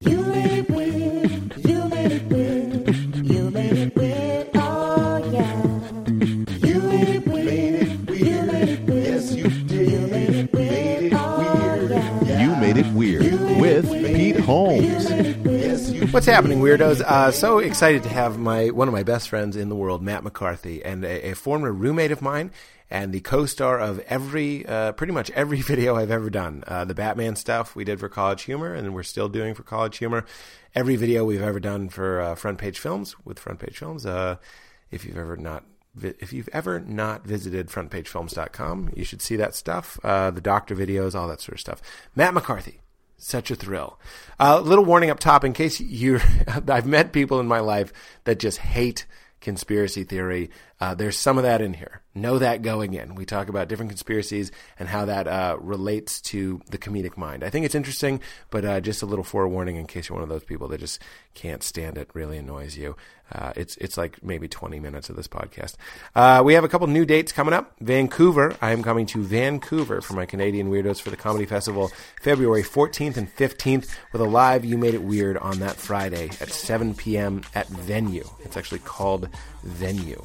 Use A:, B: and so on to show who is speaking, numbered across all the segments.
A: You made it weird. You made it weird. You made it weird. Oh yeah. You made it weird. You made it weird. Yes, you did. You made it weird. Oh yeah.
B: You Made It Weird with Pete Holmes.
C: What's happening, weirdos? Uh, so excited to have my one of my best friends in the world, Matt McCarthy, and a, a former roommate of mine, and the co-star of every, uh, pretty much every video I've ever done. Uh, the Batman stuff we did for College Humor, and we're still doing for College Humor. Every video we've ever done for uh, Front Page Films with Front Page Films. Uh, if you've ever not vi- if you've ever not visited frontpagefilms.com, you should see that stuff. Uh, the doctor videos, all that sort of stuff. Matt McCarthy, such a thrill. A little warning up top in case you I've met people in my life that just hate conspiracy theory. Uh, there's some of that in here. Know that going in. We talk about different conspiracies and how that uh, relates to the comedic mind. I think it's interesting, but uh, just a little forewarning in case you're one of those people that just can't stand it, really annoys you. Uh, it's it's like maybe 20 minutes of this podcast. Uh, we have a couple new dates coming up. Vancouver. I am coming to Vancouver for my Canadian Weirdos for the Comedy Festival, February 14th and 15th, with a live You Made It Weird on that Friday at 7 p.m. at Venue. It's actually called Venue.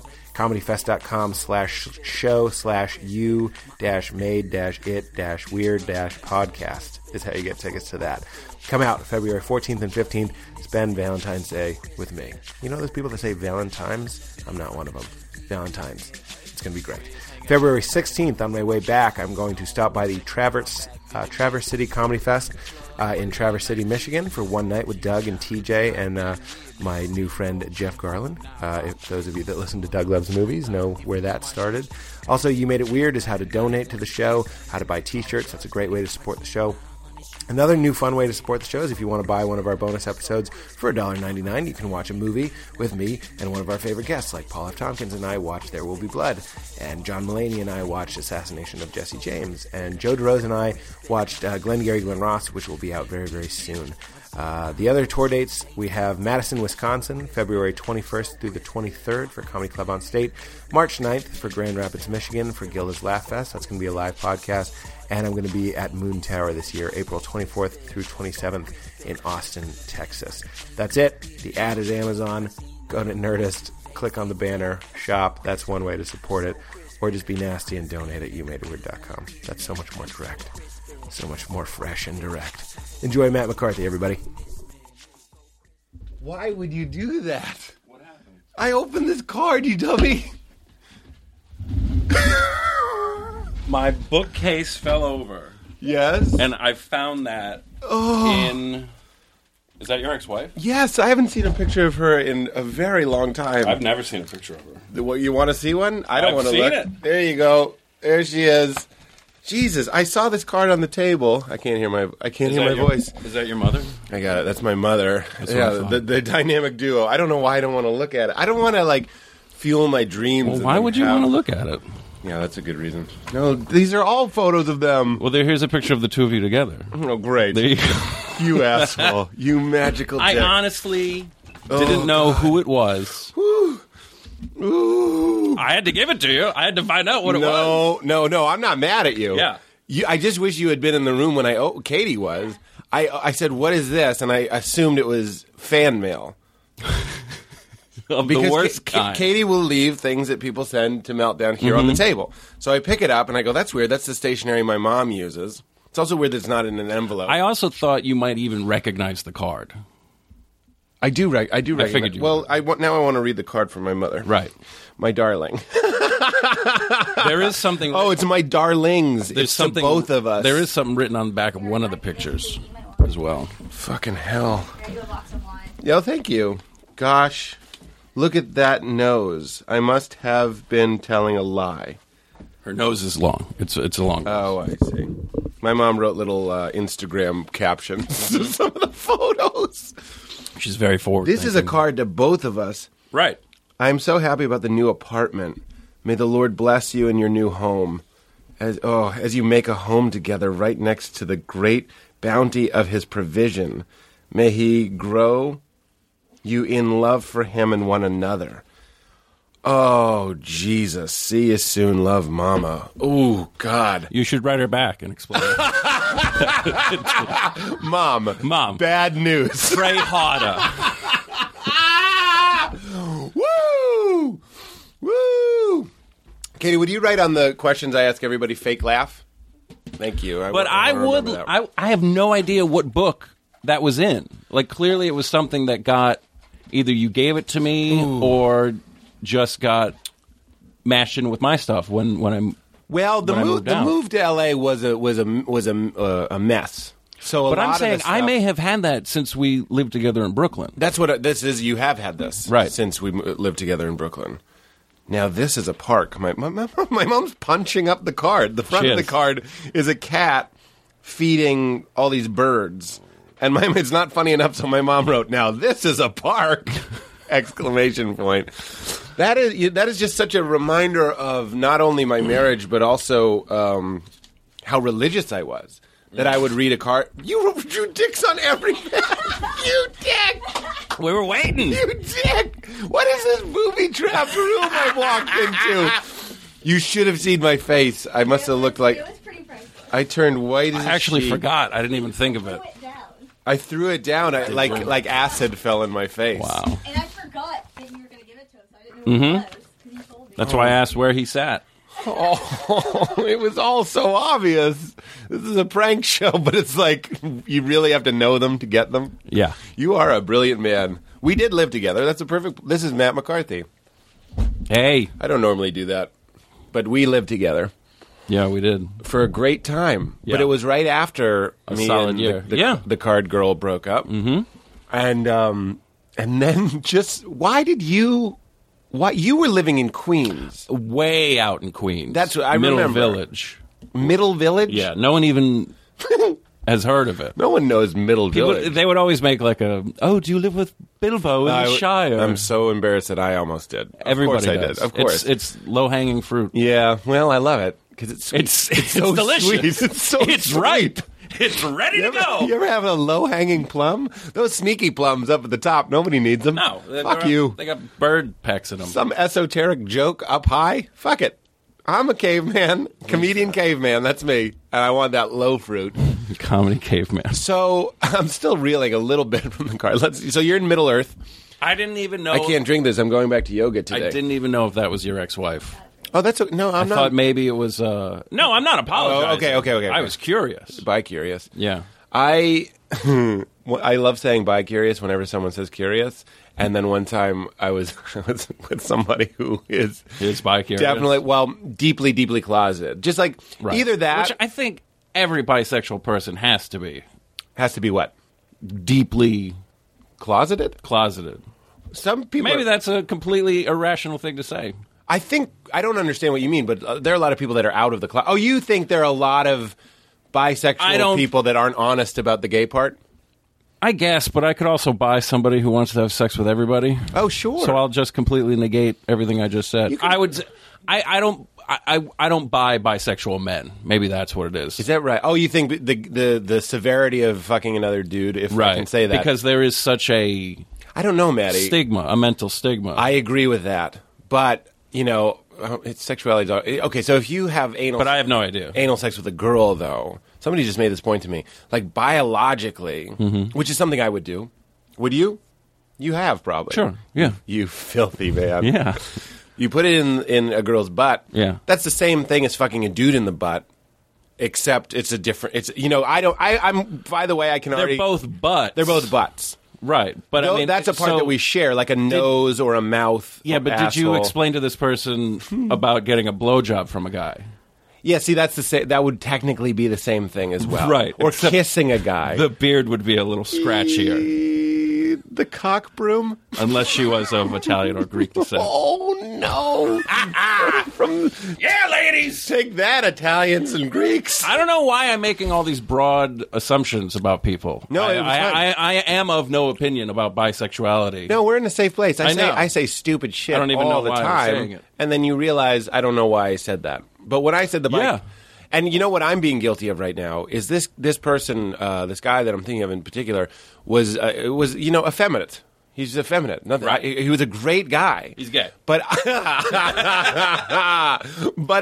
C: ComedyFest.com slash show slash you dash made dash it dash weird dash podcast is how you get tickets to that. Come out February 14th and 15th. Spend Valentine's Day with me. You know those people that say Valentine's? I'm not one of them. Valentine's. It's going to be great. February 16th, on my way back, I'm going to stop by the Traverse, uh, Traverse City Comedy Fest uh, in Traverse City, Michigan for one night with Doug and TJ and uh, my new friend Jeff Garland. Uh, if those of you that listen to Doug Loves Movies know where that started. Also, You Made It Weird is how to donate to the show, how to buy t shirts. That's a great way to support the show. Another new fun way to support the show is if you want to buy one of our bonus episodes for $1.99, you can watch a movie with me and one of our favorite guests, like Paul F. Tompkins and I watched There Will Be Blood, and John Mulaney and I watched Assassination of Jesse James, and Joe DeRose and I watched uh, Glengarry Glen Ross, which will be out very, very soon. Uh, the other tour dates we have Madison, Wisconsin, February 21st through the 23rd for Comedy Club on State, March 9th for Grand Rapids, Michigan for Gilda's Laugh Fest. That's going to be a live podcast. And I'm going to be at Moon Tower this year, April 24th through 27th in Austin, Texas. That's it. The ad is Amazon. Go to Nerdist, click on the banner, shop. That's one way to support it. Or just be nasty and donate at youmadeitweird.com. That's so much more direct. So much more fresh and direct. Enjoy Matt McCarthy, everybody.
D: Why would you do that? What happened? I opened this card, you dummy.
E: My bookcase fell over,
D: Yes.
E: and I found that
D: Oh.
E: in. Is that your ex-wife?
D: yes, I haven't seen a picture of her in a very long time.
E: I've never seen a picture of her.
D: What you want to see one? I don't
E: I've
D: want to
E: seen
D: look.
E: it.
D: There you go. There she is. Jesus, I saw this card on the table. I can't hear my I can't
E: Is
D: hear
E: that
D: my
E: your,
D: voice.
E: Is that your mother?
D: I got it. That's my mother.
E: what I
D: yeah,
E: thought.
D: the, the dynamic duo. I don't know why I don't want to look at it. I don't want to like fuel my dreams. and then have-
E: look at it?
D: Yeah, that's a good reason. No, these are all photos of them.
E: Well, there, here's a picture of the two of you together.
D: Oh, great.
E: There you go.
D: You asshole. You magical
E: I
D: dick.
E: honestly
D: Oh.
E: didn't know who it was.
D: Ooh.
E: I had to give it to you. I had to find out what it was.
D: No, no, no. I'm not mad at you.
E: Yeah.
D: You, I just wish you had been in the room when I. Oh, Katie was. I, I said, what is this? And I assumed it was fan mail.
E: Of
D: Because
E: the worst
D: Ka- Ka-
E: kind. Mm-hmm.
D: Katie will leave things that people send to Meltdown here on the table. So I pick it up and I go, that's weird. That's the stationery my mom uses. It's also weird that it's not in an envelope.
E: I also thought you might even recognize the card.
D: I do. Rec- I do. recognize-
E: figured you
D: well,
E: would.
D: I want now. I want to read the card from my mother.
E: Right.
D: my darling.
E: There is something.
D: oh, it's my darlings.
E: there's
D: it's to
E: something.
D: both of us.
E: There is something written on the back of one of the pictures as well.
D: fucking hell. Yo, thank you. Gosh, look at that nose. I must have been telling a lie.
E: Her nose is long. It's it's a long.
C: Uh,
D: Oh, I see. My mom wrote little uh, Instagram captions to some of the photos.
E: She's very forward.
D: This is a card to both of us.
E: right.
D: I am so happy about the new apartment. May the Lord bless you in your new home. As oh, as you make a home together right next to the great bounty of his provision, may he grow you in love for him and one another.
C: Oh, Jesus. See you soon, love mama. Oh, God.
E: You should write her back and explain. it.
C: Mom.
E: Mom.
C: Bad news.
E: Trey Hada.
C: Woo! Woo! Katie, would you write on the questions I ask everybody fake laugh? Thank you.
E: But
C: wa-
E: I
C: wanna
E: would.
C: remember that.
E: I, I have no idea what book that was in. Like clearly, it was something that got either you gave it to me or just got mashed in with my stuff when when I'm.
C: Well, the
E: when I
C: move
E: moved
C: the
E: out.
C: move to LA was a was a was a uh, a mess. So, a
E: But
C: lot
E: I'm
C: of the
E: saying I
C: stuff-
E: may have had that since we lived together in Brooklyn.
C: That's what uh, this is. You have had this
E: Right.
C: since we mo- lived together in Brooklyn. Now this is a park. My my, my, my mom's punching up the card. The front
E: She
C: of the
E: is.
C: card is a cat feeding all these birds, and my it's not funny enough. So my mom wrote, "Now this is a park!" exclamation point. That is you- that is just such a reminder of not only my marriage but also um, how religious I was. That I would read a card. You drew dicks on every. you dick.
E: We were waiting.
C: You dick! What is this booby trapped room I walked into? You should have seen my face. I must have looked like
F: It was pretty priceless.
C: I turned white. As
E: I
C: a
E: actually
C: sheet.
E: forgot. I didn't even think of it.
F: I went down,
C: I threw it down. I, like like acid fell in my face.
E: Wow.
F: and I forgot that you were going to give it to us. I didn't know what it was because you told me.
E: Mm-hmm. That's why I
C: Oh.
E: asked where he sat.
C: it was all so obvious. This is a prank show, but it's like you really have to know them to get them.
E: Yeah.
C: You are a brilliant man. We did live together. That's a perfect. This is Matt McCarthy.
E: Hey.
C: I don't normally do that, but we lived together.
E: Yeah, we did.
C: for a great time.
E: Yeah.
C: But it was right after me
E: solid
C: and
E: year.
C: The, the,
E: Yeah.
C: the card girl broke up. Mm-hmm. And um, and then just why did you? Why you were living in Queens,
E: Way out in Queens.
C: That's what I
E: Middle
C: remember.
E: Village.
C: Middle Village?
E: Yeah, no one even has heard of it.
C: No one knows Middle
E: People,
C: Village.
E: they would always make like a, oh, do you live with Bilbo in
C: I
E: the
C: w-
E: Shire?
C: I'm so embarrassed that I almost did. Of
E: Everybody
C: course I
E: does.
C: did. Of course.
E: It's, it's low hanging fruit.
C: yeah. Well, I love it because it's sweet.
E: It's, it's,
C: so
E: delicious.
C: sweet. It's so
E: It's
C: sweet.
E: ripe. It's ready to
C: You
E: go.
C: ever, you ever have a low hanging plum? Those sneaky plums up at the top. Nobody needs them.
E: no. they're-
C: Fuck
E: they're-
C: you.
E: They got bird pecks in them.
C: some esoteric joke up high. Fuck it. I'm a caveman, comedian caveman. That's me, and I want that low fruit.
E: Comedy caveman.
C: So I'm still reeling a little bit from the car. Let's. So you're in Middle Earth.
E: I didn't even know.
C: I can't drink this. I'm going back to yoga
E: Oh. I
C: today.
E: didn't even know if that was your ex-wife.
C: Oh, that's okay. no. I'm
E: I thought
C: not.
E: maybe it was. Uh, no, I'm not apologizing.
C: Oh, okay, okay, okay,
E: I
C: okay.
E: was curious.
C: Bi curious.
E: Yeah.
C: I well, I love saying bi curious whenever someone says curious. And then one time I was, I was with somebody who is
E: Is bi-curious.
C: Definitely, well, deeply, deeply closeted. Just like
E: Right.
C: either that
E: which I think every bisexual person has to be
C: has to be what
E: deeply
C: closeted.
E: closeted.
C: Some people
E: Maybe
C: are-
E: that's a completely irrational thing to say.
C: I think I don't understand what you mean, but uh, there are a lot of people that are out of the closet. Oh, you think there are a lot of
E: I
C: bisexual
E: don't-
C: people that aren't honest about the gay part?
E: I guess, but I could also buy somebody who wants to have sex with everybody.
C: Oh, sure.
E: So I'll just completely negate everything I just said. I would. s- I, I don't. I, I I don't buy bisexual men. Maybe that's what it is.
C: Is that right? Oh, you think the the the severity of fucking another dude, if
E: right?
C: I can say that,
E: because there is such a
C: I don't know, Maddie.
E: stigma, a mental stigma.
C: I agree with that, but you know, uh, it's sexuality. is- Okay, so if you have anal,
E: but I have no idea.
C: anal sex with a girl, though. Somebody just made this point to me. Like biologically,
E: Mm-hmm.
C: which is something I would do. Would you? You have probably.
E: Sure, yeah.
C: You filthy man.
E: Yeah.
C: You put it in in a girl's butt.
E: Yeah.
C: That's the same thing as fucking a dude in the butt. Except it's a different. It's you know I don't I I'm by the way I can
E: They're
C: already
E: both butts.
C: they're both butts.
E: right. But
C: No,
E: I mean,
C: that's a part
E: so-
C: that we share, like a nose or a mouth.
E: Yeah,
C: or
E: but did you
C: asshole.
E: explain to this person about getting a blowjob from a guy?
C: Yeah, see, that's the same. That would technically be the same thing as well,
E: Right,
C: Or
E: except
C: kissing a guy.
E: The beard would be a little scratchier
C: the cock broom.
E: unless she was of Italian or Greek descent.
C: Oh no! From
E: Yeah, ladies.
C: take that, Italians and Greeks.
E: I don't know why I'm making all these broad assumptions about people.
C: No,
E: I,
C: it was fine.
E: I, I, I am of no opinion about bisexuality.
C: No, we're in a safe place. I,
E: I
C: say
E: know.
C: I say stupid shit
E: I don't even know
C: all the
E: why I'm
C: time,
E: saying it.
C: and then you realize I don't know why I said that. But when I said the bike,
E: Yeah.
C: and you know what I'm being guilty of right now is this this person, uh, this guy that I'm thinking of in particular was uh, was you know effeminate. He's effeminate. Nothing, right. He he was a great guy.
E: He's gay.
C: But but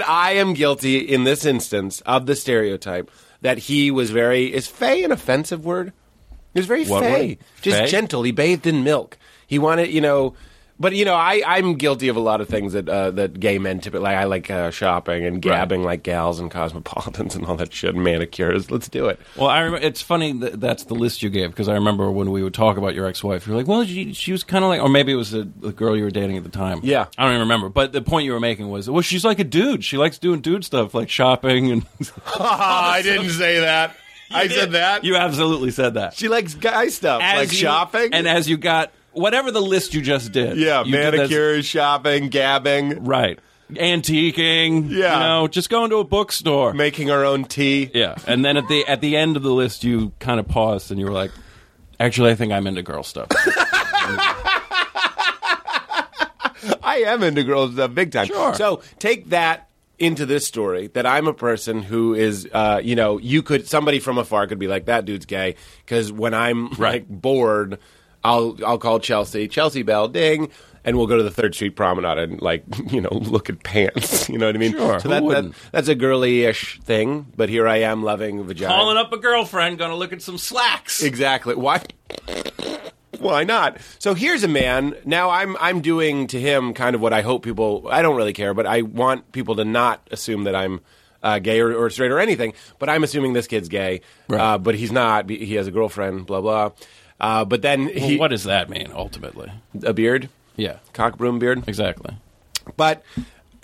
C: I am guilty in this instance of the stereotype that he was very is fey an offensive word? He was very
E: What
C: fey,
E: word?
C: just
E: Fey?
C: gentle. He bathed in milk. He wanted, you know. But you know, I I'm guilty of a lot of things that uh, that gay men typically. Like, I like uh, shopping and gabbing like gals and cosmopolitans and all that shit. and Manicures. Let's do it.
E: Well, I remember, it's funny that that's the list you gave because I remember when we would talk about your ex-wife, you're like, well, she, she was kind of like, or maybe it was the, the girl you were dating at the time.
C: Yeah.
E: I don't even remember. But the point you were making was, well, she's like a dude. She likes doing dude stuff, like shopping and.
C: Ah, I didn't say that. I said that.
E: You absolutely said that.
C: She likes guy stuff,
E: As
C: like
E: you-
C: shopping
E: and as you got whatever the list you just did,
C: yeah,
E: you did that-
C: manicures, shopping, gabbing,
E: right? Antiquing,
C: Yeah.
E: you know, just going to a bookstore,
C: making our own tea.
E: yeah. And then at the at the end of the list, you kind of paused and you were like, "Actually, I think I'm into girl stuff."
C: I am into girls stuff big time.
E: Sure.
C: So take that into this story that I'm a person who is, uh, you know, you could somebody from afar could be like that dude's gay because when I'm like bored, I'll I'll call Chelsea, Chelsea Bell, ding. And we'll go to the Third Street Promenade and, like, you know, look at pants. You know what I mean?
E: Sure, who
C: So that, that
E: wouldn't?
C: that's a girly-ish thing. But here I am, loving vagina.
E: Calling up a girlfriend, gonna look at some slacks.
C: Exactly. Why? Why not? So here's a man. Now I'm I'm doing to him kind of what I hope people. I don't really care, but I want people to not assume that I'm uh, gay or, or straight or anything. But I'm assuming this kid's gay, uh, but he's not. Be- He has a girlfriend. Blah blah. Uh, but then he
E: what does that mean ultimately?
C: a beard,
E: Yeah,
C: cock broom beard.
E: exactly.
C: But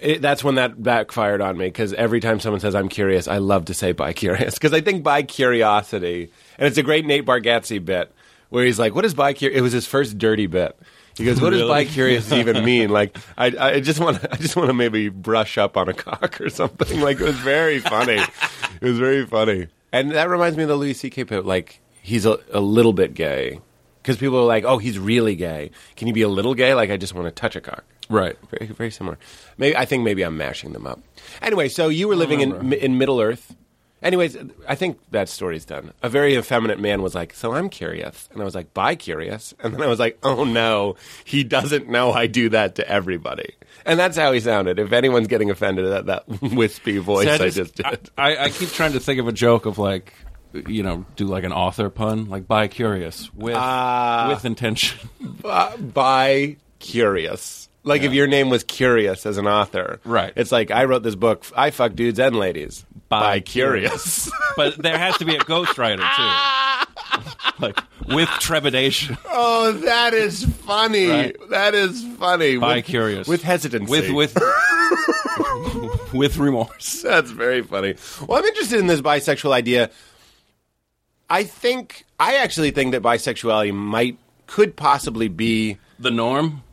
C: it, that's when that backfired on me because every time someone says I'm curious, I love to say by curious because I think by curiosity, and it's a great Nate Bargatze bit where he's like, "What is by curious?" It was his first dirty bit. He goes, "What does
E: Really?
C: by curious even mean?" Like, I, I just want, I just want to maybe brush up on a cock or something. Like, it was very funny. it was very funny, and that reminds me of the Louis C.K. bit. Like, he's a, a little bit gay because people are like, "Oh, he's really gay." Can you be a little gay? Like, I just want to touch a cock.
E: Right.
C: Very, very similar. Maybe I think maybe I'm mashing them up. Anyway, so you were living in in Middle Earth. Anyways, I think that story's done. A very effeminate man was like, "So I'm curious," and I was like, "By curious," and then I was like, "Oh no, he doesn't know I do that to everybody." And that's how he sounded. If anyone's getting offended at that wispy voice, I just, did.
E: I, I, I keep trying to think of a joke of like, you know, do like an author pun, like by curious with
C: Ah.
E: "Uh, with intention.
C: Uh, by curious. Like if your name was Curious as an author,
E: Right.
C: It's like I wrote this book. I fuck dudes and ladies
E: By
C: curious.
E: but there has to be a ghostwriter too. like with trepidation,
C: Oh, that is funny.
E: Right?
C: That is funny.
E: by
C: with,
E: curious,
C: With hesitancy.
E: with with with remorse.
C: That's very funny. Well, I'm interested in this bisexual idea. I think I actually think that bisexuality might could possibly be
E: The norm,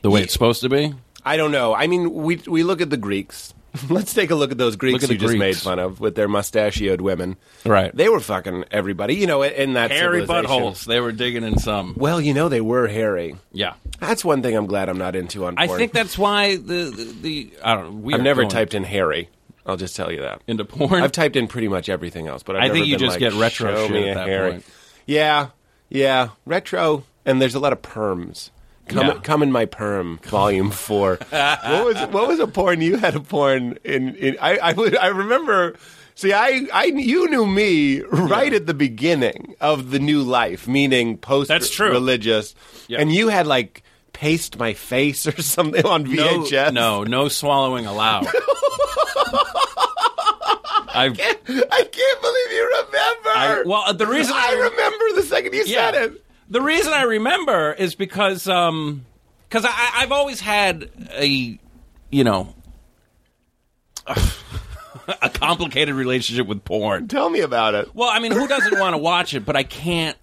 E: the way it's supposed to be.
C: I don't know. I mean, we we look at the Greeks. Let's take a look at those Greeks
E: Look at the
C: you just made
E: Greeks.
C: fun of with their mustachioed women.
E: Right.
C: They were fucking everybody, you know, in that
E: Hairy
C: civilization.
E: buttholes. They were digging in some.
C: Well, you know, they were hairy.
E: Yeah.
C: That's one thing I'm glad I'm not into on
E: I
C: porn.
E: think that's why the the, the I don't know. We
C: I've
E: are
C: never
E: going
C: typed in hairy. I'll just tell you that.
E: into porn.
C: I've typed in pretty much everything else, but I've
E: I
C: never
E: think you
C: been
E: just
C: like,
E: get retro
C: "Show
E: shit
C: me
E: at
C: a
E: that
C: hairy."
E: point.
C: Yeah, yeah, retro, and there's a lot of perms. Come,
E: Yeah.
C: come in my perm, volume four. what was what was a porn you had a porn in? in I I, would, I remember. See, I, I you knew me right at the beginning of the new life, meaning post
E: That's true.
C: religious,
E: Yeah.
C: and you had like paste my face or something on
E: no,
C: VHS.
E: no, no swallowing allowed. I,
C: I can't believe you remember.
E: I well, uh, the reason
C: I remember the second you
E: Yeah.
C: said it.
E: The reason I remember is because um, cause I- I, I've always had a, you know, a complicated relationship with porn.
C: Tell me about it.
E: Well, I mean, who doesn't want to watch it? But I can't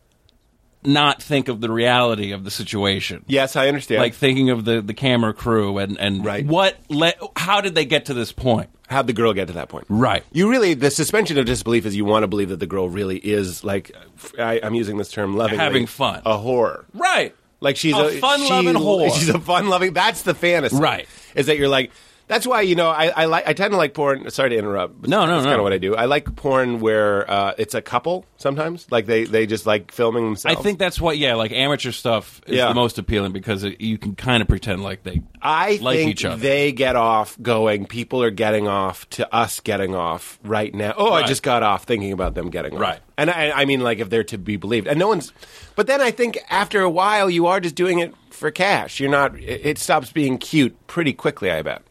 E: not think of the reality of the situation.
C: Yes, I understand.
E: Like thinking of the, the camera crew and, and
C: Right.
E: what let how did they get to this point?
C: how'd the girl get to that point?
E: Right.
C: You really the suspension of disbelief is you want to believe that the girl really is like I, I'm using this term lovingly
E: Having fun.
C: a whore.
E: Right.
C: Like she's
E: A
C: a,
E: fun-loving
C: she-
E: whore.
C: She's a fun loving. That's the fantasy,
E: Right.
C: Is that you're like That's why you know I, I like I tend to like porn. Sorry to interrupt. but
E: No, no,
C: that's
E: no.
C: Kind of what I do. I like porn where uh, it's a couple sometimes. Like they they just like filming
E: I
C: themselves.
E: think that's what, yeah, like amateur stuff is
C: Oh. Yeah.
E: the most appealing because it, you can kind of pretend like they.
C: I
E: like
C: think
E: each other.
C: they get off going. People are getting off to us getting off right now. Oh,
E: Right.
C: I just got off thinking about them getting off.
E: Right.
C: And I, I mean, like if they're to be believed, and no one's. But then I think after a while, you are just doing it for cash. You're not. It, it stops being cute pretty quickly. I bet.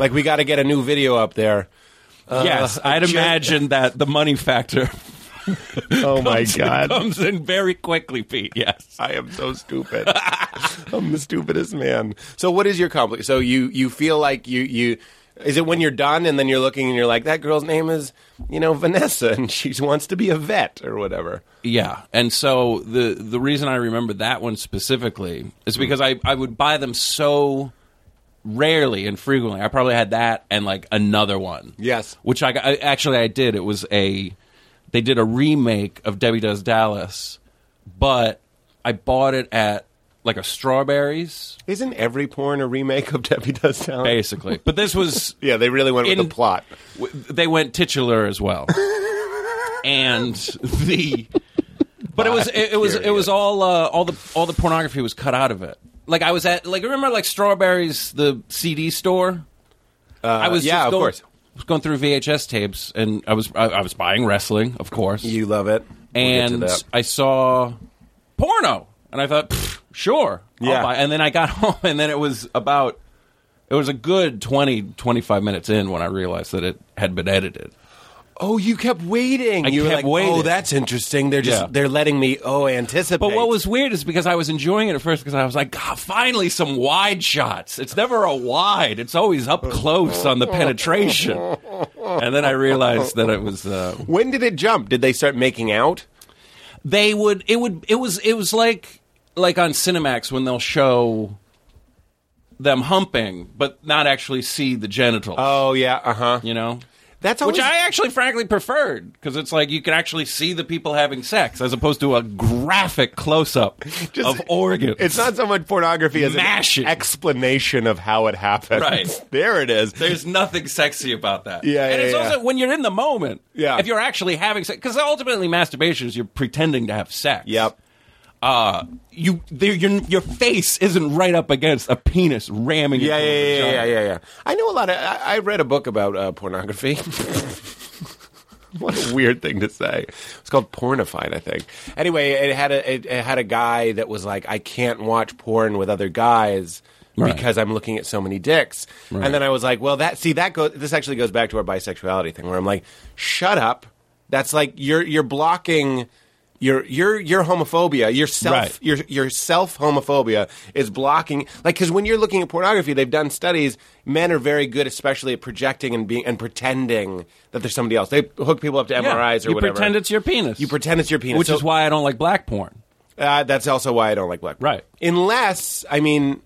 C: like we got to get a new video up there. Uh,
E: yes, I'd
C: just-
E: imagine that the money factor
C: Oh my
E: comes in very quickly, Pete. Yes.
C: I am so stupid. I'm the stupidest man. So what is your compliment? So you you feel like you you is it when you're done and then you're looking and you're like that girl's name is you know Vanessa and she wants to be a vet or whatever.
E: Yeah, and so the the reason I remember that one specifically is
C: Hmm.
E: because I I would buy them so rarely and frequently. I probably had that and like another one.
C: Yes.
E: which I, got- I actually I did. It was a they did a remake of Debbie Does Dallas, but I bought it at like a Strawberries
C: Isn't every porn a remake of Debbie Does Dallas?
E: basically. but this was
C: Yeah, they really went with
E: In-
C: the plot.
E: w- they went titular as well, and the but it was it, it was it was all uh, all the all the pornography was cut out of it. Like I was at like remember like strawberries the CD store. I was
C: Uh, yeah,
E: just
C: of
E: going,
C: course.
E: was going through VHS tapes and I was I, I was buying wrestling of course
C: You love it. We'll get to
E: and
C: that.
E: I saw porno, and I thought, "Pfft, sure, I'll
C: Yeah.
E: buy." And then I got home, and then it was about it was a good 20, 25 minutes in when I realized that it had been edited.
C: oh, you kept waiting.
E: I
C: you were
E: kept
C: like,
E: waiting.
C: "Oh, that's interesting. They're just
E: Yeah.
C: they're letting me oh anticipate."
E: But what was weird is because I was enjoying it at first because I was like, "Ah, finally some wide shots. It's never a wide; it's always up close on the penetration. And then I realized that it was uh,
C: when did it jump? Did they start making out?
E: they would it would it was it was like like on Cinemax when they'll show them humping but not actually see the genitals.
C: Oh yeah, uh huh.
E: you know?
C: That's
E: Which
C: always-
E: I actually frankly preferred because it's like you can actually see the people having sex as opposed to a graphic close up of organs.
C: It's not so much pornography as
E: Mash it.
C: an explanation of how it happened.
E: Right.
C: there it is.
E: There's nothing sexy about that.
C: Yeah,
E: and
C: yeah,
E: it's
C: yeah.
E: also when you're in the moment.
C: Yeah.
E: if you're actually having sex, because ultimately masturbation is you're pretending to have sex.
C: Yep.
E: uh, you there your your face isn't right up against a penis ramming.
C: Yeah,
E: it
C: yeah,
E: through the
C: yeah, yeah, yeah,
E: vagina.
C: yeah, yeah. I know a lot of. I, I read a book about uh, pornography. what a weird thing to say. It's called Pornified, I think. Anyway, it had a it, it had a guy that was like, I can't watch porn with other guys.
E: Right.
C: Because I'm looking at so many dicks, and then I was like, "Well, that see that goes. This actually goes back to our bisexuality thing, where I'm like, shut up. That's like you're you're blocking your your your homophobia. Your self
E: Right.
C: your your self homophobia is blocking like because when you're looking at pornography they've done studies men are very good especially at projecting and being and pretending that they're somebody else they hook people up to mris or
E: you
C: whatever
E: pretend it's your penis.
C: you pretend it's your penis
E: which
C: So,
E: is why I don't like black porn.
C: uh, that's also why i don't like black
E: Right.
C: unless i mean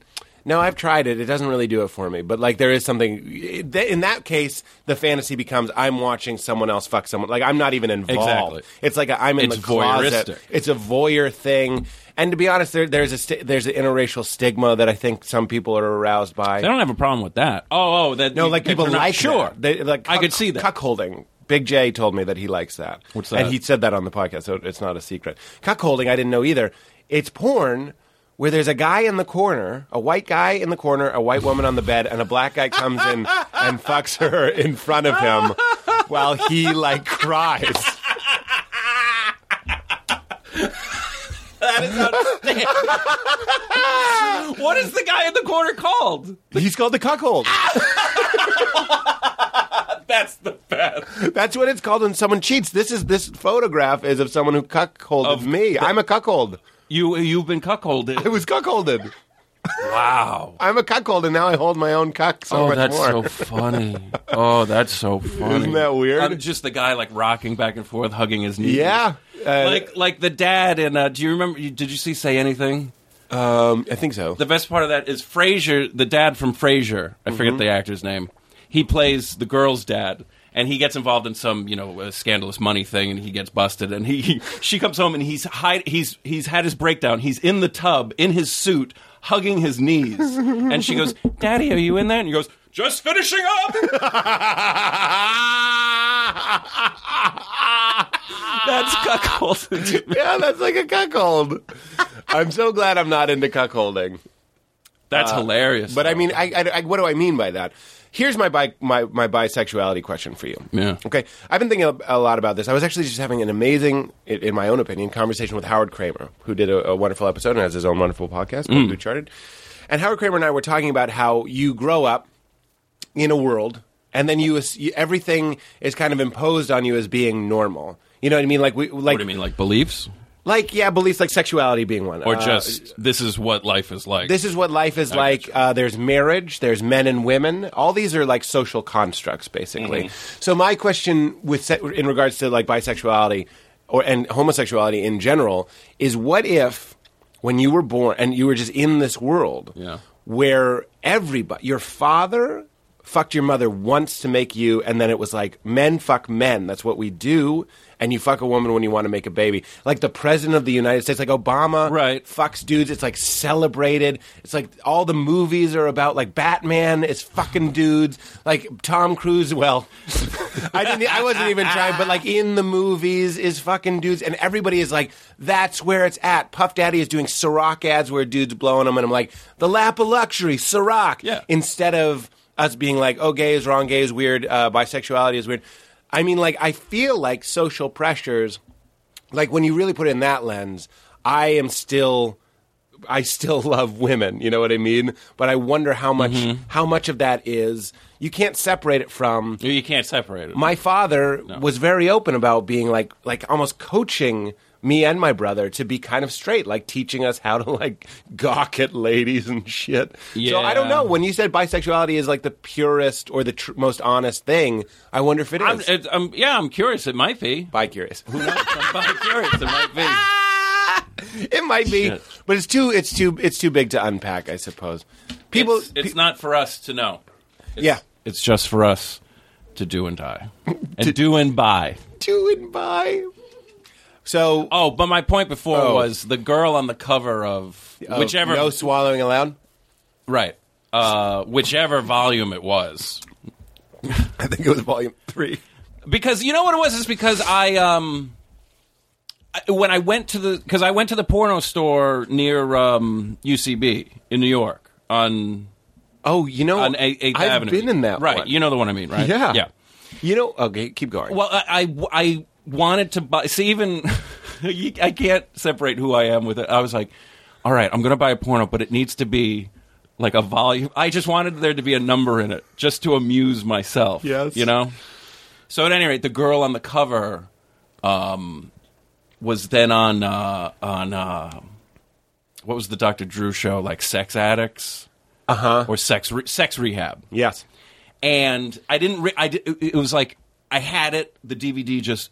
C: no i've tried it it doesn't really do it for me but like there is something in that case the fantasy becomes i'm watching someone else fuck someone like i'm not even involved
E: Exactly.
C: it's like a, i'm in
E: It's
C: the closet
E: voyeuristic.
C: it's a voyeur thing. And to be honest, there, there's a sti- there's an interracial stigma that I think some people are aroused by.
E: They don't have a problem with that. Oh, oh, that
C: no, like
E: that
C: people
E: they're not-
C: like
E: sure.
C: that. They, like
E: I
C: cuck-
E: could see that.
C: cuckolding. Big J told me that he likes that.
E: What's that?
C: And he said that on the podcast, so it's not a secret. Cuckolding, I didn't know either. It's porn where there's a guy in the corner, a white guy in the corner, a white woman on the bed, and a black guy comes in and fucks her in front of him while he like cries.
E: what is the guy in the corner called?
C: He's called the cuckold.
E: That's the best.
C: That's what it's called when someone cheats. This is this photograph is of someone who cuckolded
E: Of
C: me. I'm a cuckold.
E: You you've been
C: I
E: cuckolded.
C: was cuckolded.
E: Wow.
C: I'm a cuckold, and now I hold my own cuck so
E: Oh,
C: much
E: that's
C: more.
E: so funny. Oh, that's so funny.
C: Isn't that weird?
E: I'm just the guy like rocking back and forth, hugging his knees.
C: yeah, uh,
E: like like the dad in uh, do you remember you, did you see say anything
C: um, I think so.
E: the best part of that is frasier the dad from frasier i
C: Mm-hmm.
E: forget the actor's name he plays the girl's dad and he gets involved in some you know uh, scandalous money thing and he gets busted and he, he she comes home and he's hide, he's he's had his breakdown he's in the tub in his suit hugging his knees and she goes daddy are you in there and he goes Just finishing up. That's cuckold.
C: yeah, that's like a cuckold. I'm so glad I'm not into cuckolding.
E: That's hilarious.
C: Uh, But I mean, I, I, I, what do I mean by that? Here's my, bi- my my bisexuality question for you.
E: Yeah.
C: Okay. I've been thinking a, a lot about this. I was actually just having an amazing, i- in my own opinion, conversation with Howard Kramer, who did a, a wonderful episode and has his own wonderful podcast,
E: Mm.
C: called Blue Charted. And Howard Kramer and I were talking about how you grow up in a world, and then you, as- you everything is kind of imposed on you as being normal. You know what I mean? Like we like
E: what do you mean, like beliefs,
C: like yeah, beliefs like sexuality being one,
E: or
C: Uh,
E: just this is what life is like?
C: this is what life is like. Uh, there's marriage. There's men and women. All these are like social constructs, basically.
E: Mm-hmm.
C: So my question with se- in regards to like bisexuality or and homosexuality in general is: what if when you were born and you were just in this world
E: Yeah.
C: where everybody, your father fucked your mother once to make you, and then it was like men fuck men. That's what we do. And you fuck a woman when you want to make a baby. Like the president of the United States, like Obama,
E: Right.
C: fucks dudes. It's like celebrated. It's like all the movies are about like Batman is fucking dudes. Like Tom Cruise, well, I didn't I wasn't even trying, but like in the movies is fucking dudes and everybody is like that's where it's at. Puff Daddy is doing Ciroc ads where dudes blowing them and I'm like the lap of luxury, Ciroc
E: Yeah.
C: instead of us being like oh gay is wrong, gay is weird, uh, bisexuality is weird. I mean like I feel like social pressures like when you really put it in that lens, I am still I still love women, you know what I mean? But I wonder how much
E: Mm-hmm.
C: how much of that is you can't separate it from
E: you can't separate it.
C: my father was very open about being like like almost coaching me and my brother to be kind of straight, like teaching us how to like gawk at ladies and shit. So I
E: Yeah.
C: don't know. When you said bisexuality is like the purest or the tr- most honest thing, I wonder if it
E: I'm,
C: is.
E: it, I'm, yeah, I'm curious. It might be.
C: Bi curious.
E: Who knows? I'm bi- curious. It might be.
C: it might be,
E: Shit.
C: but it's too it's too it's too big to unpack. I suppose people.
E: it's, it's not for us to know. It's,
C: Yeah.
E: it's just for us to do and die, and do and buy.
C: to and by. So
E: Oh, but my point before
C: Oh.
E: was the girl on the cover of
C: uh,
E: whichever
C: no swallowing allowed.
E: right, uh, whichever volume it was.
C: I think it was volume three.
E: Because you know what it was is because I um I- when I went to the because I went to the porno store near um, UCB in New York on
C: Oh, you know,
E: on A- 8th
C: I've
E: Avenue.
C: been in that
E: right.
C: one.
E: You know the one I mean, right?
C: Yeah.
E: yeah.
C: You know, okay, keep going.
E: Well, I, I, I wanted to buy. See, even you- I can't separate who I am with it. I was like, all right, I'm going to buy a porno, but it needs to be like a volume. I just wanted there to be a number in it, just to amuse myself.
C: Yes.
E: you know. So at any rate, the girl on the cover um, was then on uh, on uh, what was the Dr. Drew show like Sex Addicts,
C: Uh-huh.
E: uh huh, or Sex re- Sex Rehab
C: yes.
E: and I didn't. Re- I di- it it was like I had it. The DVD just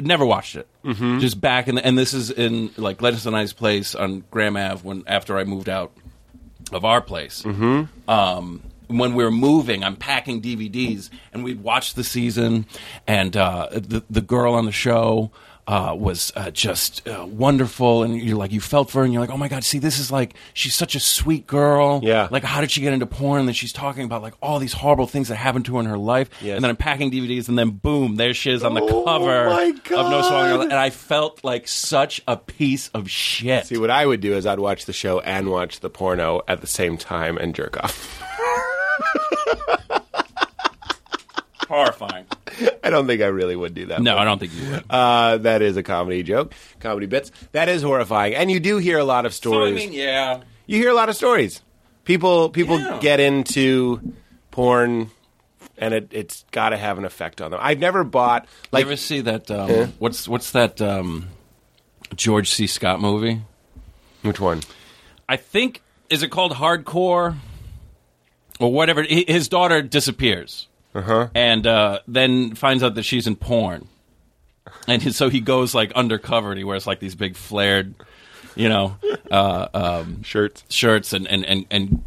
E: never watched it. Mm-hmm. Just back in the, and this is in like Lettuce and I's place on Graham Ave when after I moved out of our place. Mm-hmm. Um, when we were moving, I'm packing DVDs, and we'd watch the season, and uh, the the girl on the show. Uh, was uh, just uh, wonderful, and you're like you felt for her, and you're like, oh my god, see, this is like she's such a sweet girl,
C: Yeah.
E: Like how did she get into porn? And then she's talking about like all these horrible things that happened to her in her life.
C: Yes.
E: And then I'm packing DVDs, and then boom, there she is on the
C: Oh,
E: cover
C: my
E: of No Song.
C: God.
E: And I felt like such a piece of shit.
C: See, what I would do is I'd watch the show and watch the porno at the same time and jerk off.
E: Horrifying.
C: I don't think I really would do that.
E: No,
C: but-
E: I don't think you would.
C: Uh, that is a comedy joke, comedy bits. That is horrifying, and you do hear a lot of
E: so I
C: stories.
E: mean, yeah.
C: you hear a lot of stories. People people
E: Yeah.
C: get into porn, and it, it's got to have an effect on them. I've never bought
E: Like,
C: like
E: you ever see that? Um, What's what's that um, George C. Scott movie?
C: which one?
E: I think is it called Hardcore or whatever. Hi- His daughter disappears,
C: Uh-huh.
E: and uh, then finds out that she's in porn, and so he goes like undercover and he wears like these big flared, you know, uh, um,
C: Shirts.
E: shirts and and and and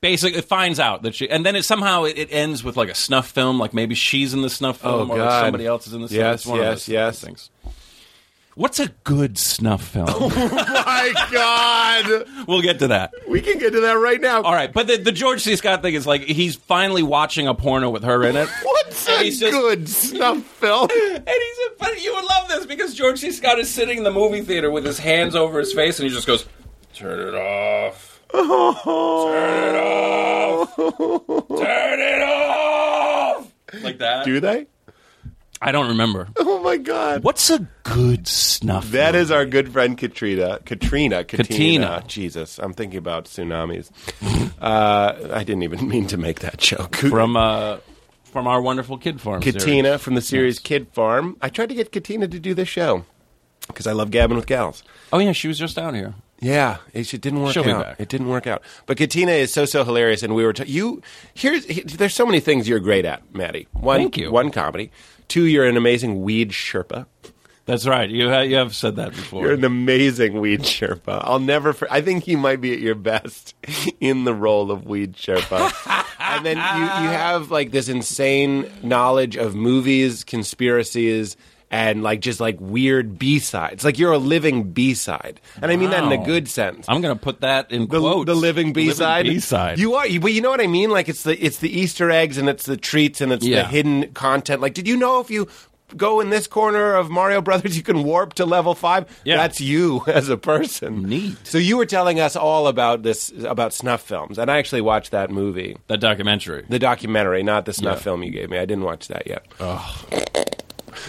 E: basically finds out that she and then it somehow it, it ends with like a snuff film like maybe she's in the snuff film
C: Oh,
E: or like,
C: God.
E: somebody else is in the snuff
C: Yes,
E: it's one of
C: yes,
E: those
C: yes.
E: things What's a good snuff film?
C: My God.
E: we'll get to that.
C: We can get to that right now.
E: All right, but the, the George C. Scott thing is like he's finally watching a porno with her in it.
C: What's
E: And
C: a
E: he's just-
C: good snuff film?
E: And he's a, but you would love this because George C. Scott is sitting in the movie theater with his hands over his face and he just goes, Turn it off.
C: Oh.
E: Turn it off. Turn it off. Like that.
C: Do they?
E: I don't remember.
C: Oh my God.
E: What's a good snuff?
C: That is our good friend Katrina. Katrina. Katrina.
E: Katina.
C: Jesus, I'm thinking about tsunamis. uh, I didn't even mean to make that joke.
E: from uh, from our wonderful kid farm. series.
C: Katina from the series Kid Farm. I tried to get Katina to do this show because I love gabbing with gals.
E: Oh yeah, she was just out here.
C: Yeah, it, it didn't work
E: She'll be
C: out.
E: back.
C: It didn't work out. But Katina is so so hilarious, and we were t- you. Here's he- there's so many things you're great at, Maddie. One,
E: Thank you.
C: One comedy. Two, you're an amazing weed sherpa.
E: That's right. You ha- you have said that before.
C: You're an amazing weed sherpa. I'll never. For- I think you might be at your best in the role of weed sherpa. and then you, you have like this insane knowledge of movies, conspiracies, and like just like weird B sides. Like you're a living B side, and I mean that in a
E: Wow.
C: good sense.
E: I'm gonna put that in
C: the,
E: quotes.
C: the living B side.
E: B side.
C: You are, you- but you know what I mean. Like it's the it's the Easter eggs and it's the treats and it's the
E: Yeah.
C: hidden content. Like, did you know if you go in this corner of Mario Brothers, you can warp to level five?
E: Yeah.
C: that's you as a person.
E: Neat.
C: So you were telling us all about this about snuff films, and I actually watched that movie,
E: that documentary.
C: the documentary, not the snuff
E: Yeah.
C: film you gave me. I didn't watch that yet.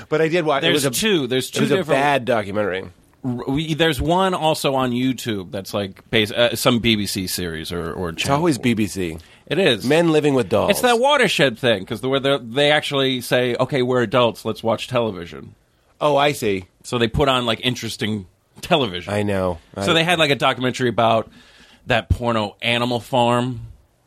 C: But I did watch.
E: There's
C: it was a,
E: two. There's
C: It
E: two
C: was a
E: different.
C: bad documentary.
E: we, there's one also on YouTube that's like bas uh, some BBC series or or
C: It's always BBC.
E: it is
C: Men living with dolls.
E: It's that watershed thing because the, where they're- they actually say, okay, we're adults, let's watch television.
C: Oh, I see.
E: So they put on like interesting television.
C: I know.
E: So
C: I-
E: they had like a documentary about that porno Animal Farm.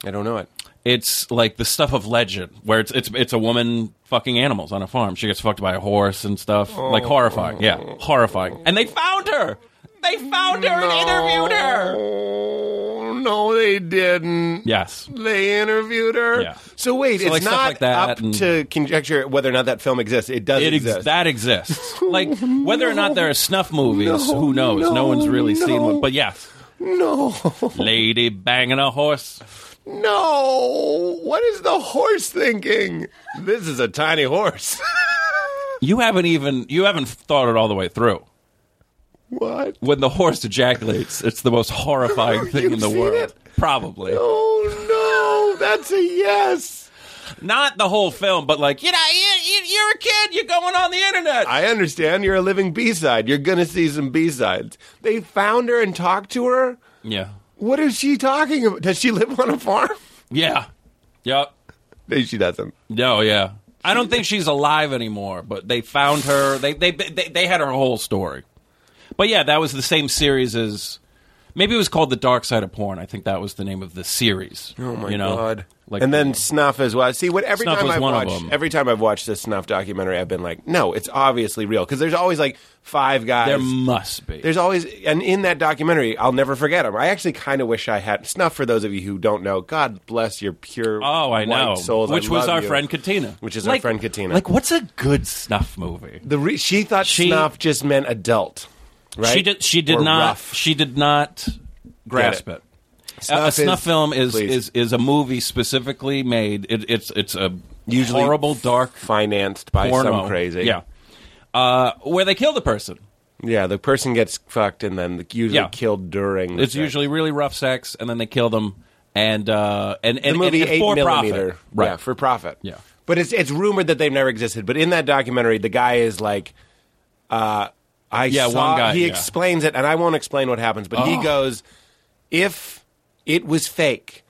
C: I don't know it.
E: It's like the stuff of legend, where it's it's it's a woman fucking animals on a farm. She gets fucked by a horse and stuff,
C: Oh.
E: like horrifying. Yeah, horrifying. And they found her. They found her and interviewed her.
C: Oh, no, they didn't.
E: Yes.
C: They interviewed her.
E: Yeah.
C: So wait,
E: So,
C: it's
E: like, stuff
C: not
E: like that
C: up
E: and-
C: to conjecture whether or not that film exists. It does
E: It
C: exist.
E: ex- that exists. Like whether or not there are snuff movies, who knows? No,
C: no,
E: one's really seen
C: no.
E: one. But yes,
C: no,
E: lady banging a horse.
C: no. What is the horse thinking? This is a tiny horse.
E: You haven't even you haven't thought it all the way through.
C: what?
E: When the horse ejaculates, it's the most horrifying thing
C: You've
E: in the
C: seen
E: world.
C: it?
E: Probably
C: Oh no, that's a yes.
E: not the whole film, but like you know, you, you, you're a kid. You're going on the internet.
C: I understand you're a living B side. You're gonna see some B sides. They found her and talked to her.
E: yeah,
C: What is she talking about? Does she live on a farm?
E: yeah, yep.
C: No, she doesn't.
E: No, Oh, yeah. I don't think she's alive anymore, but they found her. They they they, they had her whole story. But yeah, that was the same series as maybe it was called The Dark Side of Porn. I think that was the name of the series.
C: Oh my
E: you know?
C: god!
E: Like
C: and then Snuff as well. See, what every
E: Snuff
C: time
E: was
C: I've
E: one of
C: watched,
E: them.
C: every time I've watched this Snuff documentary, I've been like, no, it's obviously real because there's always like five guys.
E: there must be.
C: there's always, and in that documentary, I'll never forget him. I actually kind of wish I had Snuff. For those of you who don't know, God bless your pure,
E: Oh, I
C: white
E: know.
C: souls. I
E: Which was
C: love
E: our
C: you.
E: friend Katina.
C: Which is our
E: Like-
C: friend Katina.
E: Like, what's a good snuff movie?
C: The re- she thought
E: She-
C: Snuff just meant adult, right?
E: She did. She did
C: Or
E: not.
C: rough.
E: She did not grasp
C: Get it.
E: it. A- a
C: Snuff
E: snuff
C: is-
E: film is,
C: please.
E: is is a movie specifically made. It, it's it's a
C: Usually
E: horrible dark
C: financed by
E: porno.
C: some crazy.
E: Yeah. Uh, where they kill the person.
C: yeah. The person gets fucked and then usually
E: Yeah.
C: killed during. the
E: It's
C: sex.
E: usually really rough sex, and then they kill them. And uh, and and,
C: the movie
E: and, and
C: eight
E: for
C: millimeter,
E: profit. right?
C: Yeah, for profit.
E: Yeah.
C: but it's it's rumored that they've never existed. But in that documentary, the guy is like, uh, I
E: Yeah,
C: saw-
E: one guy,
C: He
E: yeah. Oh.
C: explains it, and I won't explain what happens. But he goes, if it was fake,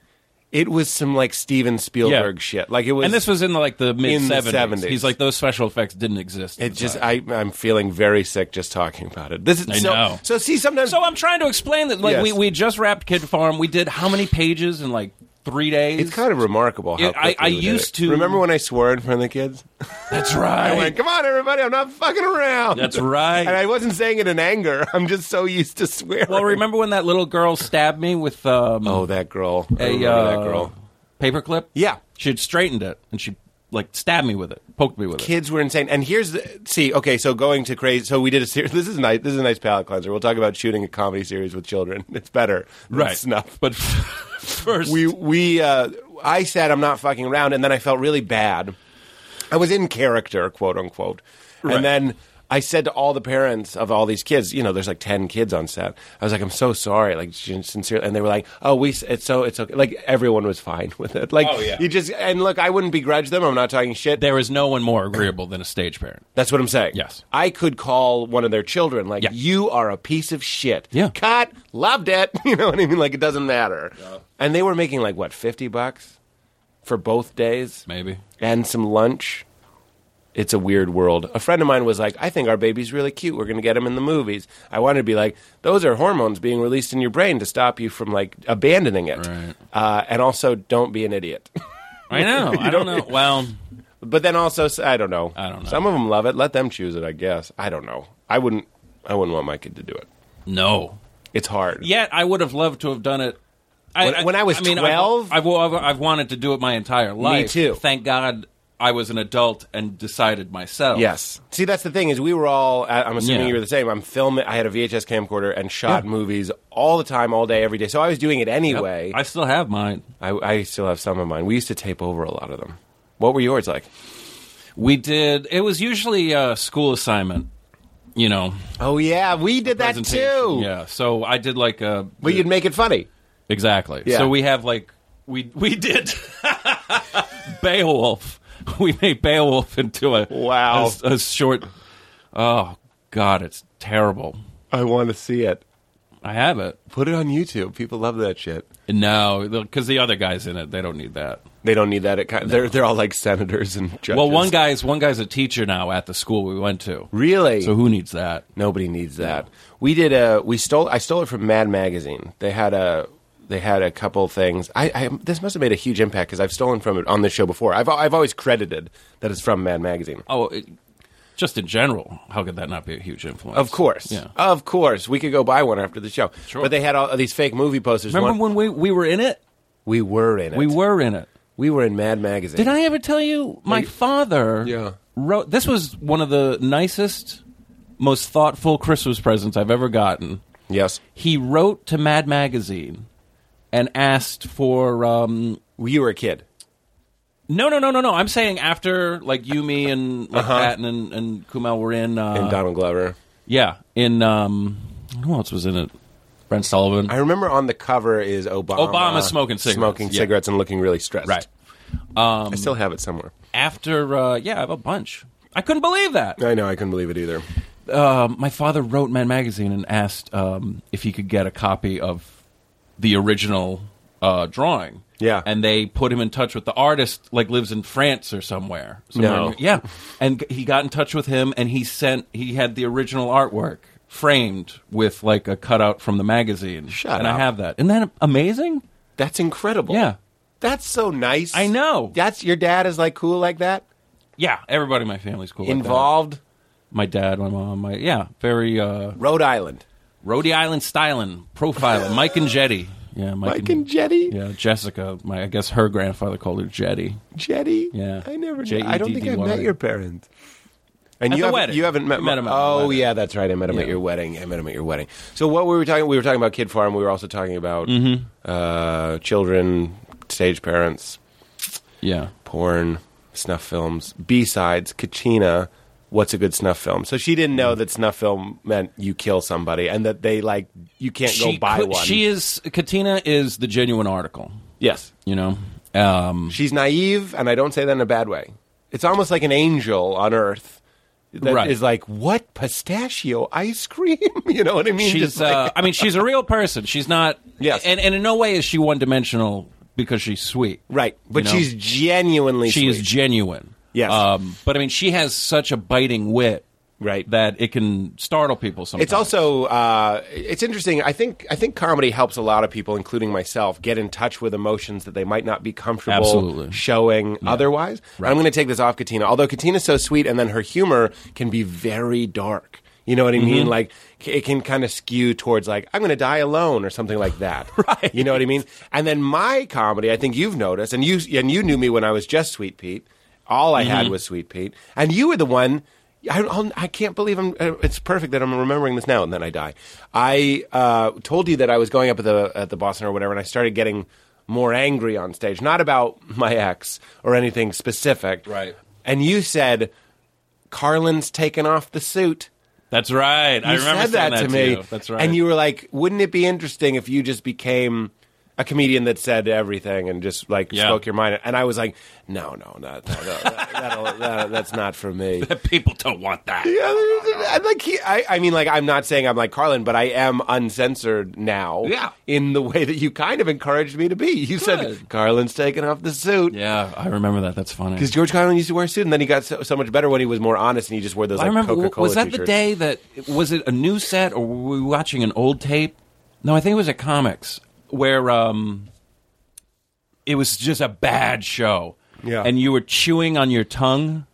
C: it was some like Steven Spielberg
E: Yeah.
C: shit. Like it was,
E: and this was in like the mid seventies.
C: 70s.
E: He's like those special effects didn't exist. at
C: It
E: the
C: just
E: time.
C: I I'm feeling very sick just talking about it. This is
E: I
C: so
E: know.
C: so. See, sometimes
E: so I'm trying to explain that. Like
C: Yes.
E: we, we just wrapped Kid Farm. We did how many pages in like three days?
C: it's kind of remarkable. How
E: It- I-
C: quickly
E: I
C: we did
E: used
C: it.
E: to-
C: remember when I swore in front of the kids.
E: that's right.
C: I went, come on, everybody, I'm not fucking around.
E: That's right.
C: And I wasn't saying it in anger. I'm just so used to swearing.
E: well, remember when that little girl stabbed me with um,
C: Oh, that girl. I
E: a
C: remember
E: uh,
C: that girl.
E: paperclip?
C: Yeah.
E: she had straightened it and she like stabbed me with it. poked me with it.
C: kids were insane. And here's the, see, okay, so going to crazy. So we did a series. This is nice. This is a nice palate cleanser. We'll talk about shooting a comedy series with children. It's better, than Snuff.
E: But first,
C: We we uh, I said I'm not fucking around, and then I felt really bad. I was in character, quote unquote,
E: Right.
C: and then. I said to all the parents of all these kids, you know, there's like ten kids on set. I was like, I'm so sorry, like sin- sincerely, and they were like, Oh, we, s- it's so, it's okay. Like everyone was fine with it. Like
E: Oh, yeah.
C: you just and look, I wouldn't begrudge them. I'm not talking shit.
E: there is no one more agreeable than a stage parent.
C: That's what I'm saying.
E: Yes.
C: I could call one of their children, like,
E: Yeah.
C: you are a piece of shit.
E: Yeah.
C: Cut, loved it. You know what I mean? Like, it doesn't matter. And they were making, like, what, 50 bucks for both days?
E: Maybe.
C: And some lunch. It's a weird world. A friend of mine was like, I think our baby's really cute. We're going to get him in the movies. I wanted to be like, those are hormones being released in your brain to stop you from, like, abandoning it.
E: Right.
C: Uh, and also, don't be an idiot.
E: I know. I don't know. Well,
C: But then also, s- I don't know.
E: I don't know.
C: Some of them love it. Let them choose it. I guess. I don't know. I wouldn't. I wouldn't want my kid to do it.
E: no.
C: It's hard.
E: Yet I would have loved to have done it.
C: When- when I was 12?
E: I've, I've, I've wanted to do it my entire life.
C: too.
E: Thank God I was an adult and decided myself.
C: Yes. See, that's the thing is we were all. I- I'm assuming
E: Yeah.
C: you were the same. I'm filming. I had a VHS camcorder and shot movies all the time, all day, every day. So I was doing it
E: Yep.
C: anyway.
E: I still have mine.
C: I, I still have some of mine. We used to tape over a lot of them. What were yours like?
E: We did. It was usually a school assignment. You know,
C: Oh yeah, we did that
E: presentation.
C: too.
E: Yeah. So I did like a.
C: But you'd make it funny.
E: Exactly.
C: Yeah.
E: So we have like we we did Beowulf. We made Beowulf into a
C: Wow.
E: a s- a, short. Oh God, it's terrible.
C: I want to see it.
E: I have it.
C: Put it on YouTube. People love that shit.
E: No, because the other guys in it, they don't need that.
C: They don't need that. At kind They're they're all like senators and judges.
E: Well, one guy's one guy's a teacher now at the school we went to.
C: really.
E: So who needs that?
C: Nobody needs that. We did a we stole I stole it from Mad Magazine. They had a they had a couple things. I, I this must have made a huge impact because I've stolen from it on this show before. I've I've always credited that it's from Mad Magazine.
E: Oh, it, just in general, how could that not be a huge influence?
C: Of course,
E: Yeah.
C: of course, we could go buy one after the show.
E: Sure.
C: But they had all these fake movie posters.
E: Remember when
C: One-
E: we we were in it?
C: we were in it?
E: We were in it.
C: we were in Mad Magazine.
E: Did I ever tell you my father
C: Yeah.
E: wrote this was one of the nicest, most thoughtful Christmas presents I've ever gotten.
C: Yes,
E: He wrote to Mad Magazine and asked for um
C: you were a kid.
E: no no no no no. I'm saying after like you, me and like Patton and, and Kumail were in uh
C: And Donald Glover.
E: Yeah. In um who else was in it? Brent Sullivan.
C: I remember on the cover is Obama.
E: Obama smoking cigarettes,
C: smoking
E: yeah.
C: cigarettes, and looking really stressed.
E: right. Um,
C: I still have it somewhere.
E: After uh yeah, I have a bunch. I couldn't believe that.
C: I know. I couldn't believe it either.
E: um, my father wrote Man Magazine and asked um, if he could get a copy of the original uh, drawing.
C: Yeah.
E: and they put him in touch with the artist, like lives in France or somewhere. somewhere
C: No.
E: in- yeah, and g- he got in touch with him, and he sent he had the original artwork framed with like a cutout from the magazine.
C: Shut
E: and
C: up.
E: I have that. Isn't that amazing?
C: That's incredible.
E: Yeah.
C: That's so nice.
E: I know.
C: That's your dad is like cool like that?
E: Yeah, everybody in my family's cool. like that.
C: Involved
E: my dad, my mom, my yeah, very uh,
C: Rhode Island.
E: Rhode Island styling profiling. Mike and Jetty. Yeah, Mike,
C: Mike and Jetty?
E: Yeah, Jessica. My, I guess her grandfather called her Jetty.
C: Jetty?
E: Yeah.
C: I never knew.
E: J E
C: I don't think
E: D
C: I
E: D Y.
C: met your parents. And
E: At
C: you
E: the
C: haven't,
E: wedding.
C: you haven't met,
E: We met him at the
C: Oh
E: wedding.
C: yeah, that's right. I met him at
E: Yeah.
C: your wedding. I met him at your wedding. So what were we talking? We were talking about Kid Farm. We were also talking about
E: Mm-hmm.
C: uh, children, stage parents,
E: Yeah.
C: porn, snuff films, B sides, Kachina. What's a good snuff film? So she didn't
E: Mm.
C: know that snuff film meant you kill somebody and that they like you can't go buy
E: could-
C: one.
E: She is Katina is the genuine article.
C: yes,
E: You know. Um,
C: she's naive, and I don't say that in a bad way. It's almost like an angel on earth that is
E: Right.
C: like, "What pistachio ice cream?" you know what I mean?
E: she's.
C: Just like-
E: uh, I mean, she's a real person. She's not.
C: Yes.
E: And and in no way is she one dimensional because she's sweet.
C: right, but
E: know?
C: she's genuinely
E: She is
C: sweet.
E: genuine.
C: Yes.
E: Um, but I mean, she has such a biting wit.
C: Right.
E: That it can startle people sometimes.
C: It's also uh, it's interesting. I think I think comedy helps a lot of people, including myself, get in touch with emotions that they might not be comfortable
E: Absolutely.
C: showing otherwise. And I'm
E: Right.
C: going to take this off Katina, although Katina's so sweet, and then her humor can be very dark. You know what I
E: Mm-hmm.
C: mean? Like c- it can kind of skew towards like I'm going to die alone or something like that. right. You know what I mean? And then my comedy, I think you've noticed, and you and you knew me when I was just Sweet Pete. All I had was Sweet Pete, and you were the one. I, I'll- I can't believe I'm. uh, It's perfect that I'm remembering this now, and then I die. I uh, told you that I was going up at the at the Boston or whatever, and I started getting more angry on stage, not about my ex or anything specific,
E: Right.
C: And you said, "Carlin's taken off the suit."
E: That's right. I
C: You
E: remember
C: said that
E: saying
C: to me.
E: you. That's right.
C: And you were like, "Wouldn't it be interesting if you just became a comedian that said everything and just like
E: Yeah.
C: spoke your mind?" And I was like, "No, no, no, no, no that, that'll- that, that's not for me."
E: people don't want that.
C: I'm like, he, I, I mean, like, I'm not saying I'm like Carlin, but I am uncensored now.
E: Yeah.
C: in the way that you kind of encouraged me to be. You said
E: Good.
C: Carlin's taking off the suit.
E: Yeah, I remember that. That's funny.
C: Because George Carlin used to wear a suit, and then he got so, so much better when he was more honest, and he just wore those
E: I
C: like
E: remember.
C: Coca
E: w-
C: Cola.
E: Was that the day that was it a new set or were we watching an old tape? No, I think it was at Comics where um, it was just a bad show.
C: Yeah.
E: and you were chewing on your tongue.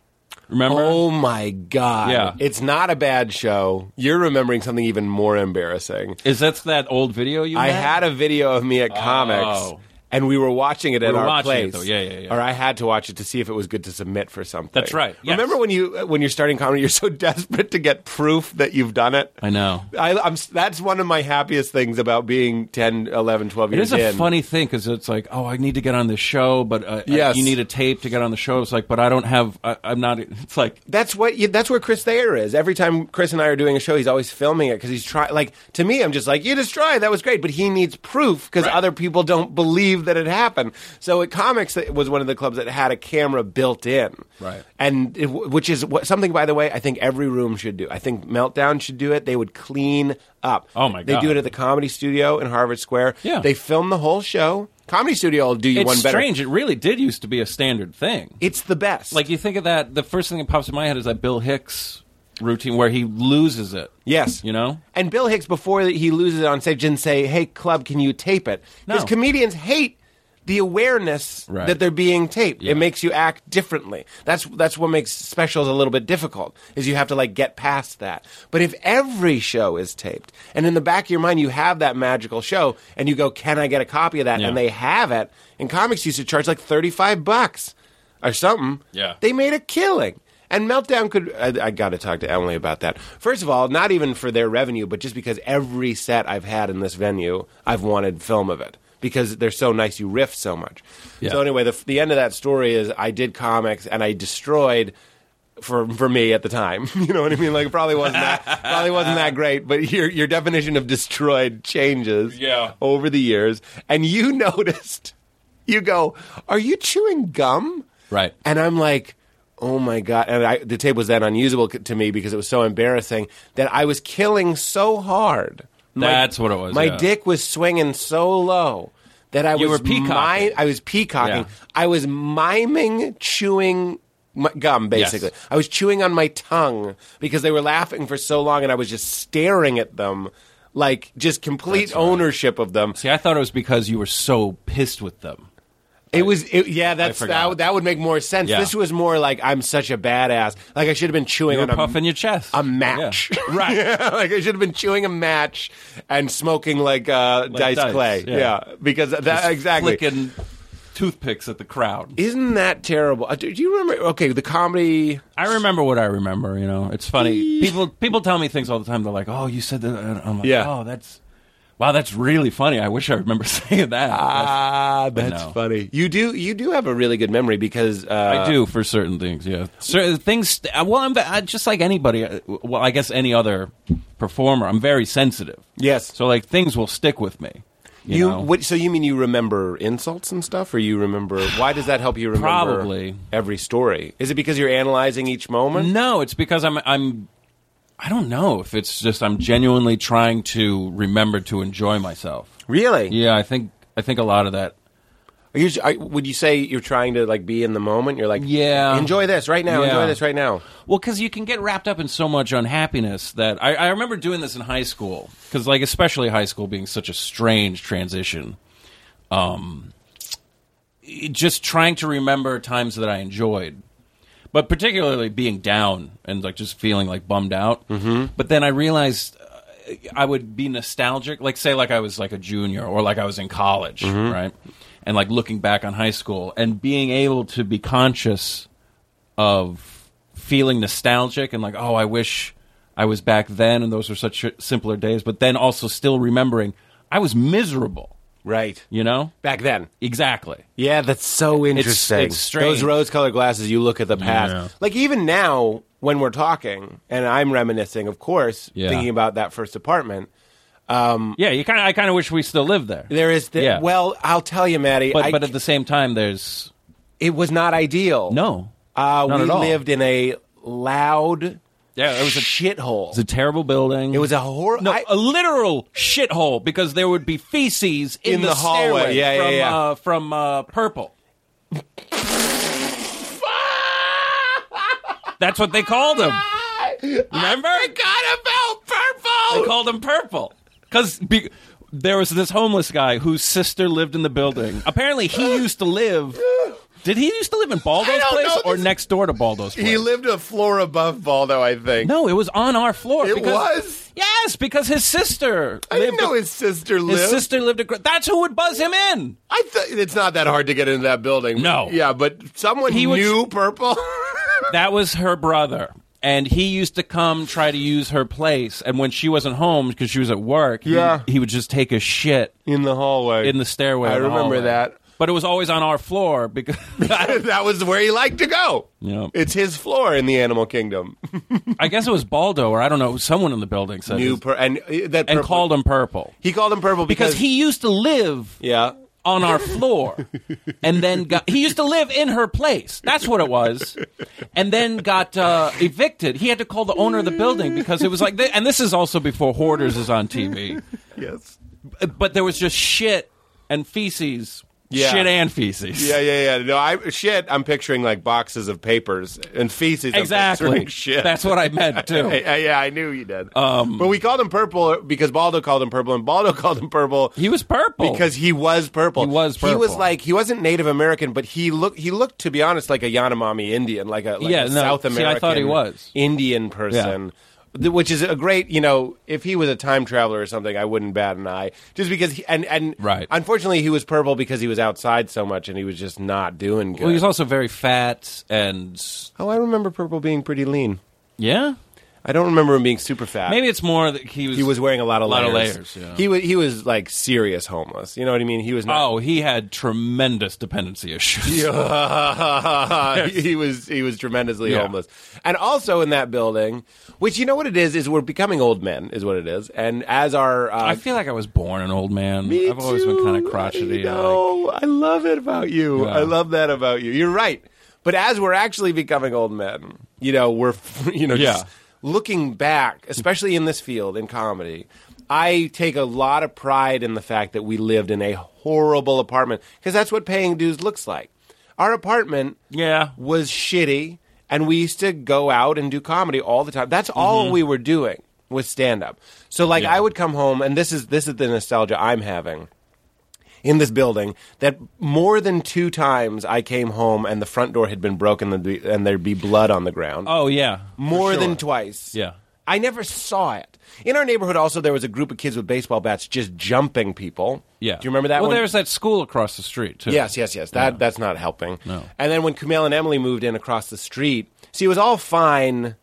E: Remember?
C: Oh my god!
E: Yeah.
C: it's not a bad show. You're remembering something even more embarrassing.
E: Is that that old video you?
C: I
E: had?
C: had a video of me at comics, and we were watching it at
E: were
C: our
E: watching it,
C: place.
E: though. Yeah, yeah, yeah.
C: Or I had to watch it to see if it was good to submit for something.
E: That's right, yes.
C: Remember when you when you're starting comedy, you're so desperate to get proof that you've done it.
E: I know.
C: I, I'm, that's one of my happiest things about being 10, 11, 12
E: It
C: years
E: is a
C: in.
E: funny thing because it's like, oh, I need to get on this show, but uh,
C: Yes.
E: you need a tape to get on the show. It's like, but I don't have. I, I'm not. It's like
C: That's what you, that's where Chris Thayer is. Every time Chris and I are doing a show, he's always filming it because he's trying. Like to me, I'm just like, you just try. That was great, but he needs proof because other people don't believe that it happened. So at Comics it was one of the clubs that had a camera built in,
E: Right.
C: And it, which is what, something, by the way, I think every room should do. I think Meltdown should do it. They would clean up.
E: Oh, my
C: They
E: God.
C: do it at the Comedy Studio in Harvard Square.
E: Yeah.
C: They film the whole show. Comedy Studio will do you
E: it's
C: one better.
E: strange. It really did used to be a standard thing.
C: It's the best.
E: like you think of that the first thing that pops in my head is that bill hicks routine where he loses it
C: Yes,
E: you know
C: And Bill Hicks, before he loses it on stage, didn't say, "Hey, club, can you tape it?" Because
E: No.
C: comedians hate the awareness
E: Right.
C: that they're being taped.
E: Yeah.
C: It makes you act differently. That's that's what makes specials a little bit difficult. Is you have to like get past that. But if every show is taped, and in the back of your mind you have that magical show, and you go, "Can I get a copy of that?"
E: Yeah.
C: and they have it. And comics used to charge like thirty five bucks or something.
E: Yeah.
C: They made a killing. And Meltdown could. I, I got to talk to Emily about that. First of all, not even for their revenue, but just because every set I've had in this venue, I've wanted film of it because they're so nice. You riff so much.
E: Yeah.
C: So anyway, the, the end of that story is I did comics and I destroyed. For, for me at the time, you know what I mean. Like it probably wasn't that probably wasn't that great, but your your definition of destroyed changes
E: Yeah.
C: over the years, and you noticed. You go, are you chewing gum?
E: Right.
C: And I'm like, oh my God. And I, the tape was then unusable c- to me because it was so embarrassing that I was killing so hard. My-
E: That's what it was,
C: My
E: yeah.
C: dick was swinging so low that I
E: You
C: was
E: were peacocking.
C: mi- I was peacocking.
E: Yeah.
C: I was miming chewing m- gum, basically. I was chewing on my tongue because they were laughing for so long and I was just staring at them. Like just complete ownership of them.
E: see i thought it was because you were so pissed with them
C: It was, it, yeah, that's
E: forgot.
C: that, that would make more sense.
E: Yeah.
C: This was more like I'm such a badass. Like I should have been chewing
E: you were
C: on a,
E: puffing your chest
C: a match,
E: Yeah.
C: right? like I should have been chewing a match and smoking like, uh, dice,
E: dice,
C: clay, yeah,
E: yeah.
C: because that exactly.
E: flicking toothpicks at the crowd
C: Isn't that terrible? Uh, Do do you remember? Okay, the comedy.
E: I remember what I remember. You know, it's funny. People people tell me things all the time. They're like, "Oh, you said that." And I'm like,
C: Yeah.
E: "Oh, that's wow, that's really funny." I wish I remember saying that.
C: Ah, that's
E: no.
C: funny. You do you do have a really good memory because uh,
E: I do for certain things. Yeah, certain things. uh, Well, I'm I, just like anybody. uh, Well, I guess any other performer. I'm very sensitive.
C: Yes.
E: So like things will stick with me. You,
C: You
E: know?
C: what, so you mean you remember insults and stuff, or you remember? Why does that help you remember
E: Probably.
C: every story? Is it because you're analyzing each moment?
E: No, it's because I'm I'm. I don't know if it's just I'm genuinely trying to remember to enjoy myself.
C: Really?
E: Yeah, I think I think a lot of that.
C: Are you, are, would you say you're trying to like be in the moment? You're like,
E: Yeah.
C: enjoy this right now.
E: Yeah.
C: Enjoy this right now.
E: Well, because you can get wrapped up in so much unhappiness that I, I remember doing this in high school because, like, especially high school being such a strange transition. Um, it- just trying to remember times that I enjoyed, but particularly being down and like just feeling like bummed out. Mm-hmm. But then I realized uh, I would be nostalgic, like say like I was like a junior or like I was in college, right? And like looking back on high school and being able to be conscious of feeling nostalgic and like, oh, I wish I was back then, and those were such simpler days. But then also still remembering I was miserable.
C: Right.
E: You know
C: Back then.
E: exactly.
C: Yeah, that's so interesting.
E: it's strange.
C: Those rose-colored glasses, you look at the past.
E: Yeah.
C: Like even now, when we're talking, and I'm reminiscing, of course,
E: Yeah.
C: thinking about that first apartment.
E: Yeah, you kind of. I kind of wish we still lived there.
C: There is, the,
E: Yeah.
C: well, I'll tell you, Maddie,
E: but
C: I-
E: but at the same time, there's
C: it was not ideal.
E: no.
C: uh,
E: not
C: we
E: at all.
C: lived in a loud,
E: Yeah, it was a-
C: shithole.
E: It's a terrible building.
C: it was a horrible.
E: No, a literal shithole because there would be feces in,
C: In the hallway.
E: stairway
C: Yeah, yeah,
E: from,
C: yeah.
E: Uh, from uh, purple. That's what they called him. Remember? I forgot about purple. They called him purple because be- there was this homeless guy whose sister lived in the building. Apparently, he used to live. Did he used to live in Baldo's
B: don't
E: place
B: know
E: or
B: this-
E: next door to Baldo's place?
B: He lived a floor above Baldo, I think.
E: no, it was on our floor.
B: It
E: because-
B: was?
E: Yes, because his sister.
B: I didn't
E: lived
B: know his sister lived.
E: his sister lived across. That's who would buzz him in.
B: I thought it's not that hard to get into that building.
E: No.
B: Yeah, but someone
E: He was-
B: knew purple.
E: That was her brother. And he used to come try to use her place. And when she wasn't home because she was at work, he-
C: Yeah.
E: he, would just take a shit
C: in the hallway.
E: in the stairway.
C: I
E: of the
C: remember
E: hallway.
C: that.
E: But it was always on our floor because I, don't-
B: that was where he liked to go.
E: you know,
C: It's his floor in the animal kingdom.
E: I guess it was Baldo or I don't know. Someone in the building said
C: New
E: his-
C: pur- and uh, that
E: and
C: purple-
E: called him purple
C: He called him purple
E: because
C: because,
E: he used to live
C: Yeah.
E: on our floor and then got he used to live in her place that's what it was and then got uh, evicted he had to call the owner of the building because it was like and this is also before hoarders is on tv
B: Yes.
E: but there was just shit and feces
C: Yeah.
E: shit and feces
C: Yeah, yeah, yeah. No, I shit. I'm picturing like boxes of papers and feces. I'm
E: exactly
C: picturing shit. uh,
E: that's what i meant too
C: yeah, yeah, I knew you did. Um, but we called him purple because Baldo called him purple, and Baldo called him purple
E: he was purple
C: because he was purple.
E: Oh. He was
C: He was
E: purple.
C: like he wasn't Native American, but he looked he looked to be honest like a Yanomami Indian, like a like
E: Yeah,
C: a
E: no,
C: South
E: see, I
C: American.
E: thought he was.
C: Indian person. th- Which is a great, you know, if he was a time traveler or something, I wouldn't bat an eye. Just because, he, and and
E: Right.
C: unfortunately, he was purple because he was outside so much and he was just not doing good.
E: well, he was also very fat and
C: oh, I remember purple being pretty lean.
E: yeah
C: I don't remember him being super fat.
E: maybe it's more that he was
C: he was wearing a lot of
E: lot of
C: layers.
E: layers, yeah.
C: He was he was like serious homeless. You know what I mean? He was not.
E: oh he had tremendous dependency issues
C: he was he was tremendously
E: Yeah.
C: homeless. And also in that building, which you know what it is is we're becoming old men is what it is. And as our uh,
E: I feel like I was born an old man.
C: Me
E: I've always been
C: too,
E: kind of crotchety. uh,
C: I
E: like-
C: know. I love it about you.
E: Yeah.
C: I love that about you. You're right. But as we're actually becoming old men, you know, we're you know just
E: Yeah.
C: looking back, especially in this field in comedy. I take a lot of pride in the fact that we lived in a horrible apartment because that's what paying dues looks like. Our apartment
E: yeah.
C: was shitty and we used to go out and do comedy all the time that's
E: Mm-hmm.
C: all we were doing was stand up so like i would come home and this is this is the nostalgia i'm having in this building that more than two times i came home and the front door had been broken and there'd be- and there'd be blood on the ground
E: Oh yeah.
C: more than twice
E: Yeah.
C: i never saw it in our neighborhood also there was a group of kids with baseball bats just jumping people
E: Yeah.
C: do you remember that
E: Well,
C: one
E: there's that school across the street too.
C: Yes, yes, yes. That that's not helping.
E: No.
C: And then when Kumail and Emily moved in across the street, see, it was all fine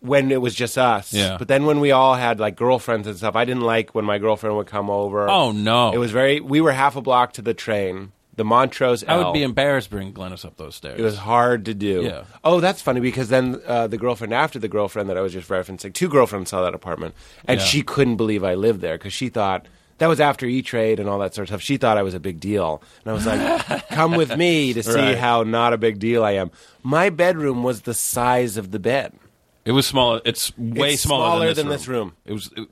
C: when it was just us.
E: Yeah.
C: But then when we all had like girlfriends and stuff, I didn't like when my girlfriend would come over.
E: Oh no.
C: It was very. We were half a block to the train. The Montrose.
E: I
C: L.
E: would be embarrassed bringing Glennis up those stairs.
C: It was hard to do.
E: Yeah.
C: Oh, that's funny because then uh, the girlfriend after the girlfriend that I was just referencing, two girlfriends saw that apartment, and
E: Yeah.
C: she couldn't believe I lived there because she thought that was after E Trade and all that sort of stuff. She thought I was a big deal, and I was like, "Come with me to see
E: Right.
C: how not a big deal I am." My bedroom was the size of the bed.
E: It was smaller. It's way
C: It's
E: smaller,
C: smaller than
E: It was uh,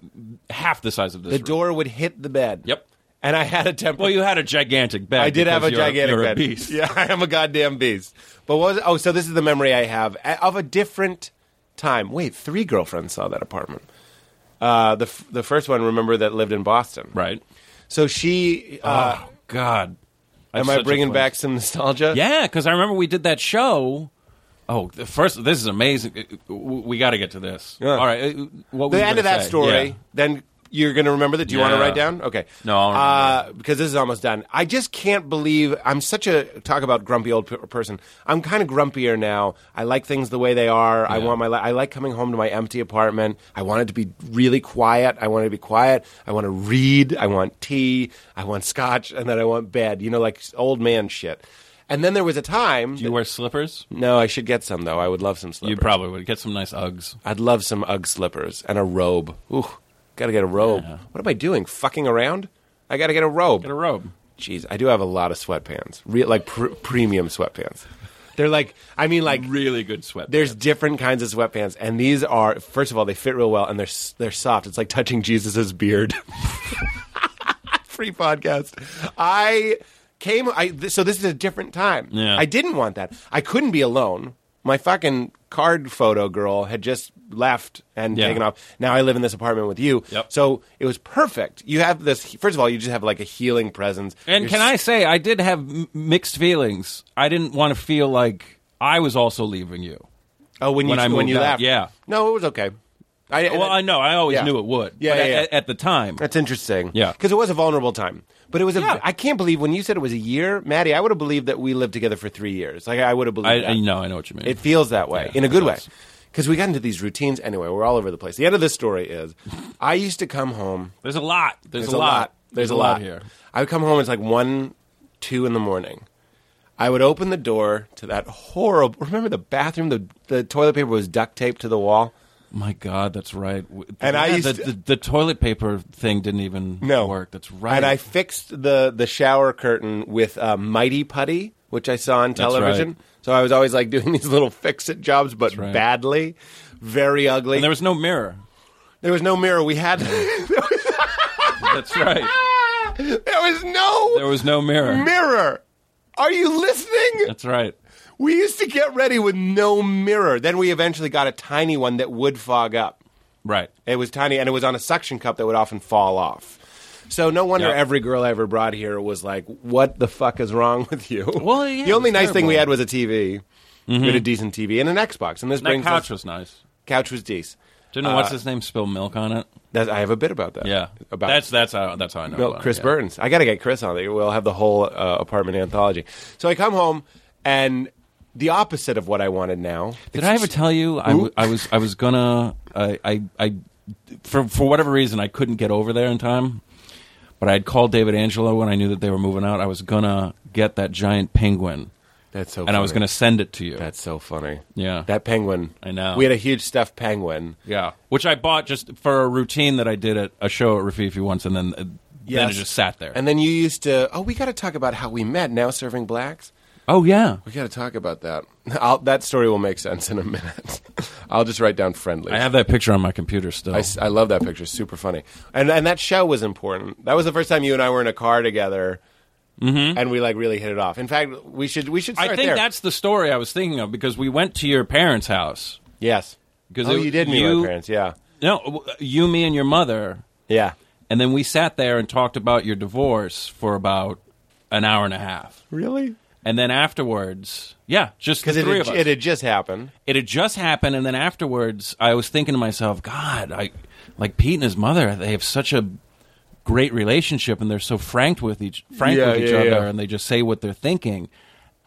E: half the size of this.
C: The
E: room.
C: door would hit the bed.
E: Yep.
C: And I had a temper.
E: Well, you had a gigantic bed.
C: I did have a
E: because you're
C: gigantic
E: you're a
C: bed.
E: beast.
C: Yeah, I am a goddamn beast. But what was oh, so this is the memory I have a- of a different time. Wait, three girlfriends saw that apartment. Uh, the f- the first one, remember that lived in Boston.
E: Right.
C: So she. Uh,
E: oh God.
C: am I bringing back some nostalgia?
E: Yeah, because I remember we did that show. Oh, the first. This is amazing. Uh, w- We got to get to this.
C: Yeah.
E: All right. uh, What were
C: The
E: you
C: end
E: gonna
C: of that
E: say?
C: story.
E: Yeah.
C: Then You're going to remember that. Do you want to
G: Yeah.
C: write down? Okay.
G: No, I'll remember.
C: uh, because this is almost done. I just can't believe I'm such a talk about grumpy old p- person. I'm kind of grumpier now. I like things the way they are. I want my. Li- I like coming home to my empty apartment. I want it to be really quiet. I want it to be quiet. I want to read. I want tea. I want scotch, and then I want bed. You know, like old man shit. And then there was a time.
E: Do you wear slippers?
C: no, I should get some though. I would love some slippers.
E: You probably would get some nice Uggs.
C: I'd love some UGG slippers and a robe. Ooh, gotta get a robe. What am I doing? Fucking around? I gotta get a robe.
E: Get a robe.
C: Jeez, I do have a lot of sweatpants. Real, like pr- premium sweatpants. They're like, I mean, like
E: Really good sweat.
C: There's different kinds of sweatpants, and these are first of all they fit real well, and they're s- they're soft. It's like touching Jesus's beard. Free podcast. I came. I th- so this is a different time.
E: Yeah.
C: I didn't want that. I couldn't be alone. My fucking card photo girl had just left and
E: Yeah.
C: taken off. Now I live in this apartment with you.
E: Yep.
C: So it was perfect. You have this. First of all, you just have like a healing presence.
E: And
C: You're
E: can
C: s-
E: I say, I did have m- mixed feelings. I didn't want to feel like I was also leaving you.
C: Oh, when you
E: when I
C: when you
E: moved out,
C: left.
E: yeah.
C: No, it was okay. I,
E: Well, I know. I always
C: Yeah.
E: knew it would.
C: Yeah,
E: but
C: yeah,
E: at,
C: yeah.
E: At, at the time,
C: That's interesting.
E: Yeah.
C: Because it was a vulnerable time. But it was a.
E: Yeah.
C: I can't believe when you said it was a year, Maddie, I would have believed that we lived together for three years. Like, I would have believed
E: I,
C: that.
E: I know. I know what you mean.
C: It feels that way,
E: Yeah,
C: in a good
E: it
C: way.
E: does.
C: Because we got into these routines. Anyway, we're all over the place. The end of this story is I used to come home.
E: there's a lot. There's, a lot.
C: There's, a lot.
E: here.
C: I would come home, it's like 1, 2 in the morning. I would open the door to that horrible. Remember the bathroom? The, the toilet paper was duct taped to the wall?
E: My God, that's right. W-
C: And I
E: yeah,
C: used
E: the,
C: to-
E: the, the toilet paper thing didn't even
C: no.
E: work. That's right.
C: And I fixed the the shower curtain with uh, Mighty Putty, which I saw on television.
E: right.
C: So I was always like doing these little fix it jobs, but
E: right.
C: badly, very ugly.
E: and there was no mirror.
C: there was no mirror. We had
E: That's right.
C: there was no
E: There was no mirror.
C: mirror. Are you listening?
E: That's right.
C: We used to get ready with no mirror. Then we eventually got a tiny one that would fog up.
E: Right.
C: It was tiny, and it was on a suction cup that would often fall off. So no wonder
E: Yeah.
C: every girl I ever brought here was like, "What the fuck is wrong with you?"
E: Well, yeah,
C: the only
E: it's
C: nice thing we
E: terrible. Mm-hmm.
C: had was a TV, we had a decent TV and an Xbox, and this
E: That
C: brings
E: couch
C: us, Uh,
E: was nice.
C: couch was decent.
E: Didn't what's his name spill milk on it?
C: That, I have a bit about that.
E: Yeah.
C: about
E: that's that's how that's how I know.
C: no,
E: about it,
C: Chris
E: yeah.
C: Burns. I got to get Chris on it. We'll have the whole uh, apartment anthology. So I come home and the opposite of what I wanted now.
E: Did I ever tell you I, w- I was I was gonna I, I I for for whatever reason I couldn't get over there in time, but I had called David Angelo when I knew that they were moving out. I was gonna get that giant penguin
C: That's so.
E: and I was
C: funny.
E: gonna send it to you.
C: That's so funny.
E: Yeah.
C: That penguin.
E: I know.
C: We had a huge stuffed penguin.
E: yeah, which I bought just for a routine that I did at a show at Rafifi once, and then uh, then it
C: Yes.
E: just sat there.
C: And then you used to, oh, we got to talk about how we met now serving blacks.
E: oh yeah,
C: We got to talk about that. I'll, that story will make sense in a minute. I'll just write down friendly.
E: I have that picture on my computer still.
C: I, s- I love that picture. Super funny. And, and that show was important. That was the first time you and I were in a car together. And we like really hit it off. In fact, we should we should
E: Mm-hmm. I
C: start
E: think
C: there.
E: that's the story I was thinking of because we went to your parents' house.
C: yes.
E: 'Cause
C: oh,
E: it-
C: you did meet
E: you-
C: my parents. Yeah,
E: No, w- you, me, and your mother
C: yeah.
E: And then we sat there and talked about your divorce for about an hour and a half.
C: Really?
E: And then afterwards, yeah, just the
C: Because it
E: three
C: had,
E: of us.
C: it had just happened.
E: It had just happened, and then afterwards, I was thinking to myself, God, I like Pete and his mother. They have such a great relationship, and they're so frank with each frank
C: Yeah,
E: with each
C: yeah,
E: other,
C: yeah.
E: and they just say what they're thinking.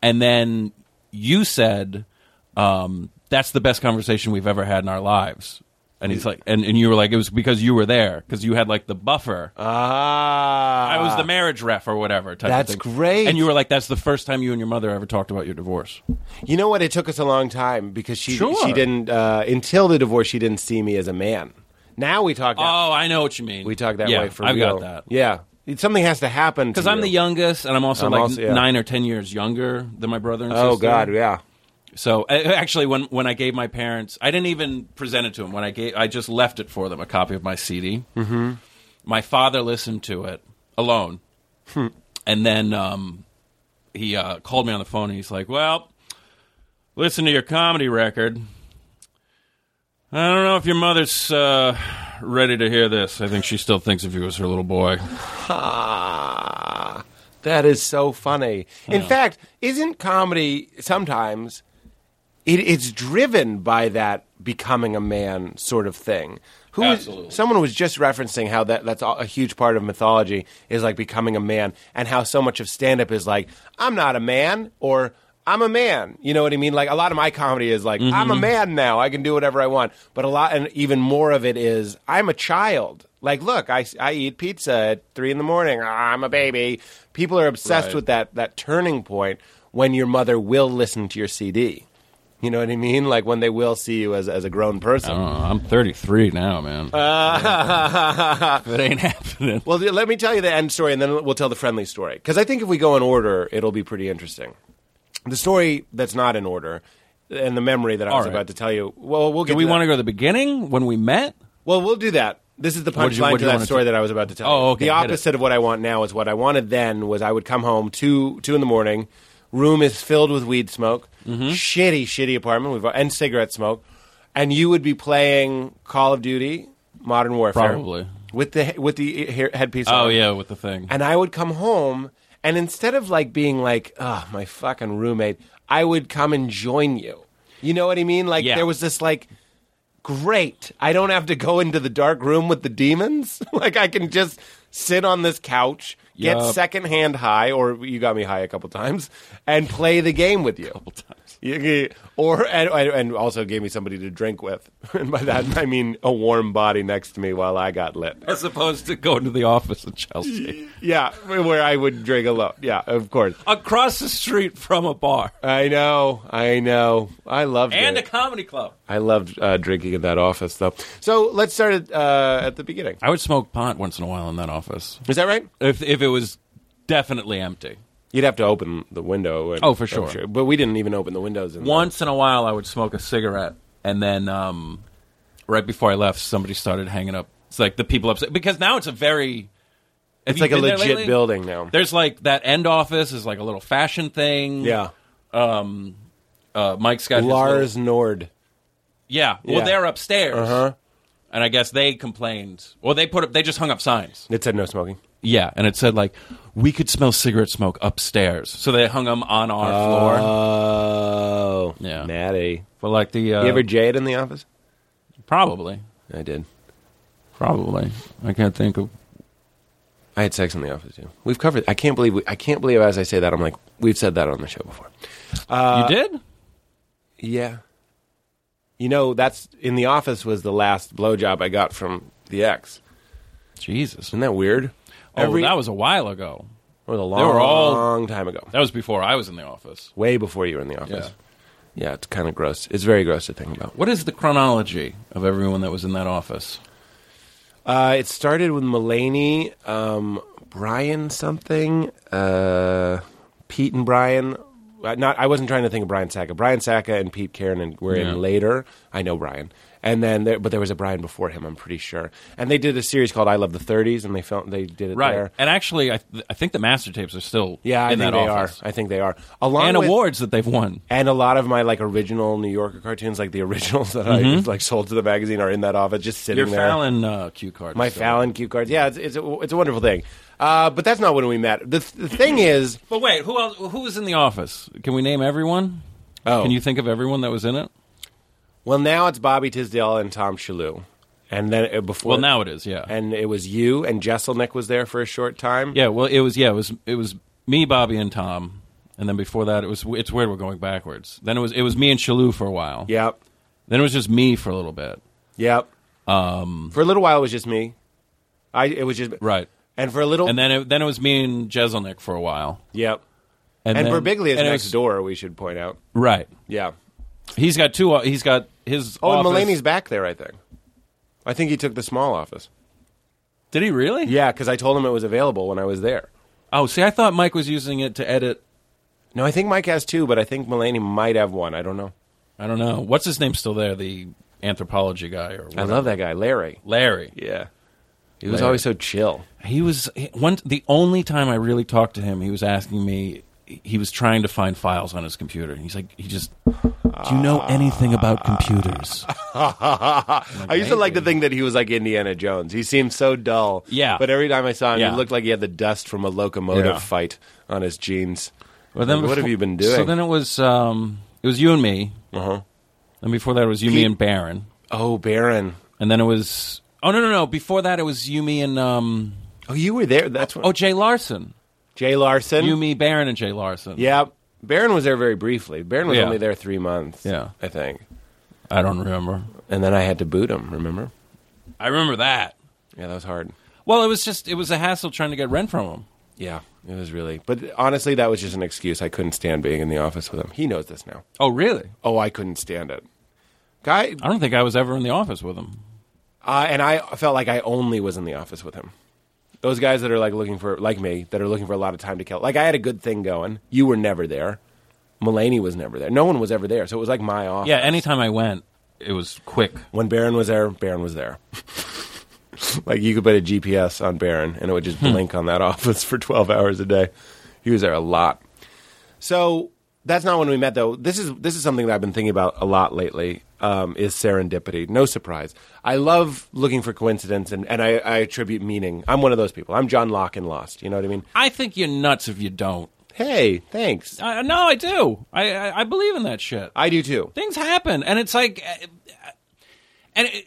E: And then you said, um, "That's the best conversation we've ever had in our lives." And he's like, and, and you were like, it was because you were there because you had like the buffer.
C: Ah,
E: I was the marriage ref or whatever. Type
C: That's
E: of thing.
C: great.
E: And you were like, that's the first time you and your mother ever talked about your divorce.
C: You know what? It took us a long time because she
E: Sure.
C: she didn't uh, until the divorce. She didn't see me as a man. Now we talk. That,
E: Oh, I know what you mean.
C: we talk that
E: yeah,
C: way for
E: I've
C: real.
E: got that.
C: Yeah, It- something has to happen
E: Because
C: to
E: I'm
C: you.
E: the youngest, and I'm also
C: I'm
E: like
C: also- yeah.
E: nine or ten years younger than my brother and
C: Oh
E: sister.
C: God, yeah.
E: So a- actually, when when I gave my parents, I didn't even present it to them. When I gave, I just left it for them, a copy of my CD. Mm-hmm. My father listened to it alone,
C: Hmm.
E: and then um, he uh, called me on the phone. and He's like, "Well, listen to your comedy record. I don't know if your mother's uh, ready to hear this. I think she still thinks of you as her little boy."
C: Ah, that is so funny. In fact, isn't comedy sometimes it, it's driven by that becoming a man sort of thing. Who is-
E: Absolutely.
C: someone was just referencing how that that's a a huge part of mythology is like becoming a man, and how so much of stand up is like I'm not a man or I'm a man. You know what I mean? Like a lot of my comedy is like I'm a man now. I can do whatever I want. But a lot and even more of it is I'm a child. Like look, I, I eat pizza at three in the morning. Ah, I'm a baby. People are obsessed
B: Right.
C: with that that turning point when your mother will listen to your CD. You know what I mean? Like when they will see you as as a grown person.
E: I don't know. I'm 33 now, man. it ain't happening.
C: Well, th- let me tell you the end story, and then we'll tell the friendly story. Because I think if we go in order, it'll be pretty interesting. The story that's not in order, and the memory that I
E: All
C: was
E: right.
C: about to tell you. Well, we'll get.
E: Do we
C: to
E: want to go to the beginning when we met?
C: Well, we'll do that. This is the
E: What did you-
C: punchline
E: what
C: to
E: do you
C: that
E: wanna
C: story
E: t-
C: that I was about to tell.
E: Oh,
C: you.
E: okay,
C: The
E: hit it.
C: opposite of what I want now is what I wanted then was I would come home two two in the morning, room is filled with weed smoke,
E: Mm-hmm.
C: shitty shitty apartment, we've, and cigarette smoke, and you would be playing Call of Duty, Modern Warfare,
E: Probably.
C: with the with the he- headpiece.
E: Oh
C: on.
E: yeah, with the thing.
C: And I would come home, and instead of like being like, oh, my fucking roommate, I would come and join you. You know what I mean? Like,
E: Yeah.
C: there was this like, great, I don't have to go into the dark room with the demons. like, I can just sit on this couch, get
E: Yup.
C: secondhand high, or you got me high a couple times, and play the game with you. You- you- Or and, and- and also gave me somebody to drink with, and by that I mean a warm body next to me while I got lit.
E: As opposed to going to the office in Chelsea,
C: Yeah, where I would drink alone. Yeah, of course.
E: across the street from a bar
C: I know, I know. I loved
E: and a
C: it.
E: comedy club.
C: I loved uh, drinking in that office, though. So let's start at, uh, at the beginning.
E: I would smoke pot once in a while in that office
C: Is that right?
E: if if it was definitely empty.
C: You'd have to open the window. and-
E: Oh, for
C: I'm
E: sure.
C: But we didn't even open the windows. In
E: Once in a while, I would smoke a cigarette, and then um, right before I left, somebody started hanging up. It's like the people upset because now it's a very
C: there. it's like a legit building now.
E: There's like that end office is like a little fashion thing.
C: Yeah,
E: uh, Mike's got his little-
C: Lars Nord.
E: yeah, well
C: Yeah.
E: they're upstairs,
C: Uh-huh.
E: and I guess they complained. Well, they put up, they just hung up signs.
C: It said no smoking.
E: Yeah, and it said like we could smell cigarette smoke upstairs, so they hung them on our Uh,
C: Uh,
E: floor.
C: Oh,
E: Yeah.
C: Natty.
E: But like the uh,
C: You ever jade in the office?
E: probably
C: I did.
E: probably I can't think of
C: I had sex in the office too. We've covered. I can't believe. We, I can't believe as I say that I'm like we've said that on the show before. Uh,
E: you did.
C: Yeah. You know, that's in the office was the last blowjob I got from the ex.
E: Jesus.
C: Isn't that weird?
E: Oh, that was a while ago.
C: that was a long,
E: they were all-
C: time ago.
E: That was before I was in the office.
C: Way before you were in the office. Yeah, it's kind of gross. It's very gross to think about.
E: What is the chronology of everyone that was in that office?
C: Uh, it started with Mulaney, um, Brian something, uh, Pete and Brian. Uh, Not, I wasn't trying to think of Brian Sacca. Brian Sacca and Pete Karen and were
E: Yeah.
C: in later. I know Brian, and then there, but there was a Brian before him. I'm pretty sure. And they did a series called "I Love the 30s," and they filmed. They did it there.
E: And actually, I, th- I think the master tapes are still
C: Yeah, I
E: in
C: think
E: that
C: they
E: office.
C: are. I think they are. Along
E: and
C: with-
E: awards that they've won.
C: and a lot of my like original New Yorker cartoons, like the originals that I like sold to the magazine, are in that office, just sitting
E: Mm-hmm. Your
C: there.
E: Fallon uh, cue card.
C: My
E: is still-
C: Fallon cue cards. Yeah, it's it's a, it's a wonderful thing. Uh, but that's not when we met. The, the thing is,
E: But wait, who else? Who was in the office? Can we name everyone?
C: Oh.
E: Can you think of everyone that was in it?
C: well, now it's Bobby Tisdale and Tom Shalhoub, and then uh, before
E: Well, now it is. Yeah.
C: and it was you and Jesselnick was there for a short time.
E: yeah. Well, it was. Yeah. It was. It was me, Bobby, and Tom. And then before that, it was. It's weird. We're going backwards. Then it was. It was me and Shalou for a while.
C: Yep.
E: Then it was just me for a little bit.
C: Yep. Um, for a little while, it was just me. I it was just
E: Right.
C: and for a little
E: And then it, then it was me and Jezelnik for a while.
C: yep.
E: And,
C: And,
E: then,
C: Berbiglia is
E: and it
C: next
E: was-
C: door. We should point out.
E: Right.
C: Yeah.
E: He's got two. o- He's got his.
C: Oh,
E: office.
C: and Mulaney's back there. I think. I think he took the small office.
E: Did he really?
C: Yeah, because I told him it was available when I was there.
E: Oh, see, I thought Mike was using it to edit.
C: No, I think Mike has two, but I think Mulaney might have one. I don't know.
E: I don't know. What's his name still there? The anthropology guy or
C: I
E: whatever.
C: love that guy, Larry.
E: Larry.
C: Yeah. He was
E: Larry.
C: always so chill.
E: He was he- one. The only time I really talked to him, he was asking me. He was trying to find files on his computer. And he's like, he just. Do you know anything about computers?
C: I used to like to think that he was like Indiana Jones. He seemed so dull.
E: Yeah.
C: But every time I saw him,
E: Yeah.
C: he looked like he had the dust from a locomotive
E: Yeah.
C: fight on his jeans.
E: But then
C: Like, what
E: befo-
C: have you been doing?
E: So then it was um, it was you and me.
C: uh-huh.
E: And before that, it was Yumi and Baron.
C: Oh, Baron.
E: And then it was. Oh, no, no, no. Before that, it was Yumi and. Um,
C: Oh, you were there. That's when
E: oh, Jay Larson.
C: Jay Larson.
E: Yumi, Baron, and Jay Larson.
C: Yeah, Baron was there very briefly. Baron was
E: Yeah.
C: only there three months.
E: Yeah.
C: I think.
E: I don't remember.
C: And then I had to boot him. Remember?
E: I remember that.
C: Yeah, that was hard.
E: Well, it was just. It was a hassle trying to get rent from him.
C: Yeah, it was really. But honestly, that was just an excuse. I couldn't stand being in the office with him. He knows this now.
E: Oh, really?
C: Oh, I couldn't stand it. Guy,
E: I don't think I was ever in the office with him.
C: uh, and I felt like I only was in the office with him. Those guys that are like looking for, like me, that are looking for a lot of time to kill. Like I had a good thing going. You were never there. Mulaney was never there. No one was ever there. So it was like my office.
E: Yeah, anytime I went, it was quick.
C: when Baron was there, Baron was there. like you could put a GPS on Baron and it would just
E: Hmm.
C: blink on that office for 12 hours a day. He was there a lot. So that's not when we met though. This is this is something that I've been thinking about a lot lately. Um, is serendipity. No surprise. I love looking for coincidence and, and I, I attribute meaning. I'm one of those people. I'm John Locke in Lost. You know what I mean?
E: I think you're nuts if you don't.
C: Hey, thanks.
E: I, no, I do. I, I I believe in that shit.
C: I do too.
E: Things happen, and it's like, uh, and it,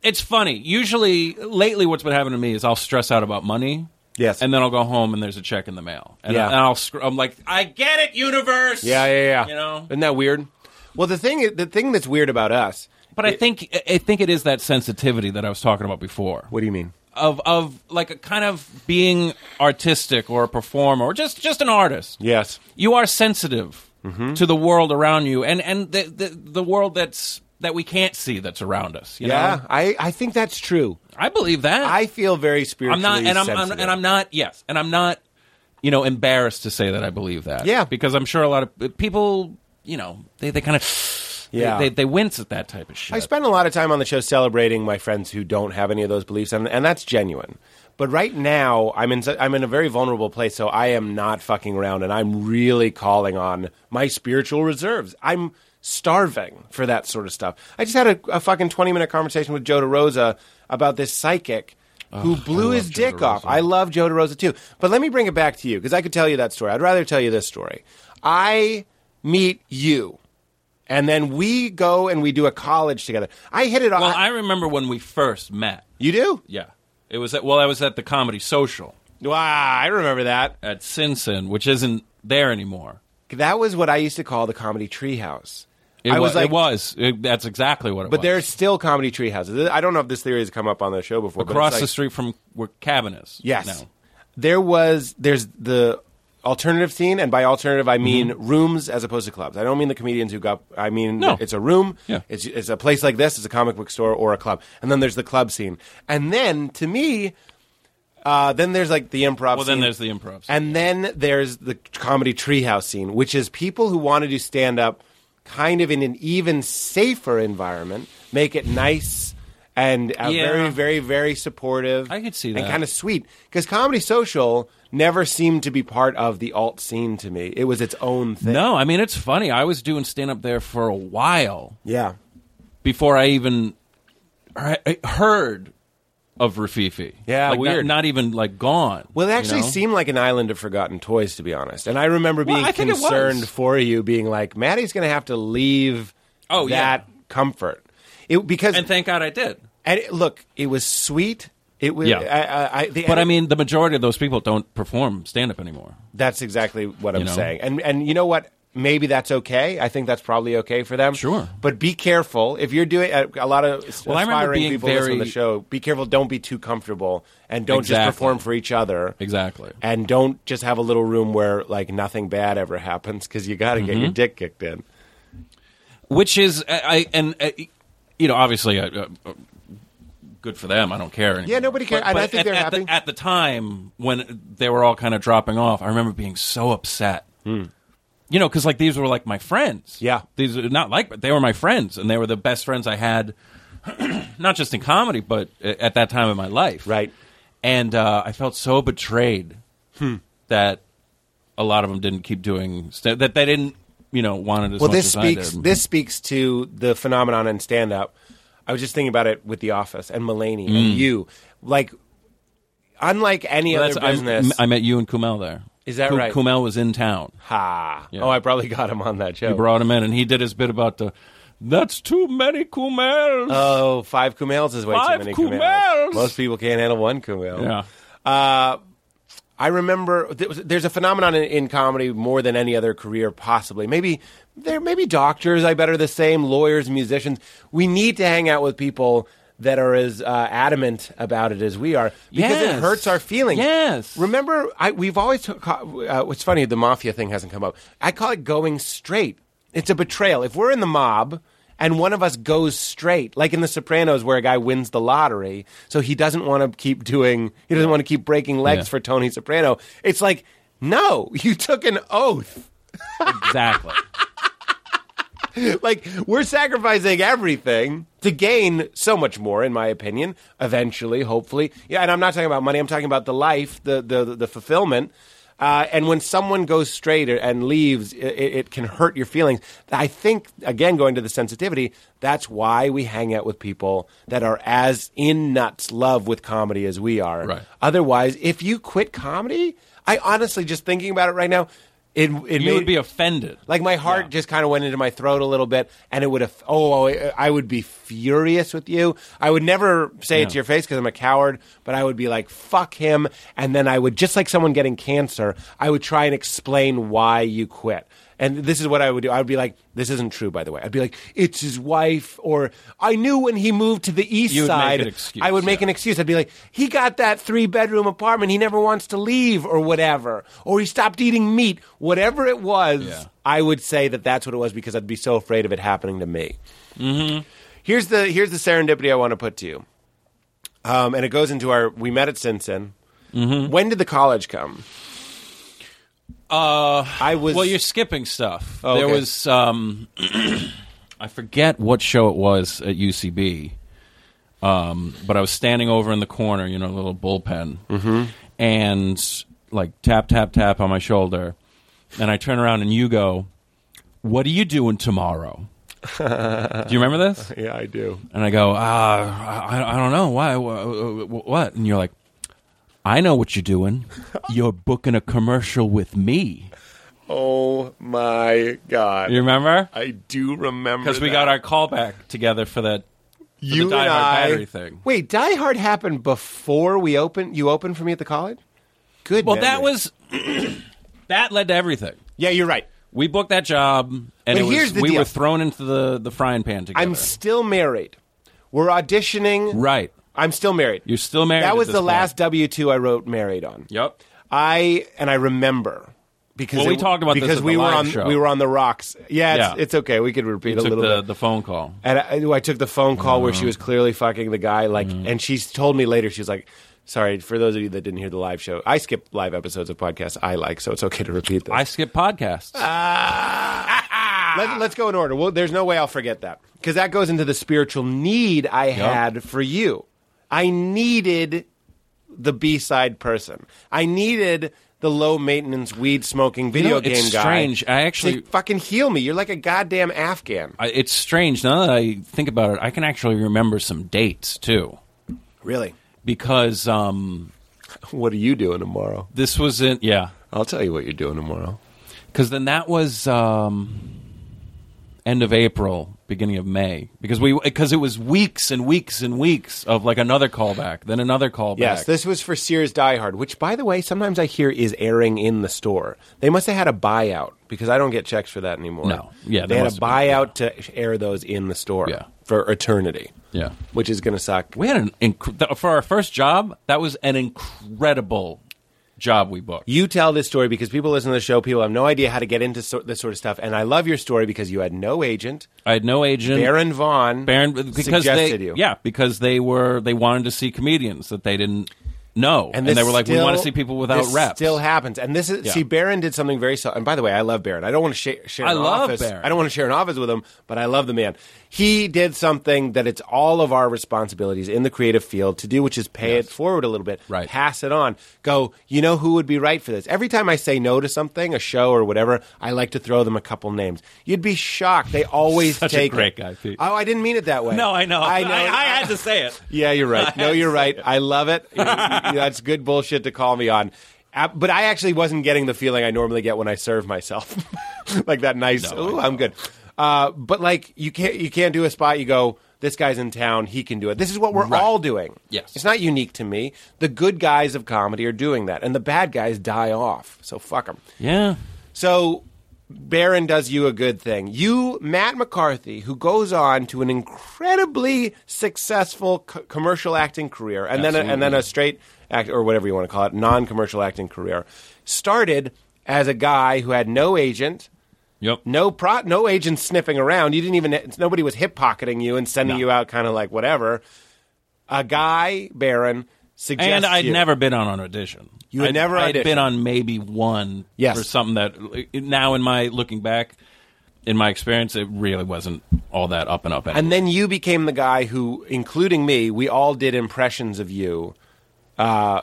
E: it's funny. Usually, lately, what's been happening to me is I'll stress out about money.
C: Yes.
E: and then I'll go home and there's a check in the mail, and,
C: Yeah.
E: and I'll scr- I'm like, I get it, universe.
C: Yeah, yeah, yeah.
E: You know?
C: Isn't that weird? Well, the thing the thing that's weird about us.
E: But I think I think it is that sensitivity that I was talking about before.
C: What do you mean?
E: of of like a kind of being artistic or a performer or just just an artist.
C: Yes.
E: You are sensitive
C: Mm-hmm.
E: to the world around you and and the, the the world that's that we can't see that's around us. you
C: Yeah,
E: know?
C: I, I think that's true.
E: I believe that.
C: I feel very spiritually
E: I'm not and I'm, I'm
C: sensitive.
E: and I'm not yes and I'm not you know embarrassed to say that I believe that.
C: Yeah.
E: because I'm sure a lot of uh, people you know they they kind of
C: Yeah.
E: they, they, they wince at that type of shit.
C: I spend a lot of time on the show celebrating my friends who don't have any of those beliefs, and, and that's genuine. But right now, I'm in su- I'm in a very vulnerable place, so I am not fucking around, and I'm really calling on my spiritual reserves. I'm starving for that sort of stuff. I just had a, a fucking 20 minute conversation with Joe DeRosa about this psychic who blew his
E: Joe
C: dick off. I love Joe DeRosa too. But let me bring it back to you because I could tell you that story. I'd rather tell you this story. I meet you. And then we go and we do a college together. I hit it off.
E: well, I remember when we first met.
C: you do?
E: Yeah, it was at well I was at the Comedy Social.
C: Wow, I remember that.
E: at Sin Sin, which isn't there anymore.
C: That was what I used to call the comedy treehouse.
E: It
C: I
E: wa-
C: was like,
E: it was. It- that's exactly what it
C: but
E: was.
C: there's still comedy treehouses. I don't know if this theory has come up on the show before.
E: across
C: but it's
E: the
C: like-
E: street from where Cabin is.
C: Yes.
E: now.
C: There was there's the alternative scene and by alternative I mean rooms as opposed to clubs. I don't mean the comedians who got I mean
E: Mm-hmm. No.
C: it's a room.
E: Yeah.
C: It's it's a place like this, it's a comic book store or a club. And then there's the club scene. And then to me uh, then there's like the
E: Well,
C: improv
E: then
C: scene.
E: there's the improv. scene.
C: And then there's the comedy treehouse scene, which is people who want to do stand up kind of in an even safer environment, make it nice and uh,
E: Yeah.
C: very, very, very supportive.
E: I could see
C: And
E: that.
C: kind of sweet. Because Comedy Social never seemed to be part of the alt scene to me, it was its own thing.
E: no, I mean it's funny. I was doing stand up there for a while
C: Yeah.
E: before I even I- I heard of Rafifi.
C: Yeah,
E: like, not-
C: weird.
E: Not, even like gone.
C: Well, it
E: you
C: actually
E: know?
C: seemed like an island of forgotten toys, to be honest. And I remember
E: Well,
C: being
E: I think it was.
C: concerned for you, being like, Maddie's going to have to leave
E: Oh, yeah.
C: that comfort. It, because
E: And thank God I did.
C: And it, look, it was sweet. It was.
E: Yeah.
C: I, I, I, the,
E: But I mean, the majority of those people don't perform stand up anymore.
C: that's exactly what I'm
E: know?
C: saying. And and you know what? Maybe that's okay. I think that's probably okay for them.
E: Sure.
C: But be careful if you're doing uh, a, a lot of
E: Well, I remember
C: aspiring
E: being
C: people listen to the
E: very-
C: show. Be careful. Don't be too comfortable, and don't
E: Exactly.
C: just perform for each other.
E: Exactly.
C: And don't just have a little room where like nothing bad ever happens because you got to
E: Mm-hmm.
C: get your dick kicked in.
E: which is I, I and uh, you know obviously uh, uh, uh, good for them. I don't care. Anymore.
C: Yeah, nobody cares, and I think
E: at,
C: they're
E: at
C: happy.
E: The, at the time when they were all kind of dropping off, I remember being so upset. You know, because like these were like my friends.
C: Hmm. Yeah.
E: these are not like, but they were my friends, and they were the best friends I had, not just in comedy, but uh, at that time in my life.
C: Right.
E: And uh, I felt so betrayed
C: Hmm.
E: that a lot of them didn't keep doing st- that. They didn't, you know, wanted as
C: well
E: much
C: this
E: as I
C: speaks
E: did.
C: this speaks to the phenomenon in stand up i was just thinking about it with the office and mulaney and you like unlike
E: Mm.
C: any
E: Well,
C: other
E: that's- I-
C: business
E: I met you and Kumel there.
C: Is that right?
E: Kumel was in town.
C: ha
E: Yeah.
C: oh i probably got him on that show
E: We brought him in, and he did his bit about the That's too many Kumels.
C: Oh, five Kumails is way
E: Five
C: too many
E: Kumails.
C: Most people can't handle one Kumail.
E: yeah.
C: Uh, I remember th- there's a phenomenon in, in comedy more than any other career possibly. Maybe there maybe doctors I bet are the same, lawyers, musicians. We need to hang out with people that are as uh, adamant about it as we are because it
E: Yes.
C: hurts our feelings.
E: Yes.
C: Remember I we've always t- ca- uh, it's funny the mafia thing hasn't come up. I call it going straight. It's a betrayal. If we're in the mob and one of us goes straight, like in The Sopranos, where a guy wins the lottery, so he doesn't want to keep doing, he doesn't want to keep breaking legs
E: Yeah.
C: for Tony Soprano. It's like, no, you took an oath.
E: Exactly.
C: Like, we're sacrificing everything to gain so much more, in my opinion, eventually, hopefully. Yeah, and I'm not talking about money, I'm talking about the life, the, the, the fulfillment. Uh, and when someone goes straight or- and leaves, it, it can hurt your feelings. I think, again, going to the sensitivity, that's why we hang out with people that are as in nuts love with comedy as we are.
E: Right.
C: Otherwise, if you quit comedy, I honestly, just thinking about it right now, it, it
E: You would
C: made-
E: be offended.
C: like my heart just kind of went into my throat a little bit, and it would have. Oh, I I would be furious with you. I would never say it to
E: Yeah.
C: your face because I'm a coward, but I would be like, "Fuck him," and then I would just like someone getting cancer. I would try and explain why you quit. And this is what I would do. I would be like, "This isn't true, by the way." I'd be like, "It's his wife," or "I knew when he moved to the east
E: You would make
C: side."
E: an excuse,
C: I would make
E: yeah.
C: an excuse. I'd be like, "He got that three bedroom apartment. He never wants to leave, or whatever, or he stopped eating meat, whatever it was."
E: Yeah.
C: I would say that that's what it was because I'd be so afraid of it happening to me. Mm-hmm. Here's the here's the serendipity I want to put to you, um, and it goes into our we met at Sinsin.
E: Mm-hmm.
C: When did the college come?
E: Uh,
C: I was
E: well, you're skipping stuff.
C: Oh,
E: there
C: okay.
E: was um, I forget what show it was at UCB, um, but I was standing over in the corner, you know, a little bullpen, mm-hmm. and like tap tap tap on my shoulder, and I turn around and you go, "What are you doing tomorrow?" Do you remember this?
C: yeah, I do.
E: And I go, uh, I, I don't know. Why? Wh- wh- What? And you're like, I know what you're doing. You're booking a commercial with me.
B: Oh my god!
E: You remember?
B: I do remember
E: Because we
B: that.
E: got our call back together for that.
C: You
E: Die
C: and
E: Hard
C: I.
E: battery thing.
C: Wait, Die Hard happened before we opened. You opened for me at the college. Good.
E: Well, that
C: memory.
E: was that led to everything.
C: yeah. You're right.
E: We booked that job, and it was-
C: here's the
E: we
C: deal.
E: were thrown into the the frying pan together.
C: I'm still married. We're auditioning.
E: right.
C: I'm still married.
E: You're still married.
C: That
E: at
C: was
E: this
C: the
E: point.
C: last W two I wrote married on.
E: Yep.
C: I and I remember because
E: Well, we
C: it-
E: talked about this
C: because
E: at the
C: we were
E: live
C: on
E: show.
C: we were on the rocks. Yeah, it's,
E: Yeah.
C: it's okay. We could repeat a
E: Took
C: little
E: the,
C: bit.
E: the phone call.
C: and I, I took the phone call where
E: Oh.
C: she was clearly fucking the guy. Like,
E: Mm.
C: and she's told me later she was like. Sorry, for those of you that didn't hear the live show, I skip live episodes of podcasts I like, so it's okay to repeat them.
E: I skip podcasts.
C: Ah. Let, us go in order. Well, there's no way I'll forget that because that goes into the spiritual need I had for you. I needed the B side person. I needed the low maintenance weed smoking video
E: know,
C: game
E: it's
C: guy.
E: strange. I
C: to
E: actually-
C: fucking heal me. You're like a goddamn Afghan.
E: I, it's strange now that I think about it. I can actually remember some dates too,
C: Really?
E: because um,
C: What are you doing tomorrow?
E: this was in yeah.
C: I'll tell you what you're doing tomorrow.
E: Because then that was um, end of April, beginning of May. Because we because it was weeks and weeks and weeks of like another callback, then another callback.
C: Yes, this was for Sears Die Hard, which, by the way, sometimes I hear is airing in the store. They must have had a buyout because I don't get checks for that anymore.
E: No. Yeah,
C: they
E: there
C: had
E: must
C: a
E: have
C: buyout to air those in the store
E: Yeah.
C: for eternity.
E: Yeah.
C: which is going to suck.
E: we had an inc- th- for our first job. That was an incredible job we booked.
C: You tell this story because people listen to the show. People have no idea how to get into so- this sort of stuff, and I love your story because you had no agent.
E: I had no agent.
C: Baron Vaughn,
E: Baron because
C: suggested
E: they
C: you.
E: yeah because they were they wanted to see comedians that they didn't know and,
C: this
E: they were like we
C: still-
E: want to see people without
C: this
E: reps
C: Still happens, and this is
E: Yeah.
C: see Barron did something very. So- and by the way, I love Barron. I don't want to share, share
E: I
C: an
E: love
C: office.
E: Barron.
C: I don't want to share an office with him, but I love the man. He did something that it's all of our responsibilities in the creative field to do, which is pay it forward a little bit,
E: Right.
C: Pass it on. Go. You know who would be right for this? Every time I say no to something, a show or whatever, I like to throw them a couple names. You'd be shocked. They always
E: Such a
C: take
E: great
C: it.
E: guy, Pete.
C: Oh, I didn't mean it that way.
E: no I know
C: I know.
E: had to say it
C: Yeah, you're right. No, you're right. I love it. That's good bullshit to call me on. Uh, But I actually wasn't getting the feeling I normally get when I serve myself, like that nice.
E: No, I
C: oh, I'm good. Uh, but like you can't you can't do a spot. You go. This guy's in town. He can do it. This is what we're all doing.
E: Yes.
C: it's not unique to me. The good guys of comedy are doing that, and the bad guys die off. So fuck them.
E: Yeah.
C: So Barron does you a good thing. You, Matt McCarthy, who goes on to an incredibly successful c- commercial acting career, and then a, and then a straight act or whatever you want to call it, non-commercial acting career, started as a guy who had no agent.
E: Yep.
C: No pro, no agent sniffing around. You didn't even nobody was hip pocketing you and sending
E: No.
C: you out kind of like whatever. A guy, Barron, suggests
E: and I'd
C: you.
E: never been on an audition.
C: You had
E: I'd-
C: never
E: I'd
C: auditioned.
E: been on maybe one
C: Yes.
E: for something that now in my looking back in my experience it really wasn't all that up and up anyway.
C: And then you became the guy who, including me, we all did impressions of you uh,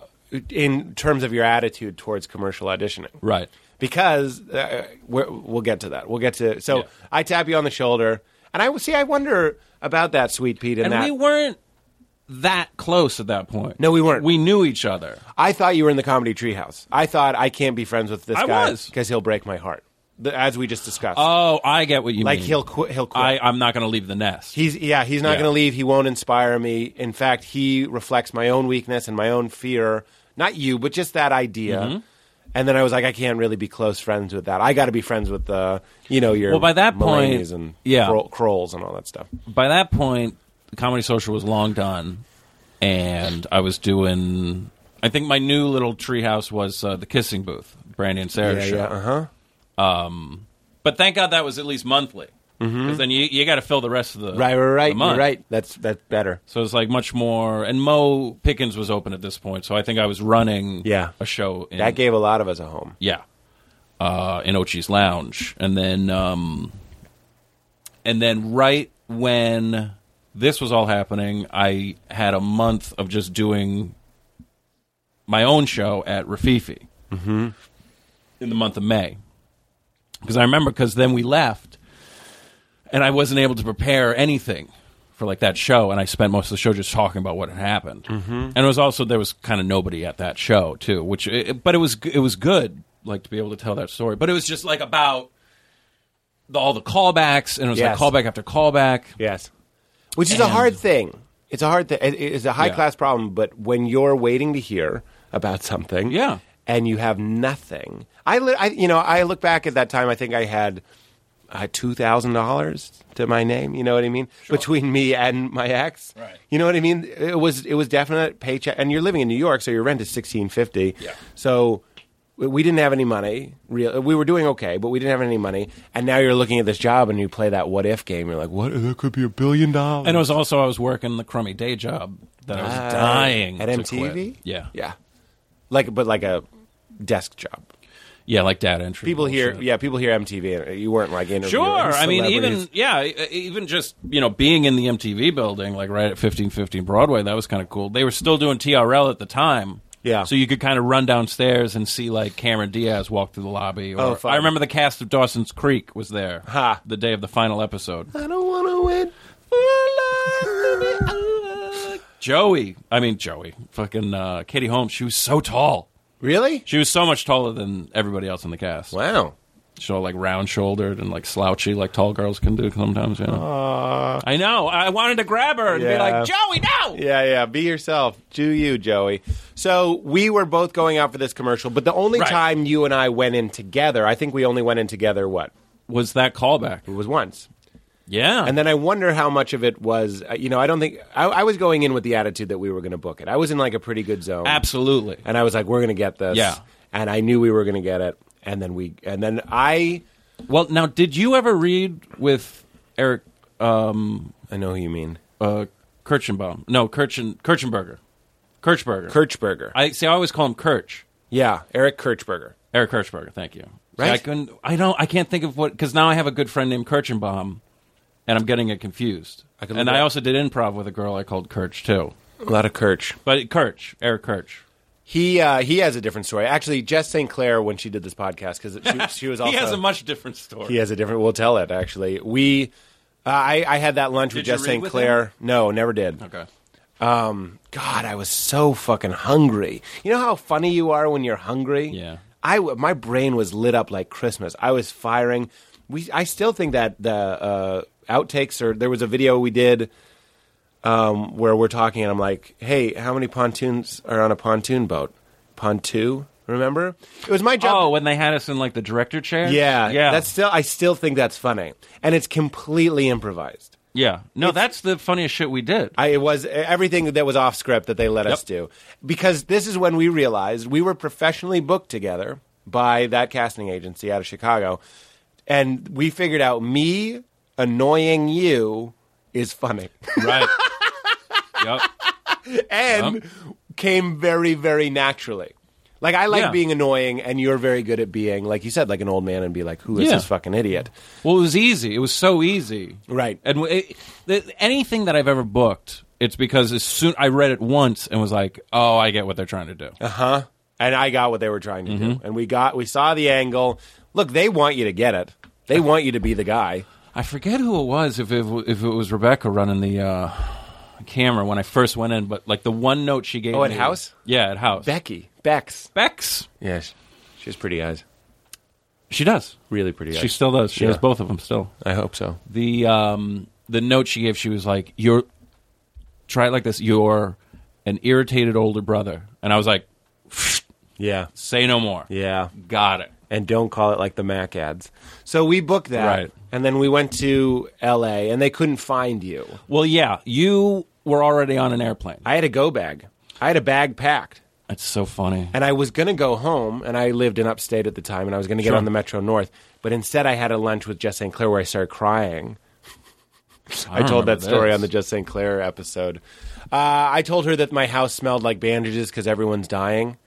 C: in terms of your attitude towards commercial auditioning.
E: right.
C: Because uh, we're, we'll get to that. We'll get to so
E: Yeah.
C: I tap you on the shoulder, and I see. I wonder about that, sweet Pete.
E: And
C: And, that
E: we weren't that close at that point.
C: No, we weren't.
E: We knew each other.
C: I thought you were in the comedy treehouse. I thought I can't be friends with this
E: I
C: guy
E: was.
C: because he'll break my heart, The- as we just discussed.
E: Oh, I get what you
C: like
E: mean.
C: he'll quit. He'll quit.
E: I, I'm not going to leave the nest.
C: He's yeah, he's not
E: Yeah.
C: going to leave. He won't inspire me. In fact, he reflects my own weakness and my own fear. Not you, but just that idea.
E: Mm-hmm.
C: And then I was like, I can't really be close friends with that. I got to be friends with the, you know, your
E: Well, by that point,
C: Mulaney's and
E: yeah.
C: Kroll- Krolls and all that stuff.
E: by that point, Comedy Social was long done, and I was doing. I think my new little treehouse was uh, the Kissing Booth, Brandy and Sarah show.
C: uh huh.
E: But thank God that was at least monthly, because then you you got to fill the rest of the
C: Mm-hmm. Right, right, right.
E: the
C: You're
E: month.
C: right. That's that's better.
E: So it's like much more. And Mo Pickens was open at this point, so I think I was running
C: Yeah.
E: a show. In,
C: That gave a lot of us a home.
E: Yeah. Uh, in Ochi's Lounge. And then um, and then right when this was all happening, I had a month of just doing my own show at Rafifi mm-hmm. in the month of May. Because I remember, because then we left, and I wasn't able to prepare anything for like that show, and I spent most of the show just talking about what had happened. Mm-hmm. And it was also there was kind of nobody at that show too, which it, but it was it was good like to be able to tell that story, but it was just like about the, all the callbacks, and it was like
C: Yes.
E: callback after callback.
C: Yes. Which is a
E: And-
C: hard thing. It's a hard thing. It's a high
E: Yeah.
C: class problem, but when you're waiting to hear about something
E: Yeah.
C: and you have nothing. I, li- I you know, I look back at that time I think I had uh, $2,000 to my name, you know what I mean? Between me and my ex.
E: Right.
C: You know what I mean? It was it was definite paycheck and you're living in New York so your rent is 1650.
E: Yeah.
C: So we- we didn't have any money. Real, we were doing okay, but we didn't have any money. And now you're looking at this job, and you play that "what if" game. You're like, "What? That could be a billion dollars."
E: And it was also I was working the crummy day job that I was dying
C: at
E: to
C: MTV.
E: quit. Yeah,
C: yeah, like but like a desk job.
E: yeah, like data entry.
C: People here,
E: bullshit.
C: yeah, people here MTV. and You weren't like interviewing.
E: Sure, I mean, even
C: celebrities.
E: yeah, e- even just you know being in the MTV building, like right at fifteen fifteen Broadway, that was kind of cool. They were still doing TRL at the time,
C: Yeah.
E: So you could kind of run downstairs and see like Cameron Diaz walk through the lobby. Or,
C: Oh, fun.
E: I remember the cast of Dawson's Creek was there
C: Ha.
E: the day of the final episode.
C: I don't want to win.
E: Joey, I mean Joey, fucking uh, Katie Holmes, she was so tall.
C: Really?
E: She was so much taller than everybody else in the cast.
C: Wow.
E: She's all like round shouldered and like slouchy, like tall girls can do sometimes. You know? I know. I wanted to grab her and
C: Yeah.
E: be like, Joey, no.
C: Yeah, yeah. Be yourself. Do you, Joey? So we were both going out for this commercial, but the only
E: Right.
C: time you and I went in together, I think we only went in together. What?
E: Was that callback?
C: It was once.
E: Yeah.
C: And then I wonder how much of it was, uh, you know, I don't think I, I was going in with the attitude that we were going to book it. I was in like a pretty good zone,
E: absolutely.
C: and I was like, we're going to get this,
E: Yeah.
C: And I knew we were going to get it, and then we, and then I,
E: Well, now, did you ever read with Eric um,
C: I know who you mean,
E: uh, Kirchenbaum? No, Kirchen Kirchenberger, Kirchberger.
C: Kirchberger,
E: I see. I always call him Kirch.
C: yeah, Eric Kirchberger.
E: Eric Kirchberger. Thank you. See,
C: Right.
E: I couldn't. I don't. I can't think of what because now I have a good friend named Kirchenbaum, and I'm getting it confused.
C: I can look
E: and
C: it
E: I
C: up.
E: also did improv with a girl I called Kirch too.
C: A lot of Kirch.
E: But Kirch, Eric Kirch.
C: He uh, he has a different story. Actually, Jess St. Clair when she did this podcast because she, she was also
E: he has a much different story.
C: He has a different. We'll tell it actually. We, uh, I, I had that lunch with
E: Did you
C: Jess
E: read
C: St.
E: with
C: Clair. No, never did.
E: Okay.
C: God, I was so fucking hungry. You know how funny you are when you're hungry.
E: Yeah.
C: I w- my brain was lit up like Christmas. I was firing. we I still think that the uh, outtakes or there was a video we did um, where we're talking and I'm like, hey, how many pontoons are on a pontoon boat? Pontoon, remember? It was my job.
E: Oh, when they had us in like the director chair.
C: yeah,
E: yeah,
C: That's still I still think that's funny, and it's completely improvised.
E: yeah. No, that's the funniest shit we did.
C: I, it was everything that was off script that they let us
E: Yep.
C: do because this is when we realized we were professionally booked together by that casting agency out of Chicago, and we figured out me annoying you is funny
E: right. yep.
C: and came very very naturally. Like I like
E: Yeah.
C: being annoying, and you're very good at being like you said, like an old man, and be like, "Who is
E: Yeah.
C: this fucking idiot?"
E: Well, it was easy. It was so easy.
C: Right.
E: And w- it, th anything that I've ever booked, it's because as soon I read it once and was like, "Oh, I get what they're trying to do."
C: and I got what they were trying to
E: Mm-hmm.
C: do. And we got we saw the angle. Look, they want you to get it. They want you to be the guy.
E: I forget who it was. If it, w- if it was Rebecca running the uh, camera when I first went in, but like the one note she gave.
C: Oh, at
E: me-
C: House?
E: Yeah, at house.
C: Becky Bex.
E: Bex.
C: Yes, she has pretty eyes.
E: She does.
C: Really pretty
E: She still does. She
C: Yeah.
E: has both of them still.
C: I hope so.
E: the um the note she gave she was like you're try it like this you're an irritated older brother and i was like
C: Yeah,
E: say no more
C: yeah.
E: got it
C: And don't call it like the Mac ads. So we booked that,
E: Right.
C: and then we went to L.A. and they couldn't find you.
E: well yeah you were already on an airplane
C: I had a go bag. I had a bag packed.
E: that's so funny
C: And I was going to go home, and I lived in upstate at the time, and I was going to get
E: Sure.
C: on the Metro North. But instead, I had a lunch with Jess St. Clair where I started crying. I, told
E: remember
C: that story
E: this.
C: on the Jess St. Clair episode. Uh, I told her that my house smelled like bandages because everyone's dying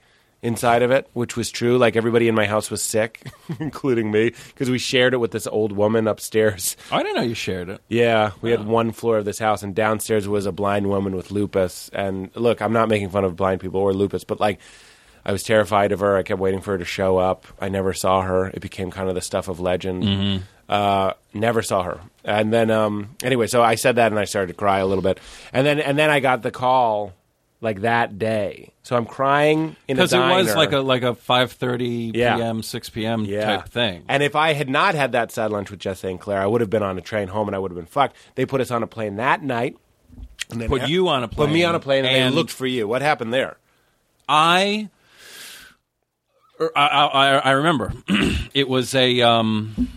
C: inside of it, which was true. Like everybody in my house was sick, including me, because we shared it with this old woman upstairs.
E: i didn't know you shared it
C: Yeah, we had one floor of this house, and downstairs was a blind woman with lupus. And look, I'm not making fun of blind people or lupus, but like, I was terrified of her. I kept waiting for her to show up. I never saw her. It became kind of the stuff of legend.
E: Mm-hmm.
C: Uh, never saw her. And then, um, anyway, so I said that, and I started to cry a little bit. And then, and then I got the call like that day. So I'm crying in a
E: because it
C: diner.
E: was like a like a 5.30
C: Yeah.
E: p.m 6 p.m type thing
C: And if I had not had that sad lunch with Jess St. Clair, I would have been on a train home and I would have been fucked. They put us on a plane that night. And then
E: Put you on a
C: Put me
E: plane
C: on a plane and,
E: and-
C: they looked for you. What happened there?
E: I, er, I, I, I- I remember it was a um,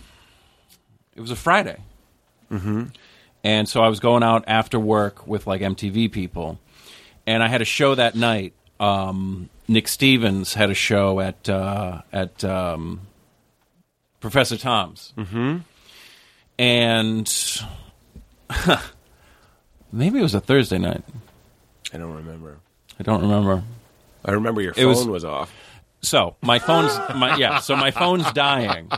E: it was a Friday, mm-hmm. and so I was going out after work with like MTV people, and I had a show that night. Um, Nick Stevens had a show at uh, at um, Professor Tom's, mm-hmm. and maybe it was a Thursday night.
C: I don't remember.
E: I don't remember.
C: I remember your
E: It
C: phone
E: was-
C: was, off.
E: so my phone's my yeah so my phone's dying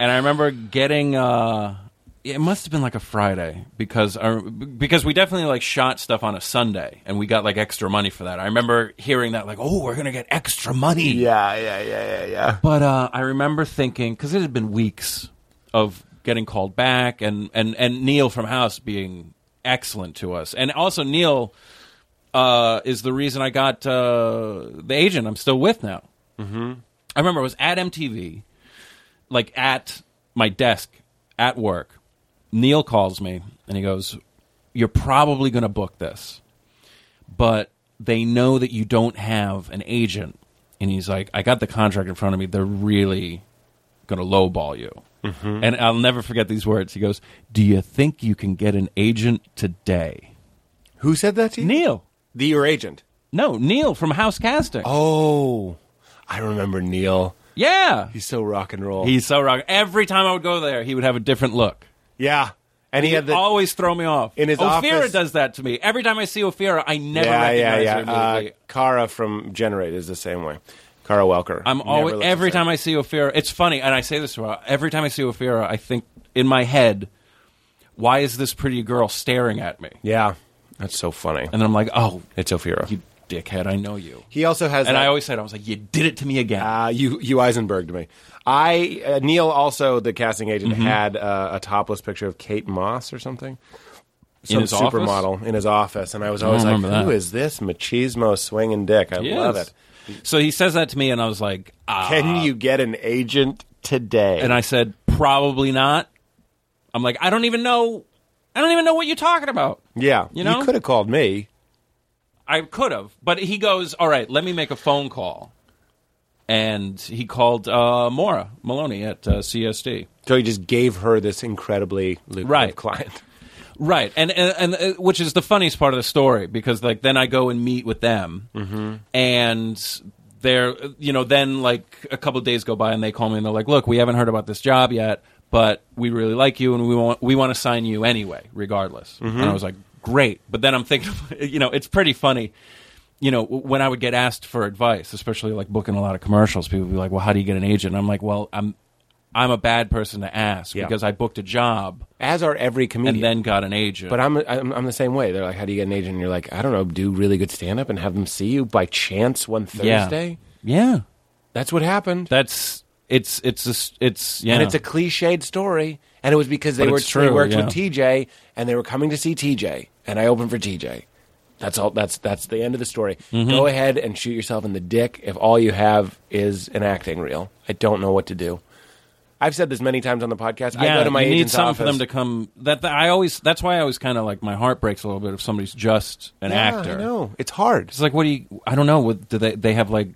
E: and i remember getting uh it must have been like a friday because our, because we definitely like shot stuff on a sunday and we got like extra money for that i remember hearing that like oh we're gonna get extra money
C: Yeah, yeah, yeah, yeah, yeah.
E: but uh, I remember thinking because it had been weeks of getting called back, and and and Neil from House being excellent to us, and also Neil uh, is the reason I got uh, the agent I'm still with now. Mm-hmm. I remember I was at MTV, like at my desk at work. Neil calls me and he goes, "You're probably going to book this." but they know that you don't have an agent. And he's like, I got the contract in front of me. They're really going to lowball you. And I'll never forget these words. He goes, Do you think you can get an agent today?
C: Who said that to you?
E: Neil.
C: The your agent.
E: No, Neil from House Casting.
C: Oh, I remember Neil.
E: Yeah.
C: He's so rock and roll.
E: He's so wrong. Every time I would go there, he would have a different look.
C: yeah, and he had the
E: Always throw me off.
C: In his
E: Ophira
C: office-
E: does that to me. Every time I see Ophira, I never
C: yeah, yeah,
E: recognize
C: yeah.
E: her
C: Uh,
E: immediately.
C: Kara from Generate is the same way. Kara Welker.
E: I'm
C: Never
E: always
C: looks the
E: every
C: same.
E: time I see Ophira. It's funny, and I say this to her every time I see Ophira. I think in my head, why is this pretty girl staring at me?
C: Yeah, that's so funny.
E: And then I'm like, oh,
C: It's Ophira.
E: you dickhead, I know you.
C: He also has.
E: And
C: that-
E: I always said, I was like, you did it to me again.
C: Uh, you you Eisenberged me. I uh, Neil also the casting agent
E: Mm-hmm.
C: had uh, a topless picture of Kate Moss or something, some
E: his office?
C: supermodel in his office, and I was always like,
E: remember that.
C: "Who is this machismo swinging dick?" I
E: He
C: love
E: is.
C: it.
E: So he says that to me, and I was like, ah.
C: Can you get an agent today?
E: and I said, probably not. I'm like, I don't even know. I don't even know what you're talking about.
C: Yeah.
E: You know?
C: could have called me.
E: I could have, but he goes, "All right, let me make a phone call," and he called uh, Mora Maloney at uh, CSD.
C: So he just gave her this incredibly lucrative
E: Right.
C: client.
E: Right, and and, and uh, which is the funniest part of the story because like then I go and meet with them,
C: Mm-hmm.
E: and they're you know then like a couple days go by and they call me and they're like, look, we haven't heard about this job yet, but we really like you and we want we want to sign you anyway, regardless.
C: Mm-hmm.
E: And I was like, great, but then I'm thinking, you know, it's pretty funny. You know, w- when I would get asked for advice, especially like booking a lot of commercials, people would be like, "Well, how do you get an agent?" And I'm like, "Well, I'm I'm a bad person to ask
C: Yeah.
E: because I booked a job
C: As are every comedian.
E: and then got an agent."
C: But I'm, I'm I'm the same way. They're like, how do you get an agent? And you're like, I don't know, do really good stand up and have them see you by chance one Thursday.
E: Yeah,
C: That's what happened.
E: that's it's it's a s it's yeah.
C: And it's a cliched story. And it was because they
E: But
C: were
E: it's true,
C: they worked
E: yeah.
C: with TJ and they were coming to see TJ and I opened for TJ. That's all that's that's the end of the story.
E: Mm-hmm.
C: Go ahead and shoot yourself in the dick if all you have is an acting reel. I don't know what to do. I've said this many times on the podcast.
E: yeah,
C: I go to my
E: you need
C: agent's
E: something
C: office.
E: for them to come. That, that- I always. That's why I always kind of like my heart breaks a little bit if somebody's just an
C: yeah,
E: actor.
C: I know. It's hard.
E: It's like what do you? I don't know. What, do they? They have like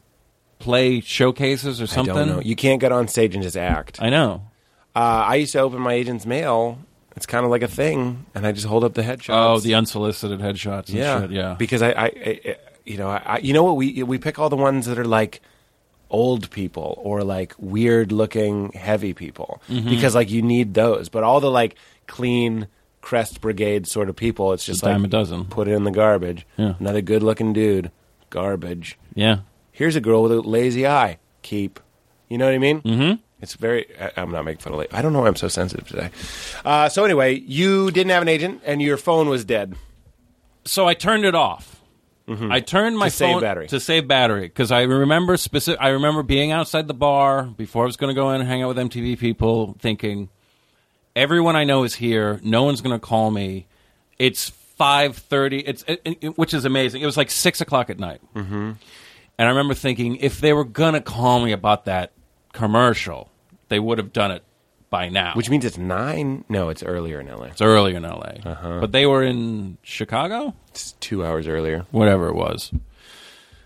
E: play showcases or something.
C: I don't know. You can't get on stage and just act.
E: I know.
C: Uh, I used to open my agent's mail. It's kind of like a thing, and I just hold up the headshots.
E: Oh, the unsolicited headshots and
C: yeah,
E: shit. Yeah.
C: Because I, I, I you know, I, you know what we we pick all the ones that are like old people or like weird looking heavy people
E: Mm-hmm.
C: because like you need those, but all the like clean Crest Brigade sort of people, it's just
E: dime
C: like
E: a dozen.
C: Put it in the garbage.
E: Yeah.
C: Another good looking dude, garbage.
E: yeah.
C: Here's a girl with a lazy eye. Keep. You know what I mean? Mm-hmm. It's very. I, I'm not making fun of. La- I don't know why I'm so sensitive today. Uh, so anyway, you didn't have an agent, and your phone was dead.
E: so I turned it off. I turned my
C: Mm-hmm. To save
E: phone
C: battery.
E: to save battery because I remember specific. I remember being outside the bar before I was going to go in and hang out with MTV people, thinking everyone I know is here. No one's going to call me. It's five thirty. It's it, it- which is amazing. It was like six o'clock at night, mm-hmm. and I remember thinking if they were going to call me about that commercial, they would have done it by now.
C: Which means it's nine. No, it's earlier in LA.
E: it's earlier in LA,
C: Uh-huh.
E: but they were in Chicago.
C: It's two hours earlier.
E: whatever it was.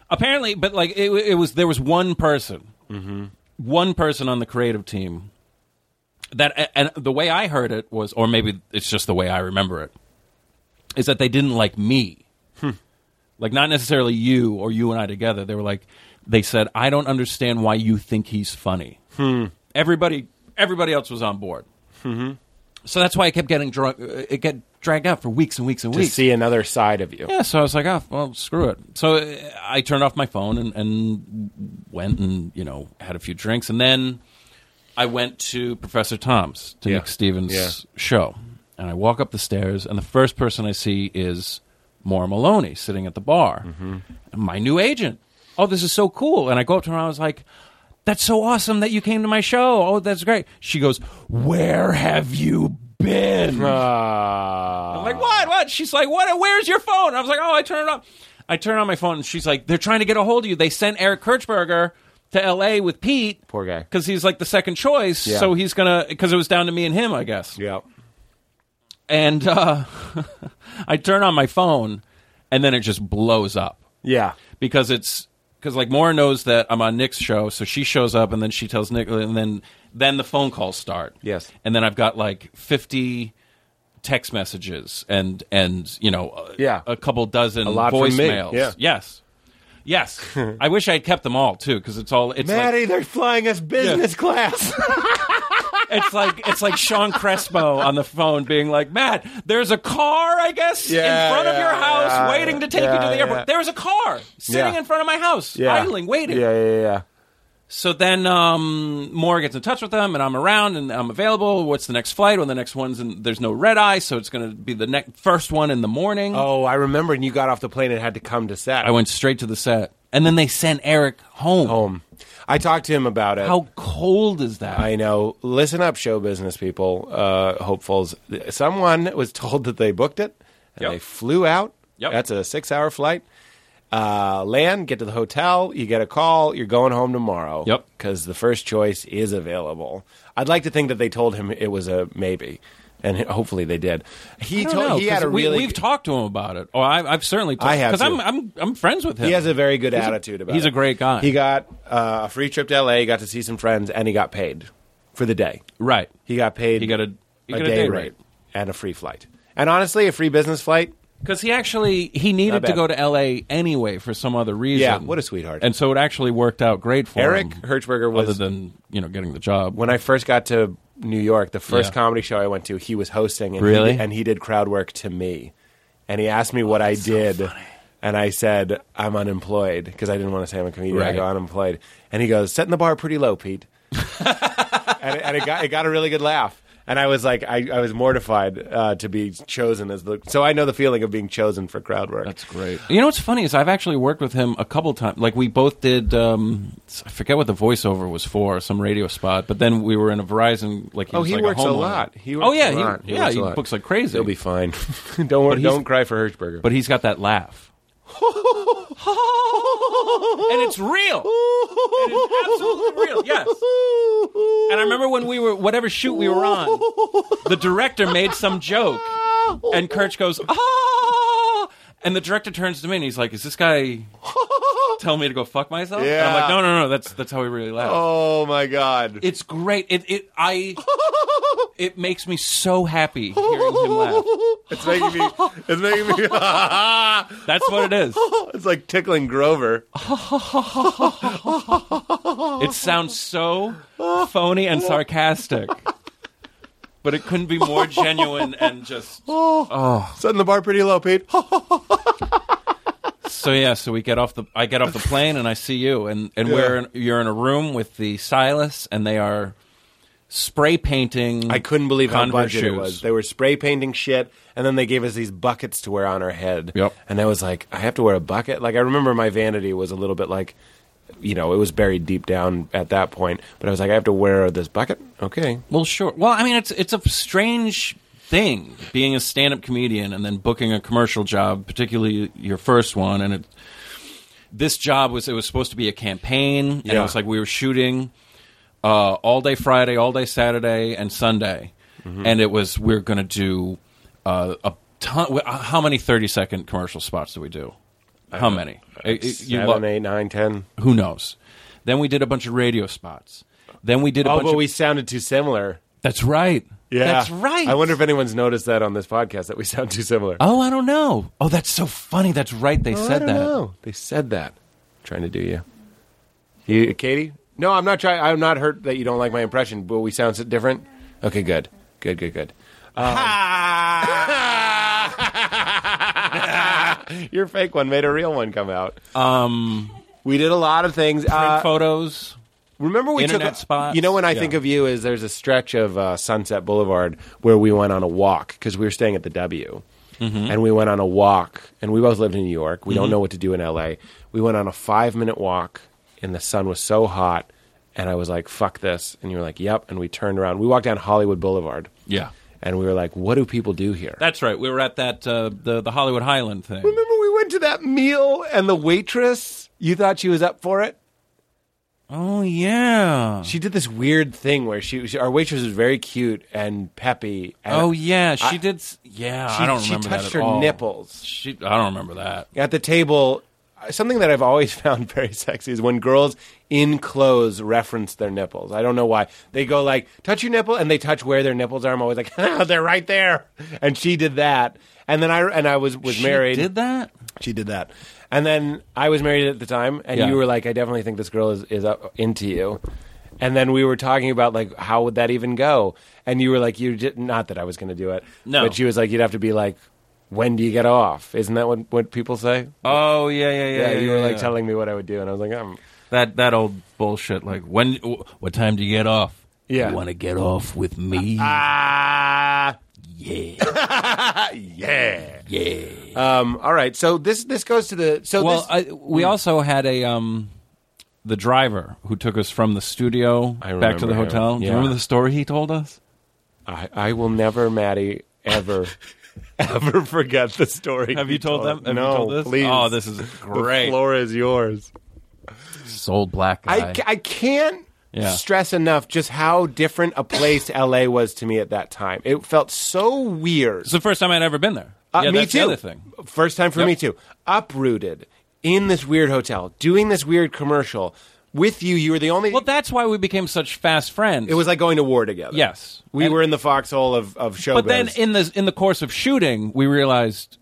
E: Apparently, but like it, it was, there was one person, one person on the creative team that, and the way I heard it was, or maybe it's just the way I remember it, is that they didn't like me,
C: Hmm.
E: like not necessarily you or you and I together. They were like, they said, I don't understand why you think he's funny.
C: Hmm.
E: Everybody, everybody else was on board.
C: Mm-hmm.
E: So that's why I kept getting drunk. It get dragged out for weeks and weeks and
C: To
E: weeks.
C: see another side of you.
E: Yeah, so I was like, oh, well, screw it. So uh, I turned off my phone and, and went and, you know, had a few drinks. And then I went to Professor Tom's, to
C: Yeah.
E: Nick Stevens'
C: Yeah.
E: show. And I walk up the stairs, and the first person I see is Maura Maloney sitting at the bar,
C: Mm-hmm.
E: my new agent. Oh, this is so cool. And I go up to her and I was like, that's so awesome that you came to my show. Oh, that's great. She goes, Where have you been?
C: Ah.
E: I'm like, what? What? She's like, what? Where's your phone? I was like, oh, I turn it on. I turn on my phone, and she's like, they're trying to get a hold of you. They sent Eric Kirchberger to L.A. with Pete.
C: Poor guy.
E: Because he's like the second choice,
C: Yeah.
E: so he's gonna. Because it was down to me and him, I guess.
C: yeah.
E: And uh, I turn on my phone, and then it just blows up
C: Yeah.
E: because it's because like Maura knows that I'm on Nick's show, so she shows up and then she tells Nick, and then then the phone calls start.
C: Yes.
E: and then I've got like fifty text messages and and you know a,
C: Yeah.
E: a couple dozen
C: A lot from me.
E: voicemails.
C: Yeah.
E: Yes, yes. I wish I had kept them all too because it's all it's like,
C: Maddie, they're flying us business class.
E: it's like it's like Sean Crespo on the phone being like, Matt, there's a car, I guess,
C: Yeah,
E: in front of
C: yeah,
E: your house
C: yeah,
E: waiting to take you to
C: yeah,
E: the airport.
C: yeah.
E: There's a car sitting
C: Yeah.
E: in front of my house, idling, waiting.
C: Yeah, yeah, yeah.
E: So then um, Moore gets in touch with them, and I'm around and I'm available. What's the next flight? Well, the next one's in, there's no red eye, so it's going to be the next first one in the morning.
C: Oh, I remember. And you got off the plane and had to come to set.
E: I went straight to the set, and then they sent Eric home.
C: home. I talked to him about it.
E: How cold is that?
C: I know. Listen up, show business people, uh, hopefuls. Someone was told that they booked it and
E: Yep.
C: they flew out.
E: Yep.
C: That's a six hour flight. uh, land, get to the hotel, you get a call, you're going home tomorrow.
E: Yep.
C: Because the first choice is available. I'd like to think that they told him it was a maybe, and hopefully they did. He
E: I don't know,
C: told he had
E: 'cause
C: a really
E: we, have talked to him about it. Oh, I, I've certainly talked,
C: I have
E: because I'm
C: too.
E: I'm I'm friends with him.
C: He has a very good
E: He's a-
C: attitude about
E: he's
C: it.
E: a great guy.
C: He got uh, a free trip to LA, got to see some friends, and he got paid for the day.
E: right.
C: He got paid
E: He got a- he got a day rate.
C: and a free flight. And honestly, a free business flight,
E: Because he actually he needed to
C: Not bad.
E: go to L.A. anyway for some other reason.
C: Yeah, what a sweetheart.
E: And so it actually worked out great for
C: Eric
E: him.
C: Hertzberger was-
E: other than you know getting the job.
C: when I first got to New York, the first
E: Yeah.
C: comedy show I went to, he was hosting, and
E: Really? Oh,
C: he, and he did crowd work to me, and he asked me what I did, and I said I'm unemployed because I didn't want to say I'm a comedian. I
E: Right.
C: go unemployed, and he goes setting the bar pretty low, Pete, and, it, and it got it got a really good laugh. And I was like, I, I was mortified uh, to be chosen as the. So I know the feeling of being chosen for crowd work.
E: That's great. You know what's funny is I've actually worked with him a couple times. Like we both did, um, I forget what the voiceover was for, some radio spot. But then we were in a Verizon. Like he
C: oh,
E: was
C: he
E: like
C: works a,
E: homeowner.
C: lot. He works
E: oh yeah,
C: a
E: he,
C: lot.
E: yeah,
C: works
E: he
C: a lot.
E: books like crazy.
C: He'll be fine. don't worry,
E: he's-
C: don't cry for Hirschberger.
E: but he's got that laugh. and it's real. And it's absolutely real. Yes. And I remember when we were whatever shoot we were on, the director made some joke, and Kirch goes ah, and the director turns to me and he's like, "Is this guy telling me to go fuck myself?" And I'm like,
C: Yeah.
E: "No, no, no. That's that's how he really laughs."
C: Oh my god.
E: It's great. It it I it makes me so happy hearing him laugh.
C: It's making me it's making me
E: That's what it is.
C: it's like tickling Grover.
E: It sounds so phony and sarcastic. But it couldn't be more genuine and just
C: Setting the bar pretty low, Pete.
E: so yeah. So we get off the I get off the plane and I see you and and
C: Yeah.
E: we're in, you're in a room with the Silas and they are spray painting.
C: I couldn't believe how
E: Converse
C: budget it
E: shoes.
C: was. They were spray painting shit and then they gave us these buckets to wear on our head.
E: Yep.
C: And I was like, I have to wear a bucket? Like I remember my vanity was a little bit like you know, it was buried deep down at that point, but I was like, I have to wear this bucket? Okay.
E: Well, sure. Well, I mean, it's it's a strange thing being a stand-up comedian and then booking a commercial job, particularly your first one. And it, this job was it was supposed to be a campaign, and it
C: Yeah.
E: was like we were shooting uh, all day Friday, all day Saturday, and Sunday,
C: Mm-hmm.
E: and it was we are going to do uh, a ton. wh- How many thirty-second commercial spots do we do? How many? It- it- you
C: Seven,
E: lo-
C: eight, Oh, nine, ten.
E: who knows? Then we did a bunch of radio spots. Then we did a
C: Oh,
E: bunch
C: but
E: of
C: we sounded too similar.
E: that's right.
C: Yeah.
E: That's right.
C: I wonder if anyone's noticed that on this podcast that we sound too similar.
E: Oh, I don't know. Oh, that's so funny. That's right. They
C: Oh,
E: said
C: I don't
E: that.
C: know. They said that. trying to do you. You, Katie? No, I'm not trying. I'm not hurt that you don't like my impression, but we sound so different. Okay, good, good, good, good. Um, your fake one made a real one come out. Um, we did a lot of things.
E: Print
C: Uh,
E: photos.
C: remember we took
E: internet
C: a-
E: spots.
C: You know when I
E: Yeah.
C: think of you is there's a stretch of uh, Sunset Boulevard where we went on a walk because we were staying at the W,
E: Mm-hmm.
C: and we went on a walk, and we both lived in New York. We don't know what to do in LA. We went on a five minute walk, and the sun was so hot, and I was like, "Fuck this!" And you were like, "Yep." And we turned around. We walked down Hollywood Boulevard,
E: Yeah.
C: and we were like, "What do people do here?"
E: That's right. We were at that uh, the the Hollywood Highland thing.
C: Remember we went to that meal, and the waitress, you thought she was up for it.
E: Oh yeah.
C: She did this weird thing where she, she our waitress was very cute and peppy. And
E: Oh yeah. She
C: I-
E: did. s- Yeah.
C: She,
E: I don't
C: she
E: remember
C: touched
E: that at
C: her
E: all.
C: nipples
E: She. I don't remember that.
C: at the table. uh, Something that I've always found very sexy is when girls in clothes reference their nipples. I don't know why they go like touch your nipple and they touch where their nipples are. I'm always like they're right there, and she did that. And then I and I was was
E: She
C: married.
E: Did that?
C: She did that. And then I was married at the time, and
E: Yeah.
C: you were like, I definitely think this girl is, is up into you. And then we were talking about like how would that even go? And you were like, you did not that I was going to do it.
E: No.
C: but she was like, you'd have to be like, when do you get off? Isn't that what what people say?
E: Oh yeah yeah yeah.
C: you were like
E: yeah.
C: telling me what I would do, and I was like, um,
E: that that old bullshit. Like when? w- What time do you get off?
C: Yeah.
E: You want to get off with me?
C: ah,
E: yeah.
C: yeah.
E: Yeah.
C: Um, all right, so this this goes to the so
E: well,
C: this, Hmm.
E: I, we also had a um, the driver who took us from the studio
C: I
E: back to
C: remember
E: the
C: him.
E: hotel. Do
C: Yeah.
E: you remember the story he told us?
C: I, I will never, Maddie, ever
B: ever forget the story.
E: Have you told them? Have
C: No,
E: you told this?
C: please.
E: Oh, this is great.
B: The floor is yours.
G: Sold black guy.
C: I, ca- I can't
E: Yeah.
C: stress enough just how different a place LA was to me at that time. It felt so weird.
E: It's the first time I'd ever been there.
C: Uh,
E: yeah,
C: me
E: that's
C: too.
E: the other thing.
C: First time for me too. Uprooted in this weird hotel, doing this weird commercial with you. You were the only.
E: Well, that's why we became such fast friends.
C: it was like going to war together.
E: Yes.
C: we
E: And-
C: were in the foxhole of of showbiz.
E: but then in the in the course of shooting, we realized,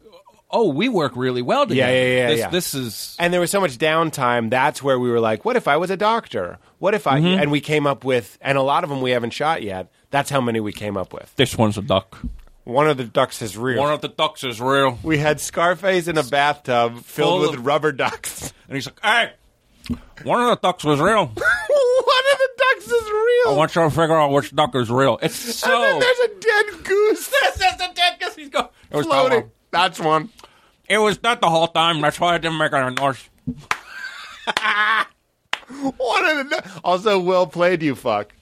E: oh, we work really well together.
C: yeah, yeah,
E: This,
C: yeah.
E: this is
C: and there was so much downtime. That's where we were like, "What if I was a doctor? What if I?"
E: Mm-hmm.
C: And we came up with, and a lot of them we haven't shot yet. That's how many we came up with.
E: this one's a duck.
C: One of the ducks is real.
E: One of the ducks is real,
C: we had Scarface in a bathtub
E: Full
C: filled with
E: of-
C: rubber ducks.
E: and he's like, hey. One of the ducks was real.
C: One of the ducks is real.
E: I want you to figure out which duck is real. It's
C: And
E: so.
C: then there's a dead goose. This is a dead goose. He's going
E: It was
C: floating.
E: Tom.
C: That's one.
E: It was that the whole time. That's why I didn't make any noise.
C: One of the, also, well played, you fuck.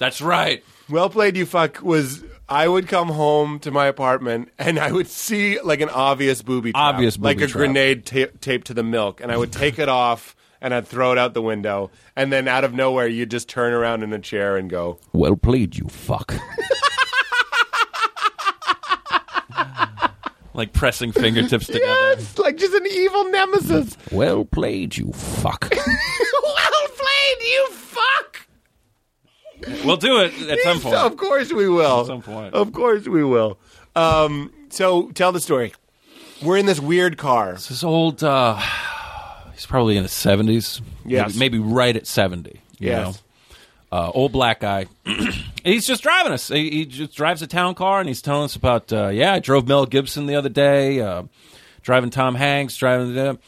E: That's right.
C: Well played, you fuck was. I would come home to my apartment and I would see like an obvious booby trap,
E: Obvious
C: like
E: booby
C: a
E: trap.
C: grenade ta- taped to the milk, and I would take it off and I'd throw it out the window, and then out of nowhere you'd just turn around in a chair and go,
E: Well played, you fuck. like pressing fingertips together.
C: "Yes, like just an evil nemesis."
E: Well played, you fuck.
C: well played, you fuck.
E: we'll do it at some
C: So,
E: point.
C: Of course we will. At
E: some point.
C: Of course we will. Um, so tell the story. We're in this weird car.
E: This old, uh, he's probably in his 70s.
C: Yes.
E: Maybe, maybe right at 70. You
C: Yes.
E: Know? Uh, old black guy. he's just driving us. He, he just drives a town car and he's telling us about, uh, yeah, I drove Mel Gibson the other day, uh, driving Tom Hanks, driving the.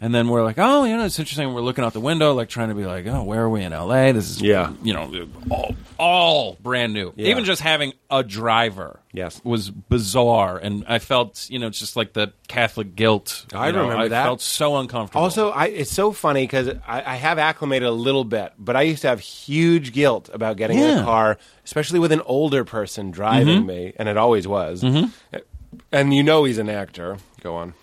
E: And then we're like, oh, you know, it's interesting. We're looking out the window, like trying to be like, oh, where are we in LA? This is,
C: Yeah.
E: you know, all, all brand new.
C: Yeah.
E: Even just having a driver
C: Yes.
E: was bizarre. And I felt, you know, just like the Catholic guilt.
C: I
E: you know,
C: remember that.
E: I felt so uncomfortable.
C: Also, I, it's so funny because I, I have acclimated a little bit, but I used to have huge guilt about getting in a
E: Yeah. Mm-hmm.
C: car, especially with an older person driving me, and it always was. And you know he's an actor. Go on.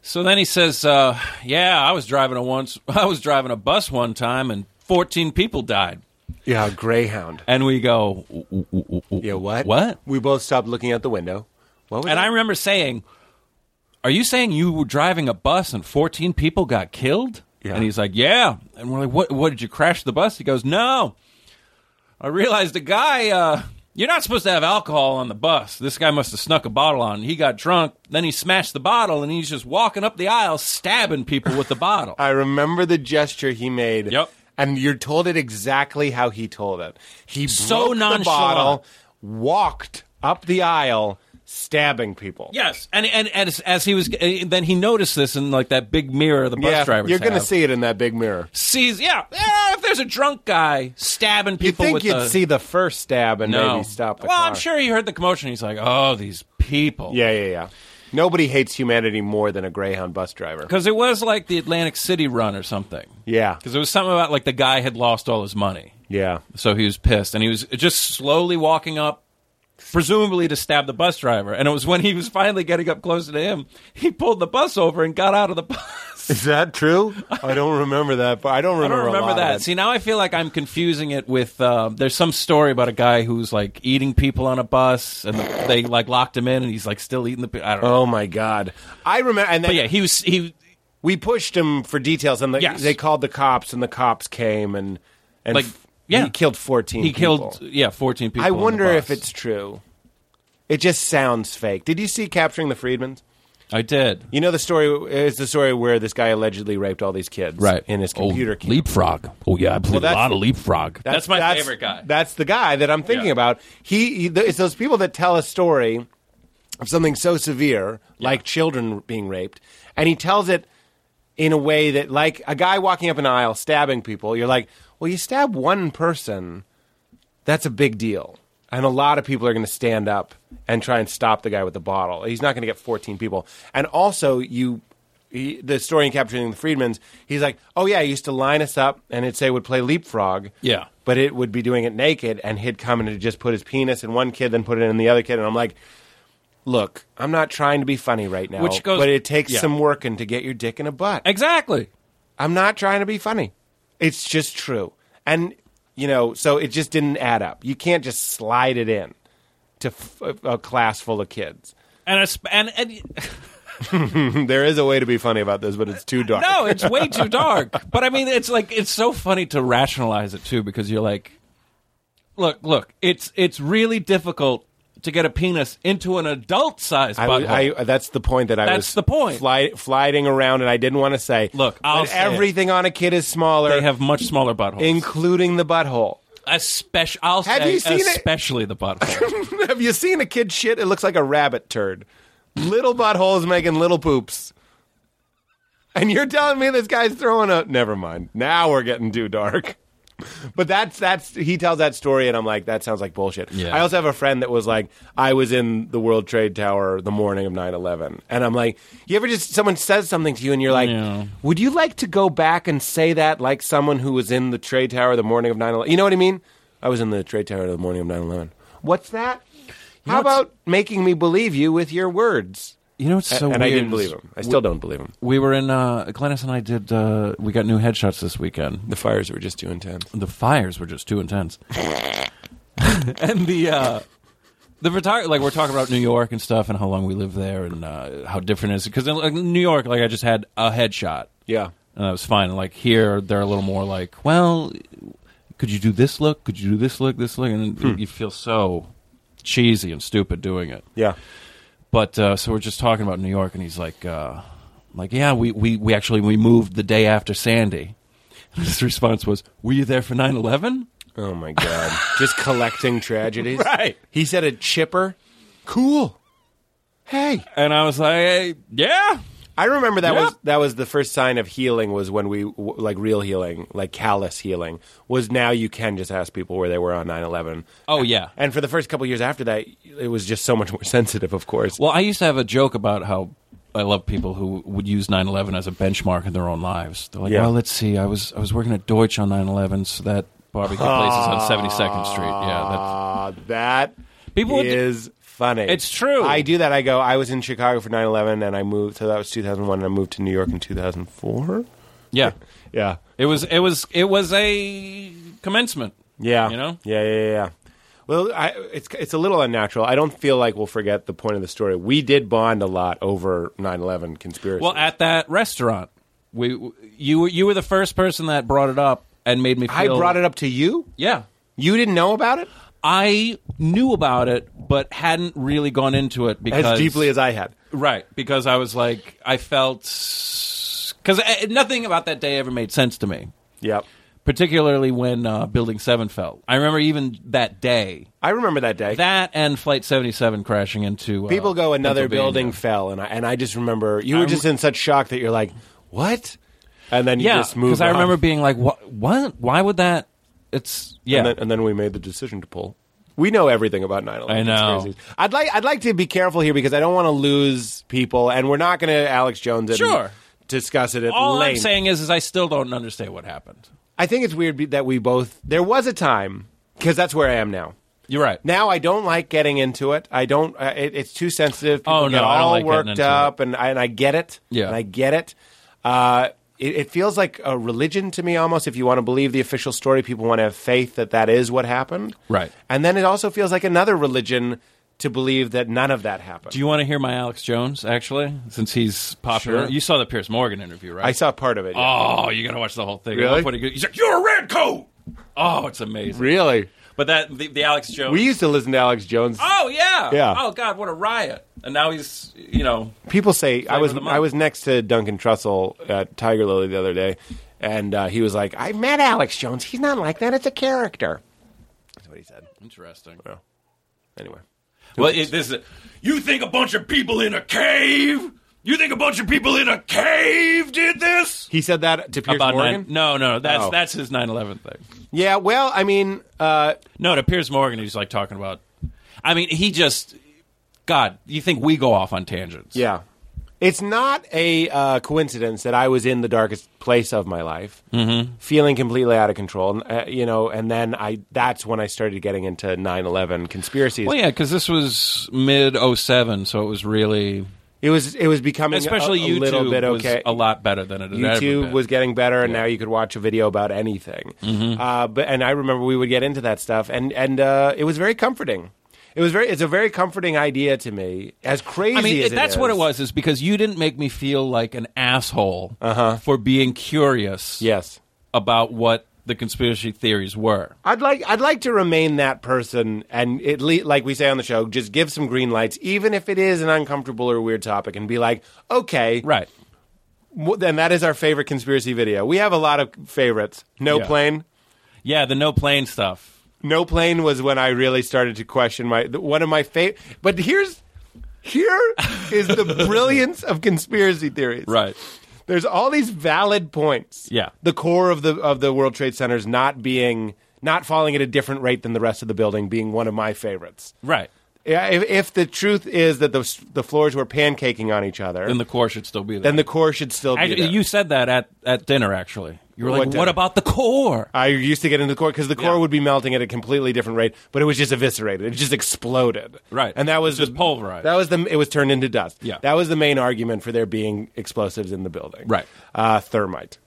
E: So then he says, uh, "Yeah, I was driving a once. I was driving a bus one time, and fourteen people died."
C: Yeah, Greyhound.
E: And we go, "W- w- w- w-
C: Yeah, what?
E: What?
C: We both stopped looking out the window. What was
E: And
C: that?
E: I remember saying, "Are you saying you were driving a bus and fourteen people got killed?"
C: Yeah.
E: And he's like, "Yeah." And we're like, "What? What did you crash the bus?" He goes, "No." I realized the guy. Uh, you're not supposed to have alcohol on the bus. This guy must have snuck a bottle on. He got drunk. Then he smashed the bottle, and he's just walking up the aisle, stabbing people with the bottle.
C: I remember the gesture he made.
E: Yep.
C: And you're told it exactly how he told it. He
E: So
C: broke the
E: nonchalant.
C: bottle, walked up the aisle, stabbing people.
E: Yes, and and, and as, as he was, uh, then he noticed this in like that big mirror the bus
C: Yeah,
E: drivers.
C: you're gonna
E: have.
C: see it in that big mirror.
E: sees yeah, yeah, If there's a drunk guy stabbing
C: You
E: people,
C: think
E: with
C: you'd
E: the,
C: see the first stab and
E: no.
C: maybe stop the
E: well,
C: car.
E: I'm sure he heard the commotion. He's like, oh, these people.
C: Yeah, yeah, yeah. Nobody hates humanity more than a Greyhound bus driver.
E: because it was like the Atlantic City run or something.
C: Yeah,
E: because it was something about like the guy had lost all his money,
C: yeah.
E: so he was pissed, and he was just slowly walking up. Presumably to stab the bus driver, and it was when he was finally getting up closer to him, he pulled the bus over and got out of the bus.
C: Is that true? I don't remember that. But I don't
E: I
C: remember.
E: don't
C: a
E: remember
C: lot of
E: that.
C: it.
E: See, now I feel like I'm confusing it with. Uh, there's some story about a guy who's like eating people on a bus, and the, they like locked him in, and he's like still eating the. pe- I don't know.
C: oh my god, I remember. And then
E: But yeah, he was he
C: we pushed him for details, and the,
E: Yes.
C: they called the cops, and the cops came, and and
E: Like,
C: f-
E: yeah.
C: he killed fourteen.
E: he killed
C: people.
E: yeah 14 people.
C: I
E: on the
C: wonder if
E: bus.
C: it's true. It just sounds fake. Did you see Capturing the Freedmans?
E: I did.
C: You know the story is the story where this guy allegedly raped all these kids, In his computer, camp.
E: leapfrog. Oh yeah, I played
C: that's-
E: leapfrog. Oh, That's, my favorite guy.
C: That's the guy that I'm thinking
E: Yeah.
C: about. He, he th- it's those people that tell a story of something so severe, like children being raped, and he tells it in a way that, like a guy walking up an aisle stabbing people, you're like, well, you stab one person, that's a big deal. And a lot of people are going to stand up and try and stop the guy with the bottle. He's not going to get 14 people. And also, you, he, the story in Capturing the Freedmans, he's like, oh, yeah, he used to line us up and it'd say would play leapfrog.
E: Yeah.
C: But it would be doing it naked and he'd come and it'd just put his penis in one kid, then put it in the other kid. And I'm like, look, I'm not trying to be funny right now,
E: Which goes-
C: but it takes
E: yeah.
C: some working to get your dick in a butt.
E: Exactly.
C: I'm not trying to be funny. It's just true. And, you know, so it just didn't add up. You can't just slide it in to f- a class full of kids.
E: And a sp- and, and
C: there is a way to be funny about this, but it's too dark.
E: no, it's way too dark. But I mean, it's like it's so funny to rationalize it too because you're like, look, look, it's it's really difficult to get a penis into an adult size
C: I was-
E: butthole.
C: I- that's the point that I
E: That's
C: was.
E: the point.
C: Fly, flying around, and I didn't want to say.
E: Look, I'll
C: but
E: say it.
C: everything on a kid is smaller,
E: they have much smaller buttholes.
C: including the butthole.
E: especially, I'll
C: Have
E: say,
C: you seen it?
E: especially the butthole.
C: have you seen a kid shit? It looks like a rabbit turd. Little buttholes making little poops. And you're telling me this guy's throwing a never mind. Now we're getting too dark. But that's that's he tells that story and I'm like, that sounds like bullshit.
E: Yeah.
C: I also have a friend that was like, I was in the World Trade Tower the morning of 9-11. And I'm like, you ever just someone says something to you and you're like,
E: Yeah.
C: would you like to go back and say that like someone who was in the trade tower the morning of 9-11? You know what I mean? I was in the trade tower the morning of 9-11. What's that? How
E: know, it's-
C: about making me believe you with your words?
E: you know, it's
C: A-
E: so
C: and I
E: weird
C: didn't
E: is
C: believe him. I still don't believe him.
E: We were in uh, Glennis and I did. Uh, we got new headshots this weekend.
C: The fires were just too intense.
E: the fires were just too intense. and the uh the photographer, like we're talking about New York and stuff, and how long we live there, and uh, how different it is because like, in New York, like I just had a headshot,
C: Yeah.
E: and that was fine. And, Like here, they're a little more like, well, could you do this look? Could you do this look? This look, and then you feel so cheesy and stupid doing it.
C: Yeah.
E: But uh, so we're just talking about New York, and he's like, uh, I'm like, yeah, we, we, we actually we moved the day after Sandy. And his response was, "Were you there for 9-11?
C: Oh my god. just collecting tragedies.
E: Right.
C: He said a chipper. Cool. Hey.
E: And I was like, "Hey, yeah,
C: I remember that
E: Yeah.
C: was that was the first sign of healing was when we w- like real healing, like callous healing was now you can just ask people where they were on 9/11.
E: oh yeah.
C: And for the first couple years after that, it was just so much more sensitive, of course.
E: Well, I used to have a joke about how I love people who would use 9/11 as a benchmark in their own lives. They're like,
C: Yeah.
E: "Well, let's see. I was I was working at Deutsch on 9/11, so that barbecue place is on 72nd Street. Yeah, that's,
C: Ah, that
E: People would-
C: is funny.
E: It's true.
C: I do that. I go. I was in Chicago for 9/11, and I moved. So that was 2001, and I moved to New York in 2004.
E: yeah.
C: Yeah,
E: It was it was it was a commencement.
C: yeah,
E: You know?
C: yeah, yeah, yeah, yeah. Well, I, it's it's a little unnatural. I don't feel like we'll forget the point of the story. We did bond a lot over 9/11 conspiracy.
E: Well, at that restaurant, we you were you were the first person that brought it up and made me. feel...
C: I brought it up to you.
E: Yeah,
C: You didn't know about it
E: I knew about it, but hadn't really gone into it because
C: as deeply as I had.
E: right because I was like I felt because nothing about that day ever made sense to me,
C: Yep.
E: particularly when uh, Building Seven fell. I remember even that day.
C: I remember that day.
E: That and Flight 77 crashing into uh,
C: People go another
E: Pennsylvania."
C: building fell, and I and I just remember you were
E: I'm-
C: just in such shock that you're like, what? And then you
E: Yeah,
C: just move.
E: I remember being like, "What? What? Why would that?" It's yeah.
C: and then, and then we made the decision to pull. We know everything about 9 11.
E: I know.
C: I'd like, I'd like to be careful here because I don't want to lose people, and we're not going to Alex Jones it and
E: Sure.
C: discuss it at
E: All I'm
C: length.
E: saying is, is I still don't understand what happened.
C: I think it's weird be- that we both. There was a time, because that's where I am now.
E: You're right.
C: Now I don't like getting into it. I don't. Uh, it, it's too sensitive. People
E: Oh, no,
C: get
E: I
C: all
E: don't like getting
C: worked
E: into
C: up, and I, and I get it.
E: Yeah.
C: and I get it. Uh, it. It feels like a religion to me, almost. If you want to believe the official story, people want to have faith that that is what happened.
E: Right.
C: and then it also feels like another religion to believe that none of that happened.
E: Do you want to hear my Alex Jones actually? Since he's popular,
C: Sure.
E: you saw the Pierce Morgan interview, right?
C: I saw part of it. yeah.
E: Oh, you got to watch the whole thing. At
C: Really?
E: one point he goes- he's like, "You're a red coat." Oh, it's amazing.
C: really?
E: But that the, the Alex Jones.
C: We used to listen to Alex Jones.
E: oh yeah.
C: Yeah.
E: Oh God, what a riot! And now he's you know
C: People say I was
E: of the month.
C: I was next to Duncan Trussell at Tiger Lily the other day, and uh, he was like, "I met Alex Jones. He's not like that. It's a character." That's what he said.
E: interesting.
C: Anyway,
E: Well, it, this is you think a bunch of people in a cave. You think a bunch of people in a cave did this?
C: he said that to Pierce
E: About
C: Morgan.
E: nine, no, no, that's
C: Oh.
E: that's his 9-11 thing.
C: Yeah, well, I mean, uh,
E: No, to Piers Morgan, he's like talking about. I mean, he just. God, you think we go off on tangents?
C: yeah, It's not a uh, coincidence that I was in the darkest place of my life,
E: Mm-hmm.
C: feeling completely out of control. Uh, you know, and then I—that's when I started getting into 9/11 conspiracies.
E: Well, yeah, because this was mid 07, so it was really.
C: It was it was becoming a-
E: Especially
C: a,
E: YouTube
C: little bit okay.
E: was a lot better than it had ever
C: YouTube
E: been.
C: was getting better, and now you could watch a video about anything.
E: Mm-hmm.
C: Uh, but and I remember we would get into that stuff, and and uh, it was very comforting. It was very. It's a very comforting idea to me. As crazy,
E: I mean,
C: as
E: that's what it
C: is.
E: was, is because you didn't make me feel like an asshole
C: Uh-huh.
E: for being curious
C: Yes,
E: about what the conspiracy theories were.
C: I'd like. I'd like to remain that person, and at least, like we say on the show, just give some green lights, even if it is an uncomfortable or weird topic, and be like, okay,
E: Right.
C: w- Then that is our favorite conspiracy video. We have a lot of favorites. No
E: Yeah.
C: plane.
E: Yeah, the no plane stuff.
C: No plane was when I really started to question my th- one of my favorite. But here's here is the brilliance of conspiracy theories.
E: Right.
C: There's all these valid points.
E: Yeah.
C: The core of the of the World Trade Center's not being not falling at a different rate than the rest of the building being one of my favorites.
E: Right.
C: Yeah, if, if the truth is that the s- the floors were pancaking on each other,
E: Then the core should still be there.
C: then the core should still be
E: Actually,
C: there.
E: you said that at, at dinner, actually. You were like,
C: What
E: what,
C: dinner?"
E: about the core?
C: I used to get into the core because the core would be melting at a completely different rate, but it was just eviscerated. It just exploded.
E: Right.
C: and that was
E: It's just
C: the-
E: pulverized.
C: That was the it was turned into dust.
E: Yeah.
C: that was the main argument for there being explosives in the building.
E: Right.
C: uh, thermite.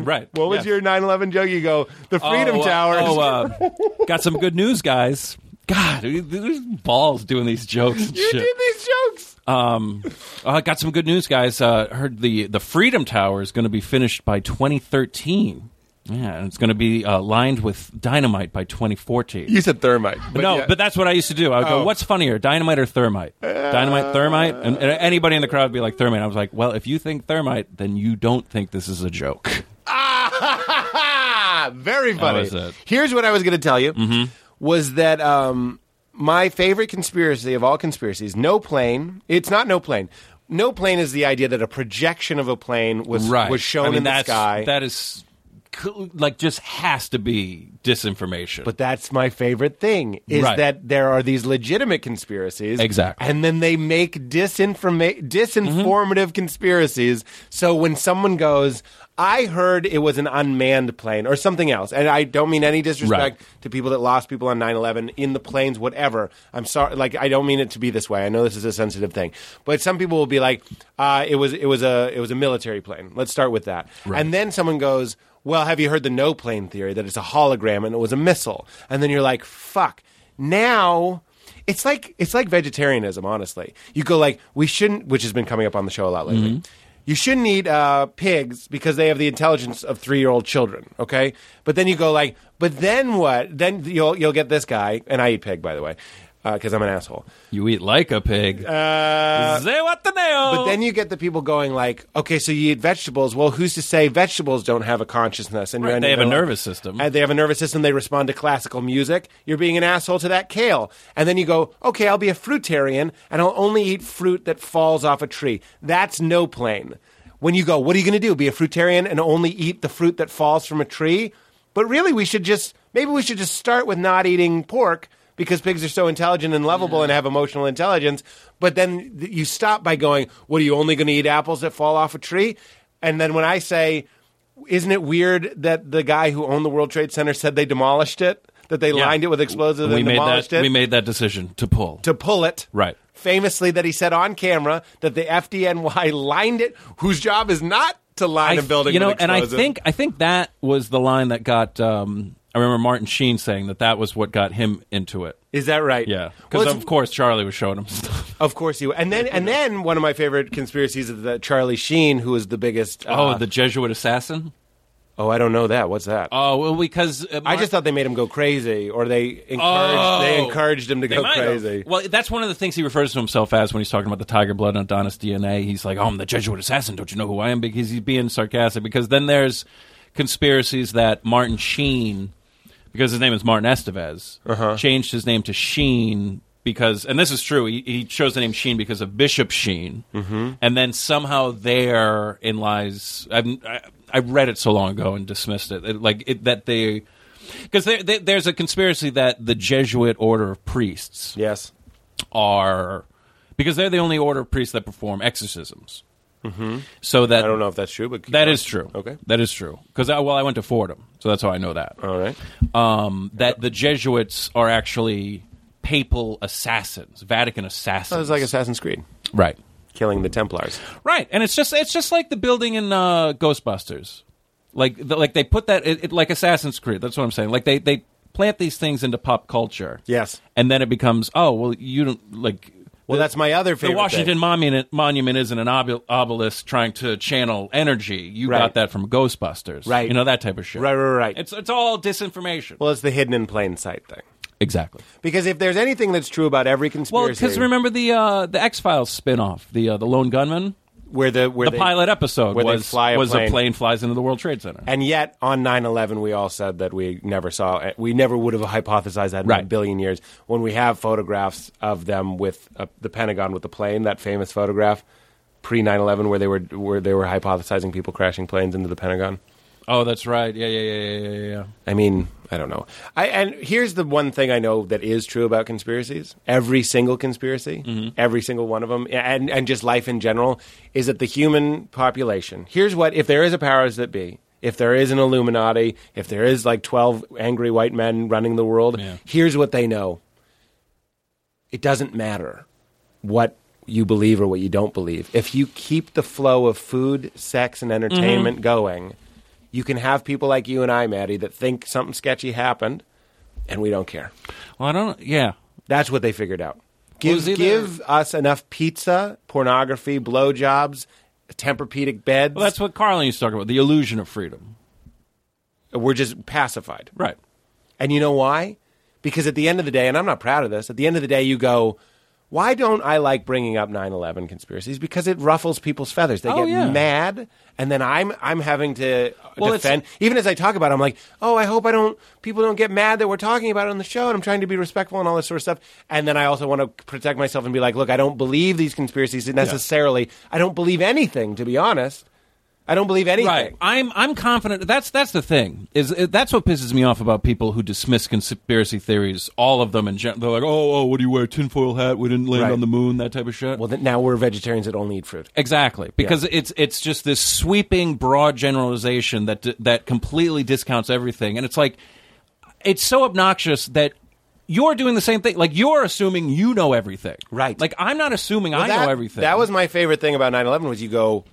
E: right.
C: What was
E: Yes.
C: your 9/11 joke? You go the Freedom
E: oh, uh,
C: Tower.
E: Oh, uh, got some good news, guys. God, who- who's balls doing these jokes and
C: you
E: shit.
C: did these jokes.
E: Um, uh, got some good news, guys. Uh, heard the the Freedom Tower is going to be finished by 2013. Yeah, and it's going to be uh, lined with dynamite by 2014.
H: You said thermite.
E: no,
H: yeah.
E: but that's what I used to do. I would
C: Oh.
E: go, "What's funnier, dynamite or thermite?" dynamite, thermite, and, and anybody in the crowd would be like, "Thermite." I was like, "Well, if you think thermite, then you don't think this is a joke."
C: Ah, very funny.
E: was it.
C: Here's what I was going to tell you
E: Mm-hmm.
C: was that um, my favorite conspiracy of all conspiracies, no plane. It's not no plane. No plane is the idea that a projection of a plane was was shown
E: I mean,
C: in the
E: that's-
C: sky.
E: That is cl- like just has to be disinformation.
C: but that's my favorite thing is
E: Right.
C: that there are these legitimate conspiracies
E: Exactly.
C: and then they make disinforma- disinformative
E: Mm-hmm.
C: conspiracies so when someone goes i heard it was an unmanned plane or something else and i don't mean any disrespect to people that lost people on 9-11 in the planes whatever i'm sorry like i don't mean it to be this way i know this is a sensitive thing but some people will be like uh, it was it was a it was a military plane let's start with that and then someone goes well, have you heard the no plane theory that it's a hologram and it was a missile? And then you're like, fuck. Now it's like it's like vegetarianism, honestly. You go like, we shouldn't which has been coming up on the show a lot lately.
E: Mm-hmm.
C: You shouldn't eat uh, pigs because they have the intelligence of three-year-old children. Okay, but then you go like, but then what? Then you'll you'll get this guy, and I eat pig by the way, because I'm an asshole.
E: you eat like a pig.
C: Uh,
E: Say what the nail.
C: but then you get the people going like, okay, so you eat vegetables. Well, who's to say vegetables don't have a consciousness? And
E: Right,
C: you're
E: they have a
C: ending their
E: nervous system.
C: And they have a nervous system. They respond to classical music. You're being an asshole to that kale. And then you go, okay, I'll be a fruitarian and I'll only eat fruit that falls off a tree. That's no plane. When you go, what are you going to do? Be a fruitarian and only eat the fruit that falls from a tree? But really, we should just maybe we should just start with not eating pork because pigs are so intelligent and lovable and have emotional intelligence. But then th- you stop by going, "What are you only going to eat apples that fall off a tree?" And then when I say, "Isn't it weird that the guy who owned the World Trade Center said they demolished it, that they
E: Yeah.
C: lined it with explosives
E: we
C: and
E: made
C: demolished
E: that.
C: it
E: We made that decision to pull.
C: to pull it?"
E: Right.
C: Famously, that he said on camera that the FDNY lined it, whose job is not to line a
E: th-
C: building.
E: You know,
C: with
E: and I
C: explosives.
E: think I think that was the line that got. Um, I remember Martin Sheen saying that that was what got him into it.
C: is that right?
E: Yeah,
C: Well,
E: because
C: it's-
E: of course Charlie was showing him stuff.
C: Of course he. And then and then one of my favorite conspiracies is that Charlie Sheen, who is the biggest. uh,
E: oh, the Jesuit assassin.
C: oh, I don't know that. What's that?
E: Oh well, because uh,
C: I
E: Mar-
C: just thought they made him go crazy, or they encouraged they
E: Oh.
C: encouraged him to
E: They
C: go
E: might have.
C: crazy.
E: Well, that's one of the things he refers to himself as when he's talking about the tiger blood and Adonis DNA. He's like, "Oh, I'm the Jesuit assassin. Don't you know who I am?" Because he's being sarcastic. Because then there's conspiracies that Martin Sheen, because his name is Martin Estevez,
C: Uh-huh.
E: changed his name to Sheen because, and this is true. He, he chose the name Sheen because of Bishop Sheen, mm-hmm. and then somehow therein lies. I've, I, I read it so long ago and dismissed it, It- like it, that they. Because there, there, there's a conspiracy that the Jesuit order of priests
C: yes.
E: are because they're the only order of priests that perform exorcisms. So that
C: Mm-hmm. I don't know if that's true, but
E: that is true.
C: Okay.
E: that is true. Because well, I went to Fordham, so that's how I know that.
C: All right.
E: Um, that the Jesuits are actually papal assassins, Vatican assassins.
C: That was Oh, like Assassin's Creed,
E: right,
C: killing the Templars.
E: right, and it's just it's just like the building in uh, Ghostbusters, like the, like they put that it, it, like Assassin's Creed. That's what I'm saying. Like they they plant these things into pop culture.
C: Yes.
E: and then it becomes oh well you don't like
C: Well, that's my other favorite.
E: the Washington
C: thing.
E: monument, monument isn't an obel- obelisk trying to channel energy. You
C: Right.
E: got that from Ghostbusters,
C: Right.
E: You know that type of shit.
C: Right, right, right.
E: It's it's all disinformation.
C: Well, it's the hidden in plain sight thing.
E: exactly.
C: Because if there's anything that's true about every
E: Well,
C: conspiracy,
E: because remember the uh, the X Files spinoff, the uh, the Lone Gunman,
C: where the where
E: the
C: they-
E: pilot episode
C: where they
E: was
C: fly a
E: was
C: plane.
E: a plane flies into the World Trade Center.
C: And yet, on 9 11, we all said that we never saw, we never would have hypothesized that in a
E: Right.
C: billion years. When we have photographs of them with uh, the Pentagon with the plane, that famous photograph pre 9 11 where they were where they were hypothesizing people crashing planes into the Pentagon.
E: oh, that's right. Yeah, yeah, yeah, yeah, yeah, yeah.
C: I mean, I don't know. I, and here's the one thing I know that is true about conspiracies: every single conspiracy, every single one of them, and and just life in general, is that the human population. Here's what: if there is a powers that be, if there is an Illuminati, if there is like twelve angry white men running the world,
E: Yeah.
C: here's what they know: it doesn't matter what you believe or what you don't believe. If you keep the flow of food, sex, and entertainment
E: Mm-hmm.
C: going, you can have people like you and I, Maddie, that think something sketchy happened, and we don't care.
E: Well, I don't. Yeah,
C: That's what they figured out.
E: Well, it
C: Give,
E: was either-
C: give us enough pizza, pornography, blowjobs, temperpedic beds.
E: well, that's what Carlin used to talk about. The illusion of freedom.
C: We're just pacified.
E: Right.
C: And you know why? Because at the end of the day, and I'm not proud of this, at the end of the day, you go, why don't I like bringing up 9 11 conspiracies? Because it ruffles people's feathers. They
E: Oh,
C: get
E: yeah.
C: mad, and then I'm, I'm having to
E: Well, it's-
C: defend. Even as I talk about it, I'm like, oh, I hope I don't, people don't get mad that we're talking about it on the show, and I'm trying to be respectful and all this sort of stuff. And then I also want to protect myself and be like, look, I don't believe these conspiracies necessarily. I don't believe anything, to be honest. I don't believe anything.
E: Right. I'm I'm confident. That's that's the thing. Is uh, that's what pisses me off about people who dismiss conspiracy theories, all of them in general. They're like, oh, oh, what do you wear? Tinfoil hat. We didn't land
C: Right.
E: on the moon. That type of shit.
C: Well, then now we're vegetarians that only eat fruit.
E: Exactly, because it's it's just this sweeping, broad generalization that that completely discounts everything, and it's like it's so obnoxious that you're doing the same thing. Like you're assuming you know everything,
C: Right.
E: Like I'm not assuming I
C: that,
E: know everything.
C: That was my favorite thing about 9/11 was you go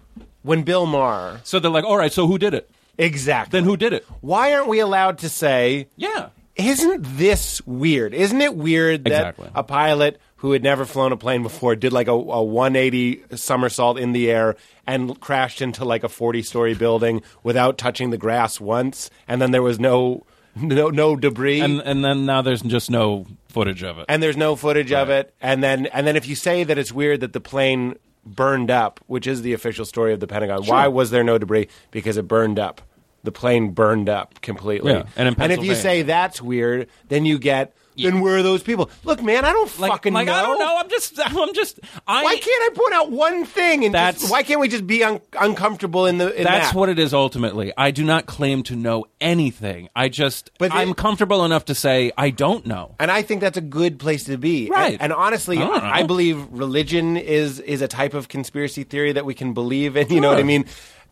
C: when Bill Maher
E: so they're like, all right, so who did it?
C: exactly.
E: Then who did it?
C: Why aren't we allowed to say?
E: Yeah,
C: Isn't this weird? Isn't it weird that
E: Exactly.
C: a pilot who had never flown a plane before did like a, a 180 somersault in the air and crashed into like a 40 story building without touching the grass once, and then there was no no no debris.
E: and and then now there's just no footage of it.
C: and there's no footage of it. And then and then if you say that it's weird that the plane burned up, which is the official story of the Pentagon, why was there no debris? Because it burned up. The plane burned up completely.
E: Yeah, and in
C: if you
E: Pennsylvania.
C: say that's weird, then you get then where are those people? Look, man, I don't
E: like,
C: fucking
E: like
C: know.
E: I don't know. I'm just I'm just I
C: Why can't I point out one thing? And just-
E: That's-
C: why can't we just be un- uncomfortable in the? In
E: That's
C: that?
E: what it is ultimately. I do not claim to know anything. I just
C: But
E: I'm
C: it-
E: comfortable enough to say I don't know.
C: And I think that's a good place to be.
E: Right. Ah.
C: And, and honestly,
E: I don't know.
C: I, believe religion is is a type of conspiracy theory that we can believe in. You know what I
E: Sure.
C: mean?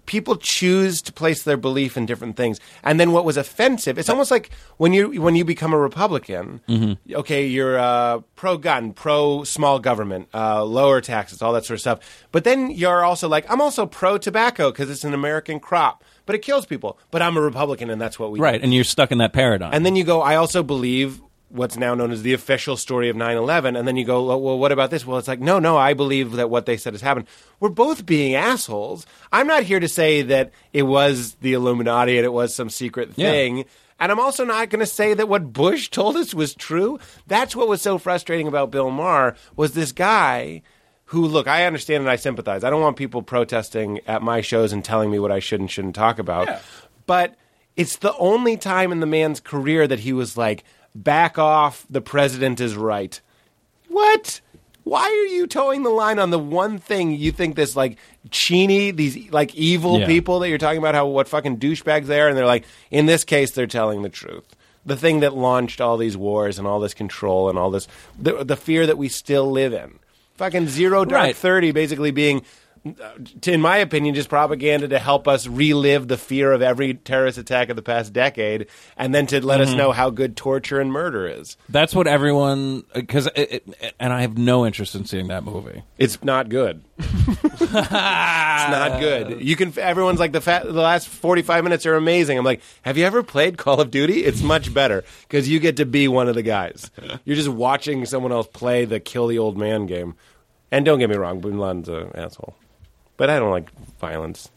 C: People choose to place their belief in different things. And then what was offensive, it's almost like when you when you become a Republican,
E: Mm-hmm.
C: okay, you're uh, pro gun, pro small government, uh, lower taxes, all that sort of stuff. But then you're also like, I'm also pro tobacco because it's an American crop, but it kills people. But I'm a Republican and that's what we do.
E: Right, and you're stuck in that paradigm.
C: And then you go, I also believe what's now known as the official story of 9 11. And then you go, well, well, what about this? Well, it's like, no, no, I believe that what they said has happened. We're both being assholes. I'm not here to say that it was the Illuminati and it was some secret
E: Yeah.
C: thing. And I'm also not going to say that what Bush told us was true. That's what was so frustrating about Bill Maher was this guy who look i understand and i sympathize i don't want people protesting at my shows and telling me what i should and shouldn't talk about but it's the only time in the man's career that he was like back off the president is right what why are you towing the line on the one thing you think this like Cheney, these like evil
E: Yeah.
C: people that you're talking about, how what fucking douchebags they are, and they're like, in this case, they're telling the truth. The thing that launched all these wars and all this control and all this, the, the fear that we still live in. Fucking zero dark
E: Right.
C: thirty, basically being to- in my opinion, just propaganda to help us relive the fear of every terrorist attack of the past decade, and then to let us know how good torture and murder is.
E: That's what everyone because and I have no interest in seeing that movie.
C: It's not good. it's not good. You can. Everyone's like the fa the last forty five minutes are amazing. I'm like, have you ever played Call of Duty? It's much better because you get to be one of the guys. You're just watching someone else play the kill the old man game. And don't get me wrong, Bin Laden's an asshole, but I don't like violence.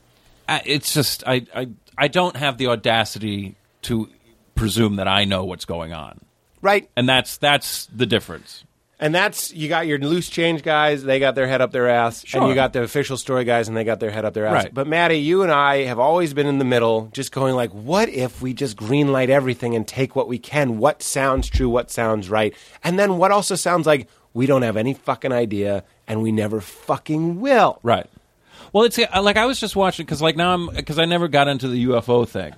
E: I, it's just I, I I don't have the audacity to presume that I know what's going on,
C: Right.
E: and that's that's the difference.
C: And that's you got your loose change guys; they got their head up their ass, and
E: Sure.
C: you got the official story guys, and they got their head up their ass.
E: Right.
C: But Maddie, you and I have always been in the middle, just going like, "What if we just green light everything and take what we can? What sounds true? What sounds right? And then what also sounds like we don't have any fucking idea, and we never fucking will."
E: Right. Well, it's uh, like I was just watching because like now I'm because I never got into the UFO thing.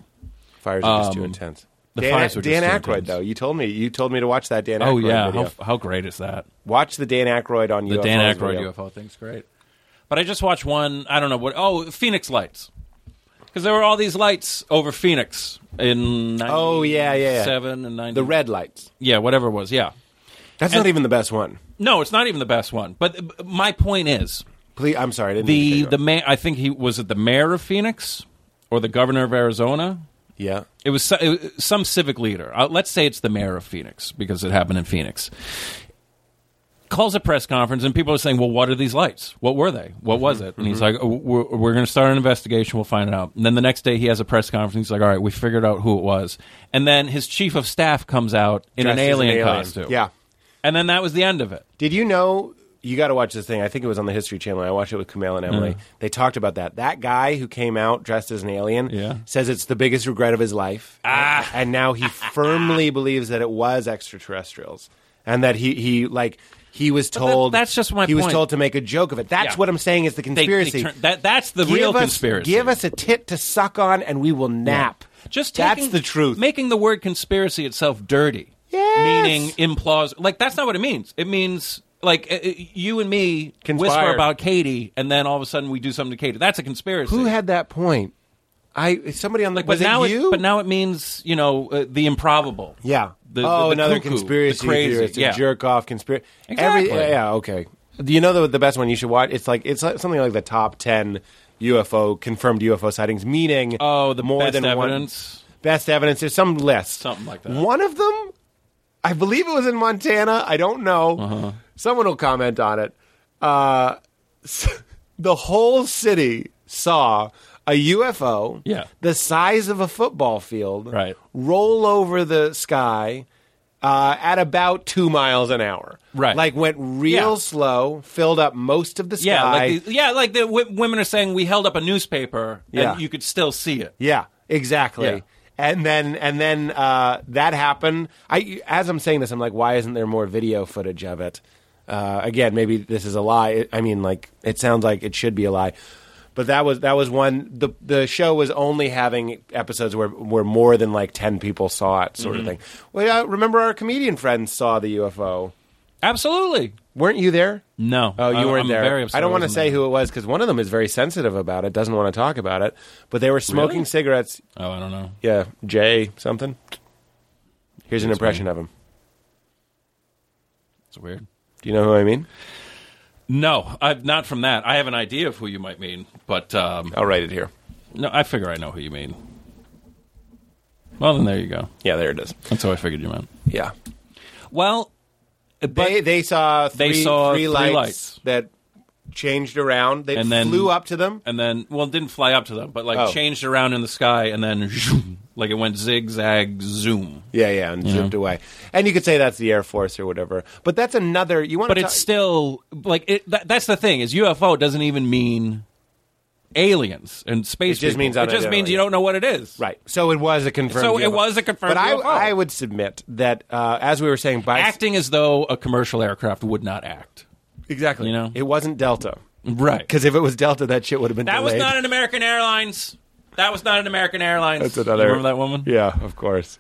C: Fires are just too
E: Um,
C: intense.
E: the
C: Dan,
E: fires are just
C: Dan
E: too
C: Aykroyd,
E: intense.
C: though, you told me you told me to watch that Dan.
E: oh
C: Aykroyd
E: yeah,
C: video.
E: how, how great is that?
C: watch the Dan Aykroyd on
E: The
C: UFOs
E: Dan Aykroyd
C: video.
E: UFO thing's great. But I just watched one. I don't know what. Oh, Phoenix lights. Because there were all these lights over Phoenix in
C: Oh, yeah, yeah, yeah.
E: seven and ninety
C: The red lights.
E: yeah whatever it was yeah
C: That's not even the best one.
E: no it's not even the best one but uh, my point is
C: Please, I'm sorry. I didn't mean to cut
E: the
C: you off.
E: the mayor I think he was it the mayor of Phoenix or the governor of Arizona
C: Yeah.
E: it was so- it was some civic leader. Uh, let's say it's the mayor of Phoenix because it happened in Phoenix. Calls a press conference and people are saying, "Well, what are these lights? What were they? What
C: Mm-hmm.
E: was it?" And he's like, oh, "We're, we're going to start an investigation. We'll find out." And then the next day, he has a press conference. He's like, "All right, we figured out who it was." And then his chief of staff comes out in an
C: Dressed as an
E: alien,
C: alien.
E: costume.
C: Yeah.
E: and then that was the end of it.
C: Did you know? You got to watch this thing. I think it was on the History Channel. I watched it with Kumail and Emily.
E: Uh-huh.
C: They talked about that. That guy who came out dressed as an alien
E: Yeah.
C: says it's the biggest regret of his life. Ah. And now he firmly believes that it was extraterrestrials and that he, he like, he was
E: that-
C: told.
E: that's just my
C: He was
E: point.
C: told to make a joke of it. That's
E: Yeah.
C: what I'm saying is the
E: They- they
C: conspiracy.
E: turn- that, that's the real
C: us,
E: conspiracy.
C: Give us a tit to suck on and we will nap.
E: Just
C: That's
E: taking-
C: the truth.
E: Making the word conspiracy itself dirty.
C: Yes.
E: Meaning implausible. Like that's not what it means. It means like uh, uh, you and me
C: Conspired.
E: whisper about Katie, and then all of a sudden we do something to Katie. That's a conspiracy.
C: Who had that point? I somebody on the
E: Like,
C: was
E: but now
C: it you?
E: but now it means you know uh, the improbable.
C: Yeah.
E: The,
C: oh,
E: the
C: another
E: cuckoo,
C: conspiracy
E: the crazy,
C: theory. It's
E: yeah.
C: a jerk off conspiracy.
E: Exactly.
C: Every, yeah. Okay. Do You know the the best one you should watch. It's like it's like something like the top ten UFO confirmed UFO sightings, meaning
E: Oh, the
C: more
E: best
C: than
E: evidence.
C: one best evidence. There's some list,
E: Something like that.
C: One of them, I believe it was in Montana. I don't know.
E: Uh-huh.
C: Someone will comment on it. Uh, the whole city saw a UFO,
E: Yeah.
C: the size of a football field,
E: Right.
C: roll over the sky uh, at about two miles an hour.
E: Right.
C: Like went real
E: Yeah.
C: slow, filled up most of the sky.
E: Yeah, like the, yeah, like the w- women are saying we held up a newspaper
C: Yeah.
E: and you could still see it.
C: Yeah, exactly.
E: Yeah.
C: And then and then uh, that happened. I as I'm saying this, I'm like, why isn't there more video footage of it? Uh, again, maybe this is a lie. I mean, like it sounds like it should be a lie. But that was that was one. The the show was only having episodes where where more than like ten people saw it, sort of
E: Mm-hmm.
C: thing. Well, yeah, remember our comedian friends saw the UFO.
E: Absolutely.
C: Weren't you there?
E: No.
C: Oh,
E: I-
C: you
E: Uh,
C: weren't
E: I'm
C: there.
E: very upset
C: I don't
E: I
C: want to
E: wasn't
C: say
E: there.
C: who it was because one of them is very sensitive about it. Doesn't want to talk about it. But they were smoking
E: Really?
C: cigarettes.
E: Oh, I don't know.
C: Yeah, Jay something. Here's an impression of him.
E: It's weird.
C: Do you know who I mean?
E: No, I've not from that. I have an idea of who you might mean, but um,
C: I'll write it here.
E: no, I figure I know who you mean. Well, then there you go.
C: Yeah, there it is.
E: That's how I figured you meant.
C: Yeah.
E: Well,
C: They they saw three,
E: They saw
C: three
E: three
C: lights,
E: lights.
C: that changed around. They
E: And then-
C: flew up to them.
E: and then well, it didn't fly up to them, but like
C: Oh.
E: changed around in the sky, and then zoom, like it went zigzag zoom.
C: Yeah, yeah, and zipped away. And you could say that's the Air Force or whatever. But that's another you want
E: But
C: to
E: it's still like it. That, that's the thing is UFO doesn't even mean aliens and space.
C: It just
E: people.
C: means
E: it just
C: unidentified.
E: means you don't know what it is.
C: Right. So it was a confirmed
E: So it
C: UFO.
E: was a confirmed
C: But I,
E: UFO.
C: I would submit that uh, as we were saying by
E: Acting as though a commercial aircraft would not act.
C: exactly.
E: you know?
C: It wasn't Delta.
E: Right.
C: Because if it was Delta that shit would have been
E: That was
C: delayed.
E: not an American Airlines. That was not an American Airlines.
C: That's another.
E: You remember that woman?
C: Yeah, of course.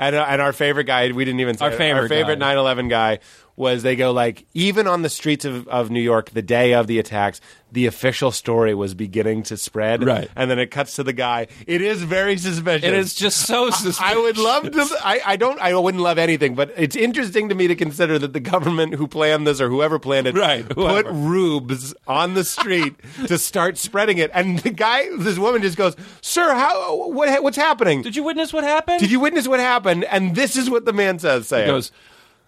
C: And, uh, and our favorite guy, we didn't even say
E: Our
C: it.
E: favorite
C: our favorite
E: guy.
C: 9/11 guy was they go like even on the streets of, of New York the day of the attacks, the official story was beginning to spread.
E: Right.
C: And then it cuts to the guy. It is very suspicious.
E: It is just so suspicious.
C: I would love to. I, I don't. I wouldn't love anything, but it's interesting to me to consider that the government who planned this or whoever planned it,
E: Right,
C: put
E: whoever.
C: rubes on the street to start spreading it. And the guy, this woman, just goes, "Sir, how? What? What's happening?
E: Did you witness what happened?
C: Did you witness what happened?" And this is what the man says. Sam.
E: He goes,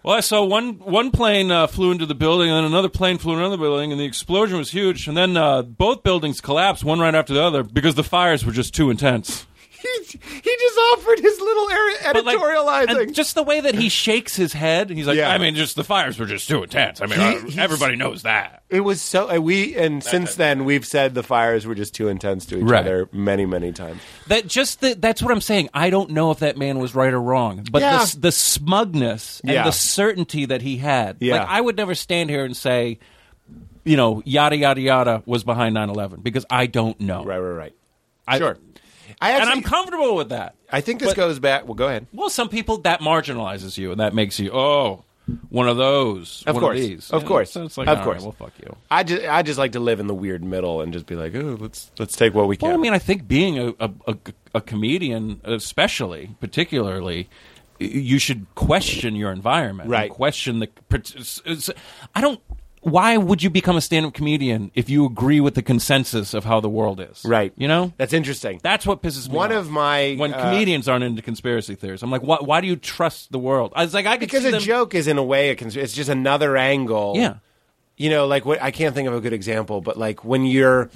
E: well, I saw one one plane uh, flew into the building, and then another plane flew into another building, and the explosion was huge. And then uh, both buildings collapsed, one right after the other, because the fires were just too intense.
C: he, he just offered his little er-
E: But, like,
C: editorializing.
E: and just the way that he shakes his head, he's like,
C: Yeah.
E: I mean, just the fires were just too intense. I mean,
C: He-
E: uh,
C: he's-
E: everybody knows that.
C: It was so uh, we and since then we've said the fires were just too intense to each
E: Right.
C: other many many times.
E: That just the, that's what I'm saying. I don't know if that man was right or wrong, but
C: Yeah.
E: the, s- the smugness and
C: Yeah.
E: the certainty that he had.
C: Yeah.
E: Like I would never stand here and say, you know, yada yada yada was behind 9/11 because I don't know.
C: Right, right, right.
E: I,
C: sure. I
E: and
C: actually,
E: I'm comfortable with that.
C: I think this goes back. Well, go ahead.
E: Well, some people that marginalizes you and that makes you oh, one of those,
C: Of
E: one
C: course.
E: of these,
C: Of
E: You know,
C: course.
E: So it's like,
C: Of
E: all right,
C: course.
E: well, fuck you.
C: I just I just like to live in the weird middle and just be like, oh, let's let's take what we can.
E: Well, I mean, I think being a, a, a, a comedian, especially, particularly, y- you should question your environment. and
C: Right.
E: Question the. part- s- s- I don't. Why would you become a stand up comedian if you agree with the consensus of how the world is?
C: right?
E: You know?
C: that's interesting.
E: That's what pisses me
C: One
E: off.
C: of my,
E: When
C: uh,
E: comedians aren't into conspiracy theories, I'm like, why, why do you trust the world? I was like, I could
C: because
E: see
C: a
E: them-
C: joke is in a way a cons- it's just another angle.
E: Yeah.
C: you know, like what I can't think of a good example, but like when you're.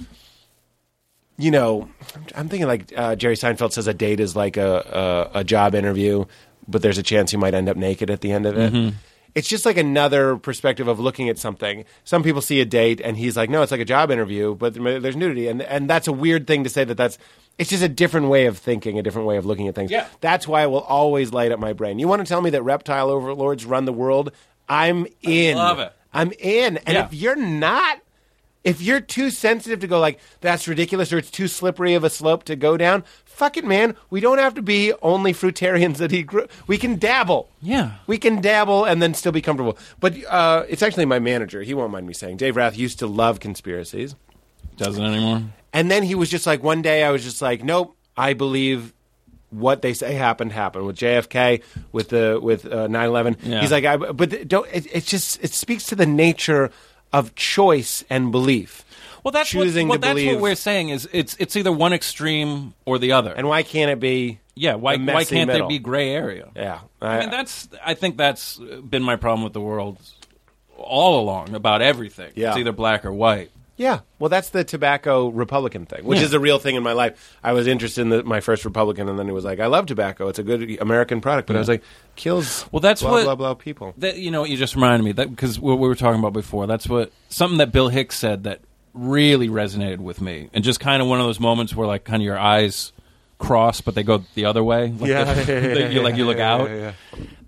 C: You know, I'm- I'm thinking like uh, Jerry Seinfeld says a date is like a, a a job interview, but there's a chance you might end up naked at the end of it.
E: Mm-hmm.
C: It's just like another perspective of looking at something. Some people see a date and he's like, "No, it's like a job interview, but there's nudity," and and that's a weird thing to say that that's. It's just a different way of thinking, a different way of looking at things.
E: Yeah.
C: That's why it will always light up my brain. You want to tell me that reptile overlords run the world? I'm in.
E: love it.
C: I'm in. And
E: Yeah.
C: if you're not, if you're too sensitive to go like that's ridiculous or it's too slippery of a slope to go down, fuck it, man. We don't have to be only fruitarians that he grew. We can dabble.
E: Yeah.
C: we can dabble and then still be comfortable. But uh, it's actually my manager. He won't mind me saying. Dave Rath used to love conspiracies.
E: doesn't anymore.
C: And then he was just like, one day I was just like, nope, I believe what they say happened happened with JFK, with the with uh, nine eleven.
E: Yeah.
C: He's like, I, but don't. It, it's just it speaks to the nature of choice and belief.
E: Well, that's
C: choosing
E: what, well,
C: to
E: that's
C: believe.
E: what we're saying is it's it's either one extreme or the other.
C: and why can't it be?
E: Yeah, why
C: the
E: why
C: messy
E: can't
C: middle?
E: there be gray area?
C: Yeah,
E: I mean that's I think that's been my problem with the world all along about everything.
C: Yeah.
E: It's either black or white.
C: Yeah, well, that's the tobacco Republican thing, which is a real thing in my life. I was interested in the, my first Republican, and then it was like, I love tobacco; it's a good American product. But I was like, kills.
E: Well, that's
C: blah,
E: what-
C: blah blah people.
E: That you know, what you just reminded me that because what we were talking about before, that's what something that Bill Hicks said that really resonated with me, and just kind of one of those moments where like kind of your eyes cross, but they go the other way. Like
C: Yeah,
E: the-
C: yeah, yeah,
E: the- you like you look out.
C: yeah,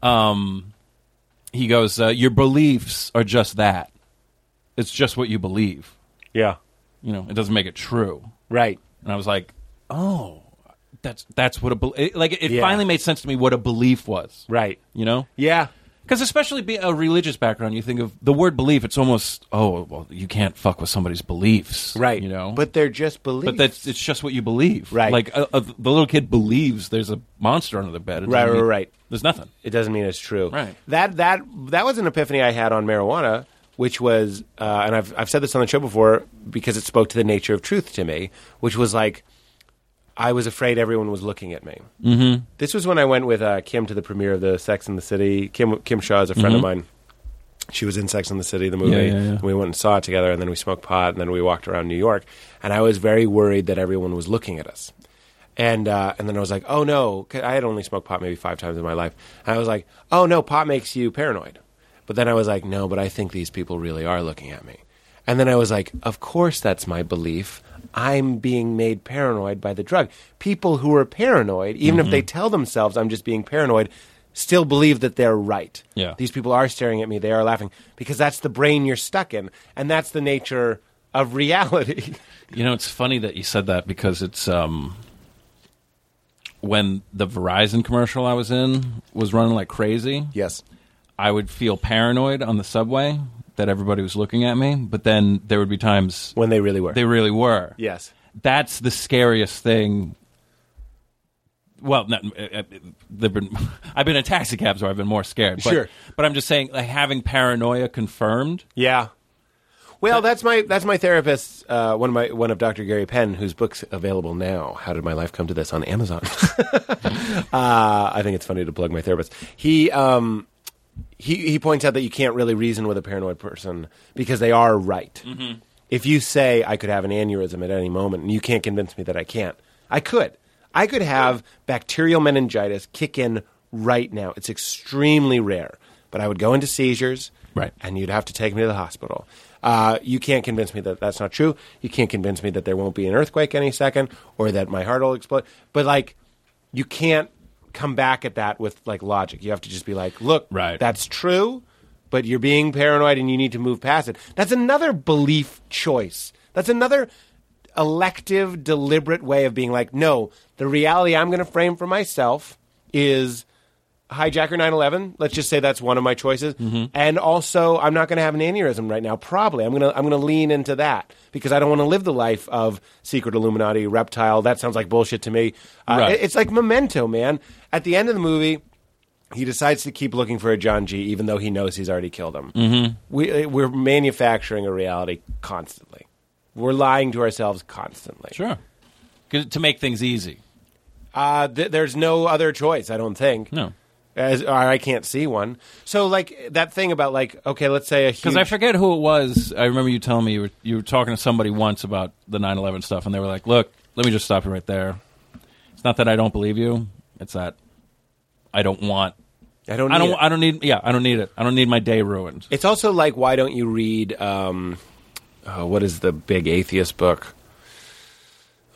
E: Um, he goes, uh, your beliefs are just that. It's just what you believe.
C: Yeah,
E: You know, it doesn't make it true.
C: right.
E: and I was like, oh, that's that's what a bel- it, like. It
C: Yeah.
E: finally made sense to me what a belief was,
C: Right.
E: You know,
C: Yeah.
E: because especially be a religious background, you think of the word belief. It's almost oh, well, you can't fuck with somebody's beliefs,
C: Right.
E: You know,
C: But they're just beliefs.
E: but that's it's just what you believe,
C: Right.
E: Like a, a, the little kid believes there's a monster under the bed, It
C: Right,
E: doesn't
C: right,
E: mean-
C: right.
E: There's nothing.
C: it doesn't mean it's true.
E: Right.
C: That that that was an epiphany I had on marijuana, which was, uh, and I've I've said this on the show before because it spoke to the nature of truth to me, which was like, I was afraid everyone was looking at me. Mm-hmm. This was when I went with uh, Kim to the premiere of the Sex in the City. Kim Kim Shaw is a friend of mine. She was in Sex in the City, the movie.
E: Yeah, yeah, yeah.
C: We went and saw it together, and then we smoked pot, and then we walked around New York. And I was very worried that everyone was looking at us. And uh, and then I was like, oh no, 'cause I had only smoked pot maybe five times in my life. And I was like, oh no, pot makes you paranoid. But then I was like, no, but I think these people really are looking at me. And then I was like, of course that's my belief. I'm being made paranoid by the drug. People who are paranoid, even
E: Mm-hmm.
C: if they tell themselves I'm just being paranoid, still believe that they're right.
E: Yeah.
C: These people are staring at me, they are laughing because that's the brain you're stuck in and that's the nature of reality.
E: You know, it's funny that you said that because it's um when the Verizon commercial I was in was running like crazy.
C: yes.
E: I would feel paranoid on the subway that everybody was looking at me, but then there would be times
C: when they really were.
E: they really were.
C: yes.
E: That's the scariest thing. Well, not, uh, uh, they've been, I've been in taxi cabs where I've been more scared. But,
C: Sure.
E: But I'm just saying, like, having paranoia confirmed.
C: Yeah. Well, that's my that's my therapist. Uh, one of my one of Dr. Gary Penn, whose book's available now. How did my life come to this on Amazon? uh, I think it's funny to plug my therapist. He um, he he points out that you can't really reason with a paranoid person because they are right. If you say I could have an aneurysm at any moment and you can't convince me that I can't, I could. I could have bacterial meningitis kick in right now. It's extremely rare, but I would go into seizures,
E: Right.
C: And you'd have to take me to the hospital. Uh, you can't convince me that that's not true. You can't convince me that there won't be an earthquake any second or that my heart will explode. But like, you can't come back at that with like logic. You have to just be like, look,
E: Right.
C: that's true, but you're being paranoid and you need to move past it. That's another belief choice. That's another elective, deliberate way of being like, no, the reality I'm going to frame for myself is hijacker 911 let's just say that's one of my choices
E: Mm-hmm.
C: and also i'm not going to have an aneurysm right now probably i'm going to i'm going to lean into that because i don't want to live the life of secret illuminati reptile that sounds like bullshit to me uh,
E: Right.
C: it- it's like memento man at the end of the movie he decides to keep looking for a john g even though he knows he's already killed him mm-hmm. we, uh, we're manufacturing a reality constantly we're lying to ourselves constantly
E: Sure. 'Cause- To make things easy.
C: uh, th- there's no other choice, I don't think.
E: No.
C: As, or I can't see one. So, like, that thing about, like, okay, let's say a huge.
E: Because I forget who it was. I remember you telling me you were, you were talking to somebody once about the 9 11 stuff, and they were like, look, let me just stop you right there. It's not that I don't believe you, it's that I don't want.
C: I don't.
E: I
C: need
E: don't.
C: it.
E: I don't need. Yeah, I don't need it. I don't need my day ruined.
C: It's also like, why don't you read? Um, uh, what is the big atheist book?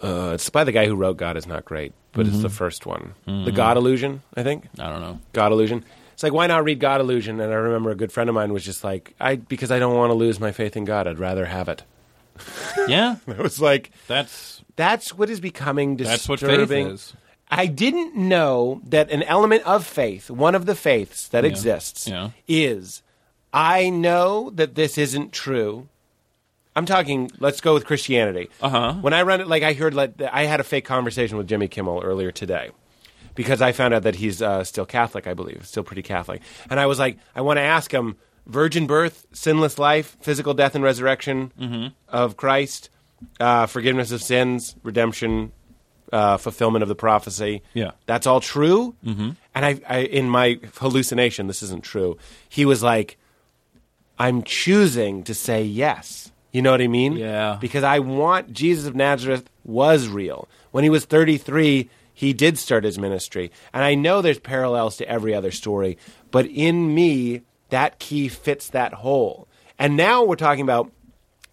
C: Uh, it's by the guy who wrote God is not great, but it's the
E: Mm-hmm.
C: first one, the God Illusion, I think.
E: I don't know.
C: God Illusion. It's like, why not read God Illusion? And I remember a good friend of mine was just like, I because I don't want to lose my faith in God. I'd rather have it.
E: Yeah,
C: It was like,
E: that's
C: That's what is becoming disturbing.
E: That's what faith is.
C: I didn't know that an element of faith, one of the faiths that exists,
E: Yeah.
C: is I know that this isn't true. I'm talking. Let's go with Christianity.
E: Uh-huh.
C: When I run it, like I heard, like the- I had a fake conversation with Jimmy Kimmel earlier today because I found out that he's uh, still Catholic. I believe still pretty Catholic, and I was like, I want to ask him: virgin birth, sinless life, physical death and resurrection
E: Mm-hmm.
C: of Christ, uh, forgiveness of sins, redemption, uh, fulfillment of the prophecy.
E: Yeah.
C: that's all true. Mm-hmm. And I, I, in my hallucination, this isn't true. He was like. I'm choosing to say yes. You know what I mean?
E: Yeah.
C: Because I want Jesus of Nazareth was real. When he was 33, he did start his ministry. And I know there's parallels to every other story, but in me, that key fits that hole. And now we're talking about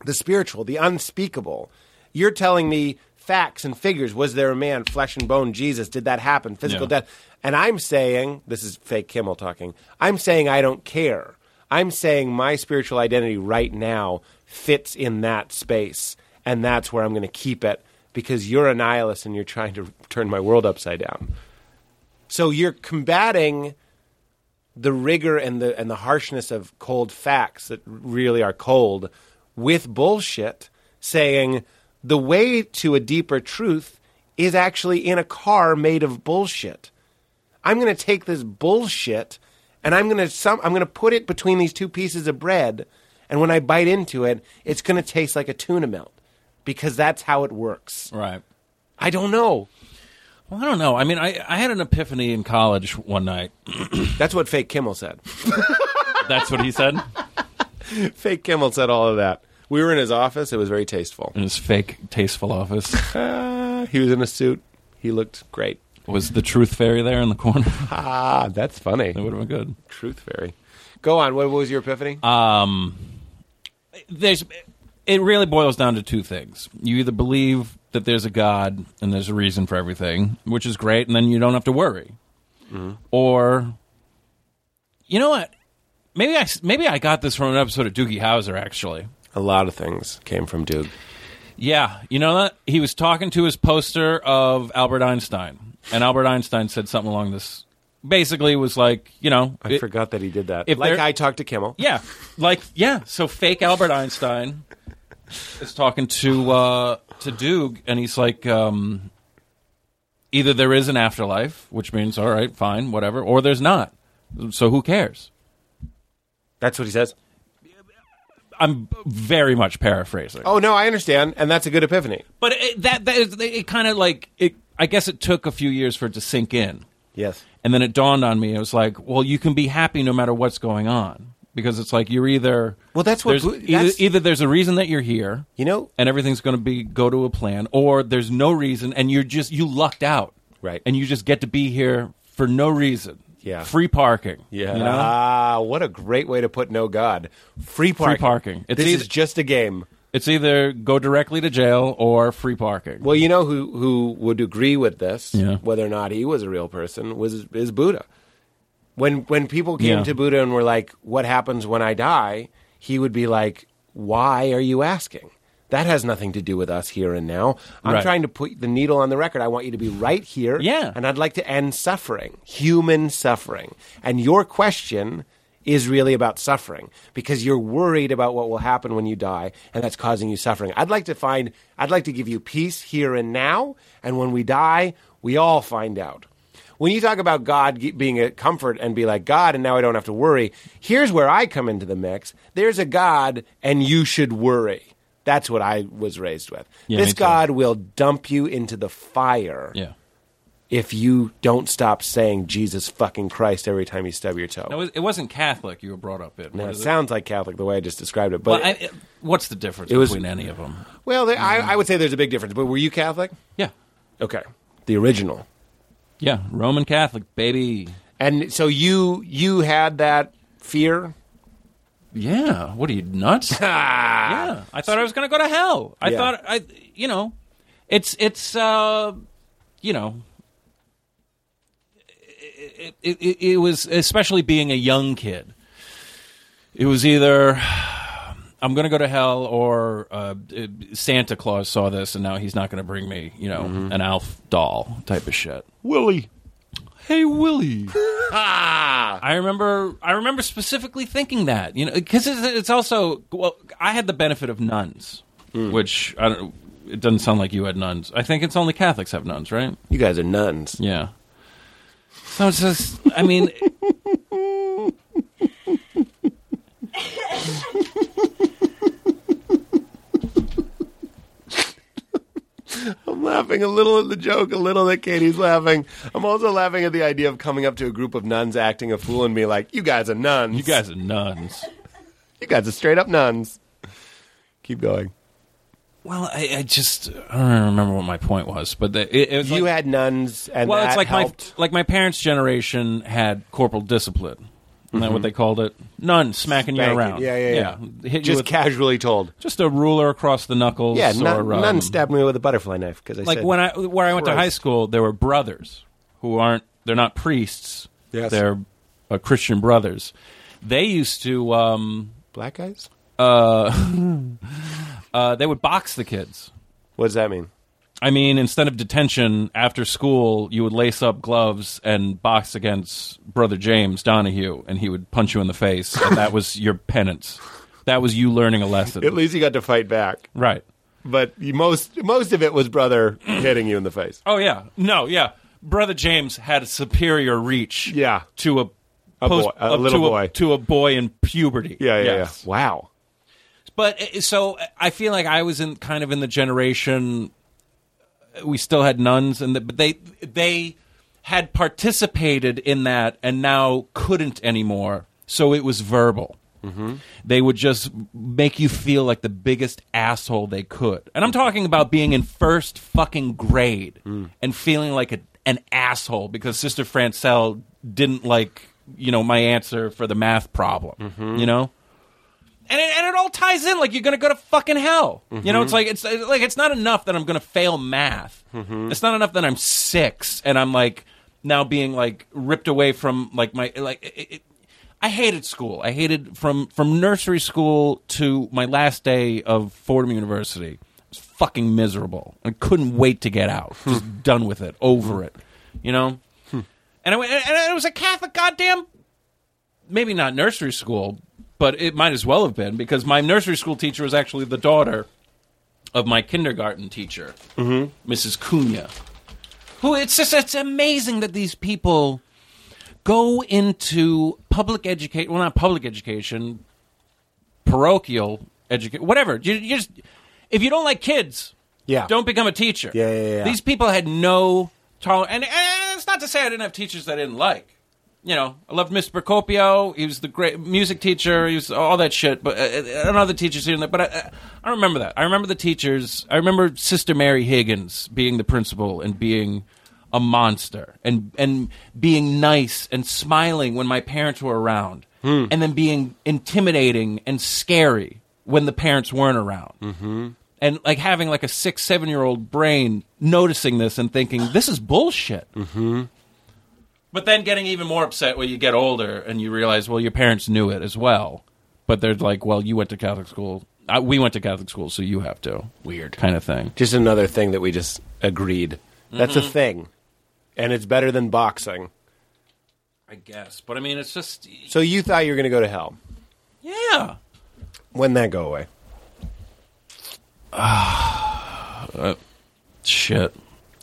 C: the spiritual, the unspeakable. You're telling me facts and figures. Was there a man, flesh and bone, Jesus? Did that happen? Physical
E: Yeah.
C: death? And I'm saying, this is fake Kimmel talking. I'm saying I don't care. I'm saying my spiritual identity right now fits in that space, and that's where I'm going to keep it because you're a nihilist and you're trying to turn my world upside down. So you're combating the rigor and the and the harshness of cold facts that really are cold with bullshit saying the way to a deeper truth is actually in a car made of bullshit. I'm going to take this bullshit and I'm going to some I'm going to put it between these two pieces of bread and when I bite into it it's going to taste like a tuna melt because that's how it works.
E: right.
C: I don't know.
E: Well, I don't know. I mean, I I had an epiphany in college one night.
C: That's what fake Kimmel said.
E: That's what he said.
C: fake Kimmel said all of that. We were in his office. It was very tasteful.
E: In his fake, tasteful office,
C: Uh, he was in a suit. He looked great.
E: was the truth fairy there in the corner?
C: Ah, that's funny.
E: That would have been good.
C: Truth fairy. Uh, Go on. What was your epiphany?
E: there's it really boils down to two things. You either believe that there's a god and there's a reason for everything, which is great, and then you don't have to worry. Or you know what? Maybe I s- maybe I got this from an episode of Doogie Howser actually.
C: a lot of things came from Duke.
E: Yeah, you know that he was talking to his poster of Albert Einstein, and Albert Einstein said something along this basically was like, you know,
C: I
E: it-
C: forgot that he did that.
E: if
C: like
E: there-
C: I talked to Kimmel.
E: Yeah, like yeah. So fake Albert Einstein is talking to uh, to Doog, and he's like, um, either there is an afterlife, which means all right, fine, whatever, or there's not. So who cares?
C: That's what he says.
E: I'm very much paraphrasing,
C: Oh no, I understand, and that's a good epiphany.
E: but it, that that is, it kind of like it. I guess it took a few years for it to sink in.
C: Yes.
E: And then it dawned on me. It was like, well, you can be happy no matter what's going on because it's like you're either
C: Well, that's what
E: there's
C: Bo-
E: either,
C: that's-
E: either there's a reason that you're here,
C: You know-
E: and everything's going to be go to a plan, or there's no reason and you're just you lucked out,
C: Right.
E: And you just get to be here for no reason.
C: Yeah.
E: free parking.
C: Yeah.
E: you know?
C: Ah, what a great way to put no God. Free parking.
E: parking. It's
C: this
E: either-
C: is just a game.
E: it's either go directly to jail or free parking.
C: Well, you know who who would agree with this,
E: Yeah.
C: whether or not he was a real person, was is Buddha. When when people came
E: Yeah.
C: to Buddha and were like, "What happens when I die?" he would be like, "Why are you asking? That has nothing to do with us here and now. I'm
E: Right.
C: trying to put the needle on the record. I want you to be right here,
E: Yeah.
C: and I'd like to end suffering, human suffering. And your question." Is really about suffering because you're worried about what will happen when you die, and that's causing you suffering. I'd like to find, I'd like to give you peace here and now, and when we die, we all find out. When you talk about God ge- being a comfort and be like God, and now I don't have to worry, here's where I come into the mix. There's a God, and you should worry. That's what I was raised with.
E: Yeah, me
C: this
E: too.
C: God will dump you into the fire
E: yeah.
C: if you don't stop saying Jesus fucking Christ every time you stub your toe.
E: Now, it wasn't Catholic you were brought up in.
C: now,
E: What
C: it
E: is it?
C: sounds like Catholic the way I just described it,
E: Well,
C: but
E: I, it- what's the difference
C: It was-
E: between any of them?
C: well, there, I, I would say there's a big difference. But were you Catholic?
E: Yeah.
C: Okay, the original.
E: Yeah, Roman Catholic, baby.
C: And so you you had that fear
E: Yeah. What are you nuts? yeah. I thought I was going to go to hell. I
C: Yeah.
E: thought I, you know, it's it's uh, you know, it, it, it, it was especially being a young kid. It was either I'm going to go to hell or uh, Santa Claus saw this and now he's not going to bring me, you know, an Alf doll type of shit.
I: Willie.
E: Hey Willie.
C: Ah.
E: I remember. I remember specifically thinking that you know because it's, it's also well. I had the benefit of nuns,
C: Hmm.
E: which I don't. It doesn't sound like you had nuns. I think it's only Catholics have nuns, right?
C: You guys are nuns.
E: Yeah. So it's just. I mean.
C: I'm laughing a little at the joke, a little that Katie's laughing. I'm also laughing at the idea of coming up to a group of nuns acting a fool and be like, "You guys are nuns.
E: You guys are nuns.
C: you guys are straight up nuns." Keep going.
E: Well, I, I just I don't remember what my point was, but the, it, it was
C: you
E: like,
C: had nuns, and
E: well,
C: that
E: it's like
C: helped.
E: my like my parents' generation had corporal discipline. Isn't that what they called it? Nuns smacking you
C: Mm-hmm. Spanking.
E: around.
C: Yeah, yeah, yeah.
E: Hit you
C: just
E: with-
C: casually told.
E: just a ruler across the knuckles.
C: Yeah,
E: or,
C: nun,
E: um,
C: nun stabbed me with a butterfly knife because I
E: Like
C: said,
E: when I where I went to
C: Christ.
E: high school, there were brothers who aren't they're not priests.
C: Yes.
E: they're uh, Christian brothers. They used to um,
C: black guys.
E: uh, they would box the kids.
C: What does that mean?
E: I mean, instead of detention after school, you would lace up gloves and box against brother James Donahue, and he would punch you in the face, and that was your penance. That was you learning a lesson,
C: At least you got to fight back,
E: right?
C: but you- most most of it was brother hitting you in the face.
E: Oh yeah, no, yeah. Brother James had a superior reach.
C: Yeah.
E: to a,
C: A boy- a
E: up
C: little
E: to
C: boy.
E: to a boy in puberty.
C: Yeah, yeah,
E: Yes.
C: yeah. Wow.
E: But uh, so uh, I feel like I was in kind of in the generation. uh, We still had nuns, and the, but they they had participated in that, and now couldn't anymore. So it was verbal. They would just make you feel like the biggest asshole they could, and I'm talking about being in first fucking grade and feeling like a, an asshole because Sister Francel didn't like you know my answer for the math problem. You know and it, and it all ties in like you're gonna go to fucking hell you know it's like it's it's like it's not enough that i'm gonna fail math it's not enough that i'm six and i'm like now being like ripped away from like my like it, it, i hated school i hated from from nursery school to my last day of fordham university it was fucking miserable i couldn't wait to get out just done with it over it you know and and I went, and and it was a Catholic goddamn, maybe not nursery school, but it might as well have been because my nursery school teacher was actually the daughter of my kindergarten teacher, Mrs. Cunha. Who it's just it's amazing that these people go into public education, well, not public education, parochial education, whatever. You, you just if you don't like kids,
J: Yeah.
E: don't become a teacher.
J: Yeah, yeah, yeah.
E: These people had no tolerance, and, and it's not to say I didn't have teachers that I didn't like. You know, I loved Mr. Procopio. He was the great music teacher. He was all that shit. But uh, uh, and other teachers here and there. But I, I, I remember that. I remember the teachers. I remember Sister Mary Higgins being the principal and being a monster and and being nice and smiling when my parents were around,
J: Hmm.
E: and then being intimidating and scary when the parents weren't
J: Hmm.
E: around. Mm-hmm and like having like a six seven year old brain noticing this and thinking this is bullshit mm-hmm. but then getting even more upset when you get older and you realize well your parents knew it as well but they're like well you went to catholic school I, we went to catholic school so you have to weird kind of thing
J: Just another thing that we just agreed. That's
E: Mm-hmm.
J: a thing. And it's better than boxing.
E: i guess but i mean it's just
J: So you thought you were going to go to hell.
E: yeah
J: When that go away?
E: shit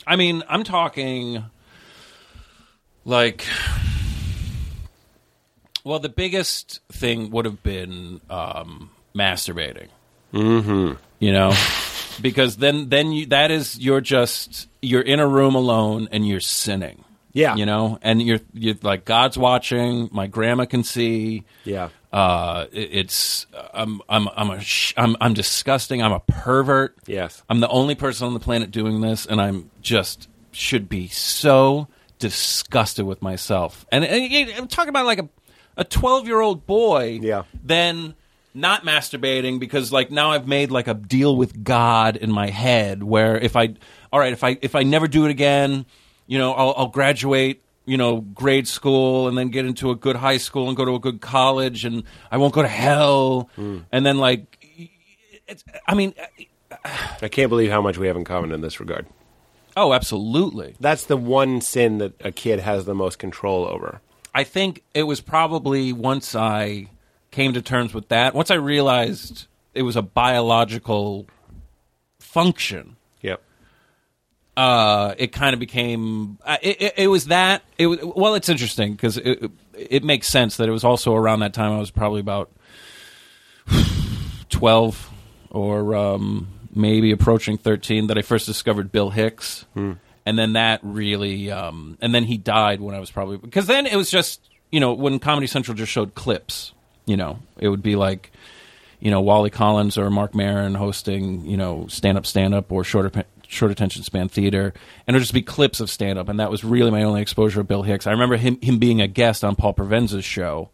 E: i mean i'm talking like well the biggest thing would have been um masturbating mm-hmm you know because then then you that is you're just you're in a room alone and you're sinning
J: Yeah.
E: you know and you're you're like god's watching my grandma can see
J: Yeah.
E: uh, it- it's I'm I'm I'm a sh- I'm I'm disgusting. I'm a pervert.
J: Yes.
E: I'm the only person on the planet doing this, and I'm just should be so disgusted with myself. And, and, and I'm talking about like a a 12 year old boy.
J: Yeah.
E: Then not masturbating because like now I've made like a deal with God in my head where if I all right if I if I never do it again, you know I'll, I'll graduate you know grade school and then get into a good high school and go to a good college and I won't go to hell
J: Hmm.
E: and then like it's, I mean
J: I can't believe how much we have in common in this regard.
E: oh absolutely
J: That's the one sin that a kid has the most control over.
E: I think it was probably once I came to terms with that, once I realized it was a biological function,
J: Yep.
E: uh, it kind of became. Uh, it, it, it was that. It was, well, it's interesting because it, it makes sense that it was also around that time I was probably about 12 or um, maybe approaching 13 that I first discovered Bill Hicks. And then that really, um, and then he died when I was probably, because then it was just, you know, when Comedy Central just showed clips, you know, it would be like, you know, Wally Collins or Mark Maron hosting, you know, stand up, stand up or shorter, pe- short attention span theater. And it would just be clips of stand up. And that was really my only exposure of Bill Hicks. I remember him, him being a guest on Paul Provenza's show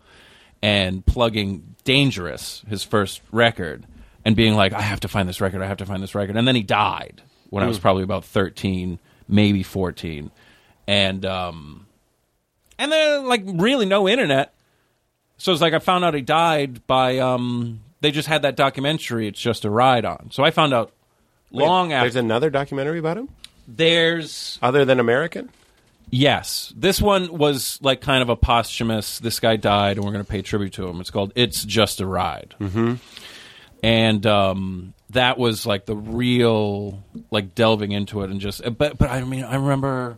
E: and plugging Dangerous, his first record, and being like, I have to find this record, I have to find this record. And then he died when I was probably about 13, maybe 14. And, um, and then, like, really no internet. So it's like I found out he died by, um, they just had that documentary, It's Just a Ride on. So I found out long
J: There's
E: after.
J: another documentary about him
E: there's
J: other than American?
E: Yes. This one was like kind of a posthumous, this guy died and we're going to pay tribute to him. It's called It's Just a Ride. Mm-hmm. And um, that was like the real, like delving into it and just, but, but I mean, I remember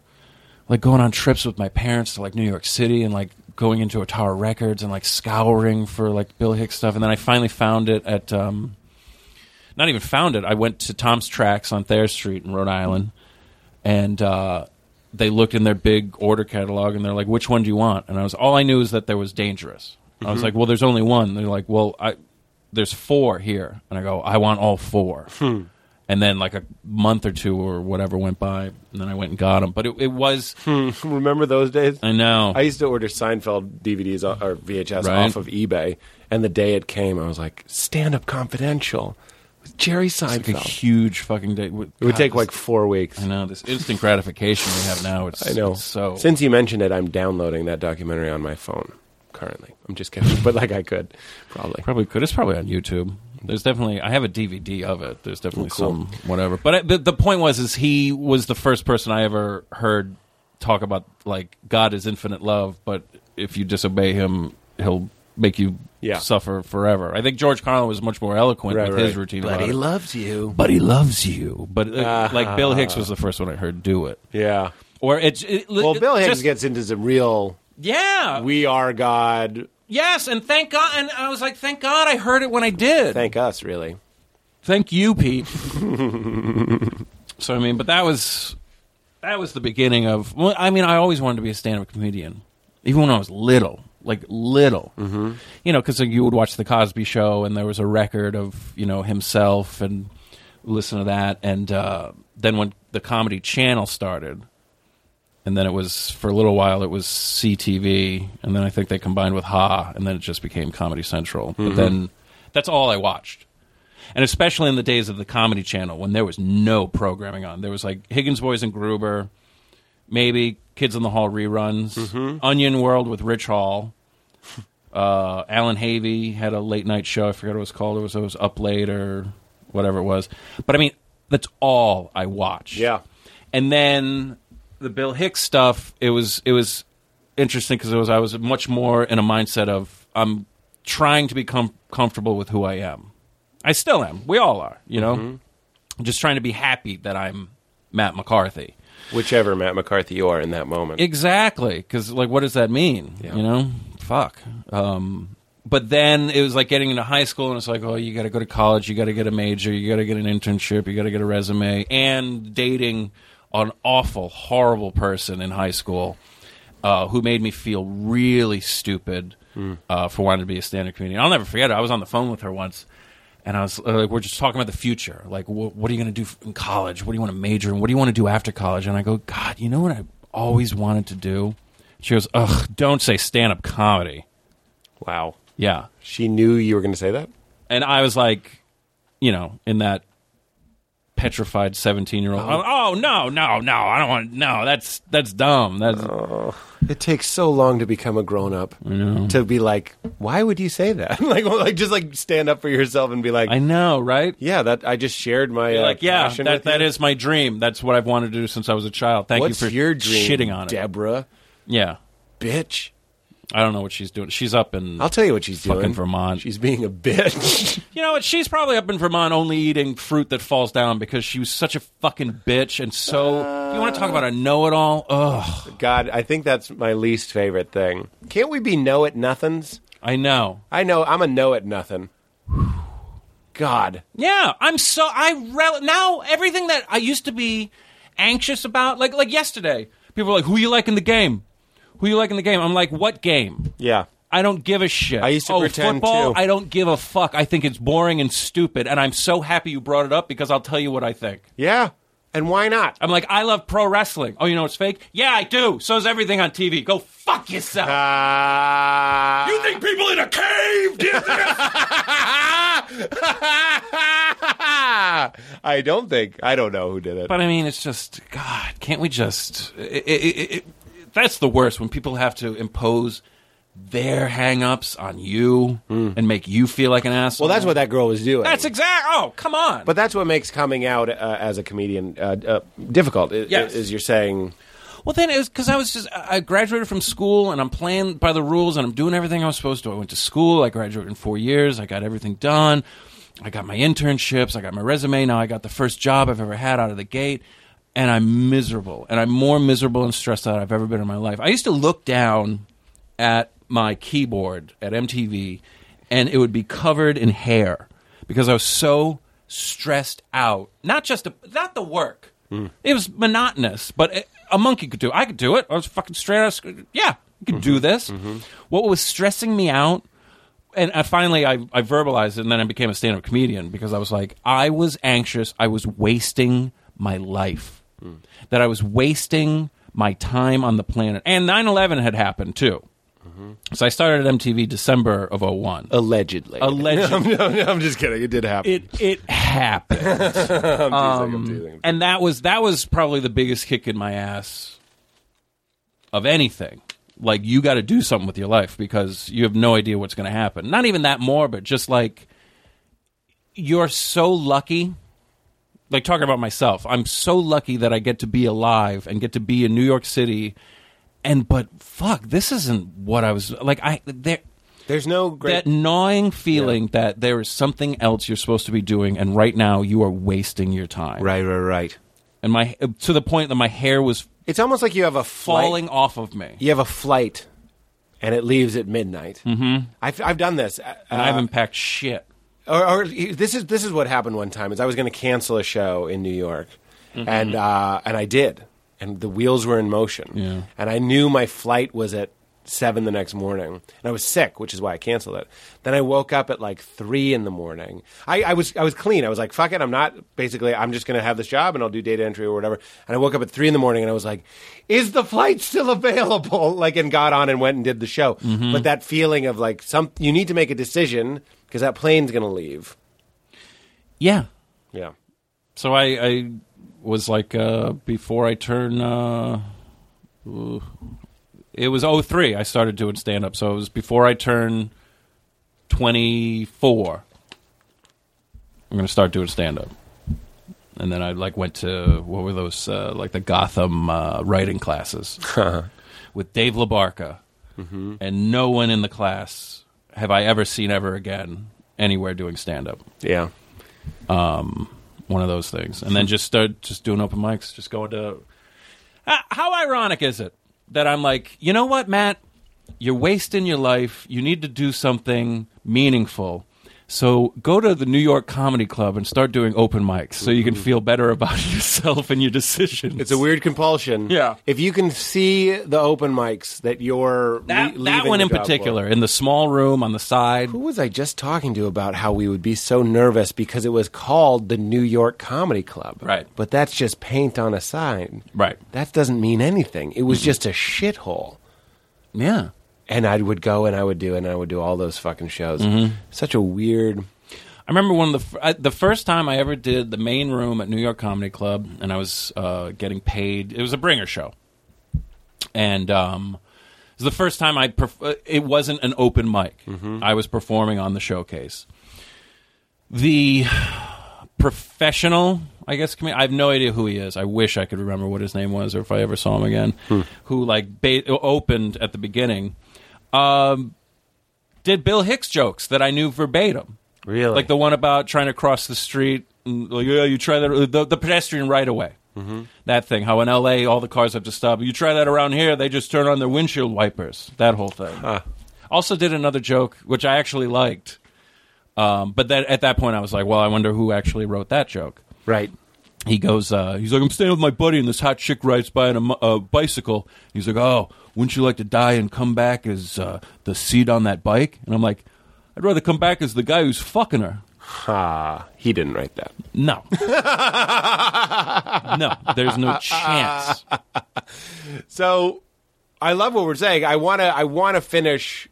E: like going on trips with my parents to like New York City and like going into a Tower Records and like scouring for like Bill Hicks stuff. And then I finally found it at, um, not even found it. I went to Tom's Tracks on Thayer Street in Rhode Island and uh, they looked in their big order catalog and they're like, "Which one do you want?" And I was all I knew is that there was dangerous. I
J: Mm-hmm.
E: was like, "Well, there's only one." They're like, "Well, I there's four here," and I go, "I want all four.
J: Hmm.
E: And then like a month or two or whatever went by, and then I went and got them. But it, it was
J: Remember those days?
E: Hmm. I know
J: Hmm. I used to order Seinfeld DVDs o- or VHS
E: Right.
J: off of eBay, and the day it came, I was like, "Stand Up Confidential with Jerry
E: like a
J: Seinfeld."
E: huge fucking day. It
J: It would take like four weeks.
E: I know this instant gratification we have now. It's
J: I know.
E: it's so
J: since you mentioned it, I'm downloading that documentary on my phone currently. I'm just kidding, but like I could probably.
E: Probably could. It's probably on YouTube. There's definitely. I have a DVD of it. There's definitely
J: cool.
E: some whatever. But I, the, the point was, is he was the first person I ever heard talk about like God is infinite love, but if you disobey Him, He'll make you
J: Yeah.
E: suffer forever. I think George Carlin was much more eloquent
J: Right,
E: with his
J: right.
E: routine.
C: But
E: about
C: he
E: it.
C: loves you.
E: but he loves you. But uh,
J: Ah.
E: like Bill Hicks was the first one I heard do it.
J: Yeah.
E: Or it, it
J: Well, Bill Hicks
E: just-
J: gets into some real
E: yeah,
J: "We are God."
E: yes, and thank God. And I was like, thank God, I heard it when I did.
J: Thank us, really.
E: Thank you, Pete. so I mean, but that was that was the beginning of. Well, I mean, I always wanted to be a stand-up comedian, even when I was little, like little. Mm-hmm. You know, because you would watch the Cosby Show, and there was a record of you know himself, and listen to that, and uh, then when the Comedy Channel started. And then it was for a little while. It was CTV, and then I think they combined with Ha, and then it just became Comedy Central. But then that's all I watched and especially in the days of the Comedy Channel when there was no programming on. There was like Higgins Boys and Gruber, maybe Kids in the Hall reruns, Onion World with Rich Hall. Uh, Alan Havey had a late night show. I forget what it was called. It was it was Up Late or whatever it was. But I mean, that's all I watched.
J: Yeah.
E: And then the Bill Hicks stuff. It was it was interesting because it was I was much more in a mindset of I'm trying to be com- comfortable with who I am. I still am. We all are. You know, just trying to be happy that I'm Matt McCarthy.
J: Whichever Matt McCarthy you are in that moment.
E: Exactly, because like, what does that mean? You know, fuck. Um, but then it was like getting into high school, and it's like, oh, you got to go to college, you got to get a major, you got to get an internship, you got to get a resume, and dating an awful, horrible person in high school uh, who made me feel really stupid uh, for wanting to be a stand-up comedian. I'll never forget it. I was on the phone with her once, and I was uh, like, "We're just talking about the future. Like, wh- what are you going to do f- in college? What do you want to major in? What do you want to do after college?" And I go, "God, you know what I always wanted to do?" She goes, "Ugh, don't say stand-up comedy."
J: Wow.
E: Yeah,
J: She knew you were going to say that.
E: and I was like, you know, in that petrified seventeen-year-old. Oh, no, no, no! I don't want. No, that's that's dumb. That's
J: It takes so long to become a grown up to be like, why would you say that? like, well, like just like stand up for yourself and be like,
E: I know, right?
J: yeah, that I just shared my uh,
E: like, yeah,
J: passion
E: that,
J: with
E: that
J: you."
E: is my dream. That's what I've wanted to do since I was a child. Thank
J: What's
E: you for
J: your dream,
E: shitting on it.
J: Deborah?
E: Yeah.
J: Bitch.
E: I don't know what she's doing. She's up in.
J: I'll tell you what she's
E: Fucking
J: doing.
E: Vermont.
J: She's being a bitch.
E: you know what? She's probably up in Vermont only eating fruit that falls down because she was such a fucking bitch and so. you want to talk about a know it all? Ugh.
J: God, I think that's my least favorite thing. Can't we be no at nothings?
E: I know.
J: I know I'm a no at nothing. God.
E: Yeah, I'm so I rel- now everything that I used to be anxious about, like like yesterday, people were like, "Who you like in the game? Who you like in the game?" I'm like, "What game?"
J: Yeah.
E: I don't give a shit.
J: I used to
E: oh,
J: pretend,
E: football,
J: too.
E: I don't give a fuck. I think it's boring and stupid, and I'm so happy you brought it up because I'll tell you what I think.
J: Yeah. And why not?
E: I'm like, I love pro wrestling. Oh, you know it's fake? Yeah, I do. So is everything on TV. Go fuck yourself.
J: Ah.
E: you think people in a cave did this?
J: I don't think I don't know who did it.
E: but I mean, it's just God. Can't we just? i i i i that's the worst when people have to impose their hang-ups on you and make you feel like an asshole.
J: Hmm. well, that's what that girl was doing.
E: That's exact. Oh, come on.
J: But that's what makes coming out uh, as a comedian uh, uh, difficult. i-
E: Yes.
J: is you're saying
E: Well, then it was because I was just I I graduated from school and I'm playing by the rules and I'm doing everything I was supposed to. I went to school. I graduated in four years. I got everything done. I got my internships. I got my resume. Now I got the first job I've ever had out of the gate, and I'm miserable. And I'm more miserable and stressed out I've ever been in my life. I used to look down at my keyboard at MTV, and it would be covered in hair because I was so stressed out. Not just a, not the work. It was monotonous, but it, a monkey could do. it. I could do it. I was fucking straight out. Of, sc- yeah, you could do this. What was stressing me out? And I finally, I, I verbalized it, and then I became a stand-up comedian because I was like, I was anxious. I was wasting my life. That I was wasting my time on the planet. And 9-11 had happened too. So I started at MTV December of 01.
J: allegedly.
E: Allegedly.
J: no, no, I'm just kidding. It did happen.
E: It it happened, Um, and that was that was probably the biggest kick in my ass of anything. Like you got to do something with your life because you have no idea what's going to happen. Not even that more, but just like you're so lucky like talking about myself. I'm so lucky that I get to be alive and get to be in New York City. And but fuck, this isn't what I was like. I there
C: There's no great.
E: that gnawing feeling that there is something else you're supposed to be doing, and right now you are wasting your time.
C: right, right, right.
E: And my to the point that my hair was
C: It's almost like you have a flight.
E: falling off of me.
C: You have a flight, and it leaves at midnight. Mm-hmm. I've, I've done this. Uh,
E: and I haven't packed shit.
C: or, or this is this is what happened one time is I was going to cancel a show in New York,
J: Mm-hmm.
C: and uh, and I did, and the wheels were in motion,
E: Yeah.
C: and I knew my flight was at seven the next morning, and I was sick, which is why I canceled it. Then I woke up at like three in the morning. I, I was I was clean. I was like, fuck it, I'm not. Basically, I'm just going to have this job, and I'll do data entry or whatever. And I woke up at three in the morning, and I was like, is the flight still available? Like, and got on and went and did the show. But that feeling of like some, you need to make a decision because that plane's going to leave.
E: Yeah.
C: Yeah.
E: So I, I was like, uh, before I turn, uh, ooh, it was 03 I started doing stand up. So it was before I turn 24. I'm going to start doing stand up. And then I like went to what were those uh, like the Gotham uh, writing classes with Dave Labarca, and no one in the class have I ever seen ever again anywhere doing stand up
C: Yeah.
E: one of those things, and then just start just doing open mics, just going to. Ah, How ironic is it that I'm like, you know what, Matt, you're wasting your life. You need to do something meaningful. So go to the New York Comedy Club and start doing open mics, so you can feel better about yourself and your decisions.
C: Mm-hmm. It's a weird compulsion.
E: Yeah.
C: If you can see the open mics that you're le-
E: that, that
C: leaving
E: one
C: the
E: in
C: job for.
E: particular in the small room on the side.
C: Who was I just talking to about how we would be so nervous because it was called the New York Comedy Club?
E: Right.
C: But that's just paint on a sign.
E: Right.
C: That doesn't mean anything. It was just a shithole.
E: Yeah.
C: And I would go and I would do and I would do all those fucking shows.
E: Mm-hmm.
C: Such a weird.
E: I remember one of the fir- I, the first time I ever did the main room at New York Comedy Club, and I was uh, getting paid. It was a bringer show, and um, it was the first time I. Perf- uh, it wasn't an open mic. I was performing on the showcase. The professional, I guess. comedian- I have no idea who he is. I wish I could remember what his name was, or if I ever saw him again. Who like ba- opened at the beginning? Um, did Bill Hicks jokes that I knew verbatim.
C: Really?
E: Like the one about trying to cross the street. and, Like, yeah, you try that. uh, The, the pedestrian right away. Mm-hmm. That thing. How in LA, all the cars have to stop. You try that around here, they just turn on their windshield wipers. That whole thing. Also, did another joke, which I actually liked. Um, but that, at that point, I was like, well, I wonder who actually wrote that joke
C: Right.
E: he goes, uh, he's like, I'm staying with my buddy, and this hot chick rides by on a, mo- a bicycle. He's like, oh, wouldn't you like to die and come back as uh, the seat on that bike? And I'm like, I'd rather come back as the guy who's fucking her.
C: Ha. He didn't write that.
E: No. no, there's no chance.
C: So I love what we're saying. I want to I want to finish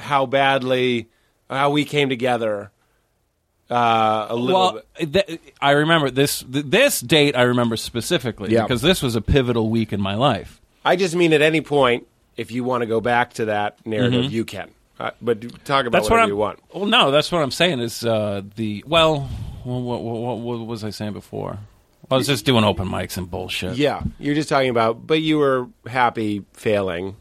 C: how badly how we came together uh, a little
E: Well,
C: bit.
E: th- I remember this th- this date. I remember specifically
C: Yeah.
E: because this was a pivotal week in my life.
C: I just mean at any point if you want to go back to that narrative you can. Uh, but do- talk about
E: Mm-hmm. that's what
C: whatever
E: I'm,
C: you want.
E: Well, no, that's what I'm saying is uh, the well. What, what, what, what was I saying before? I was just doing open mics and bullshit.
C: Yeah, you're just talking about but you were happy failing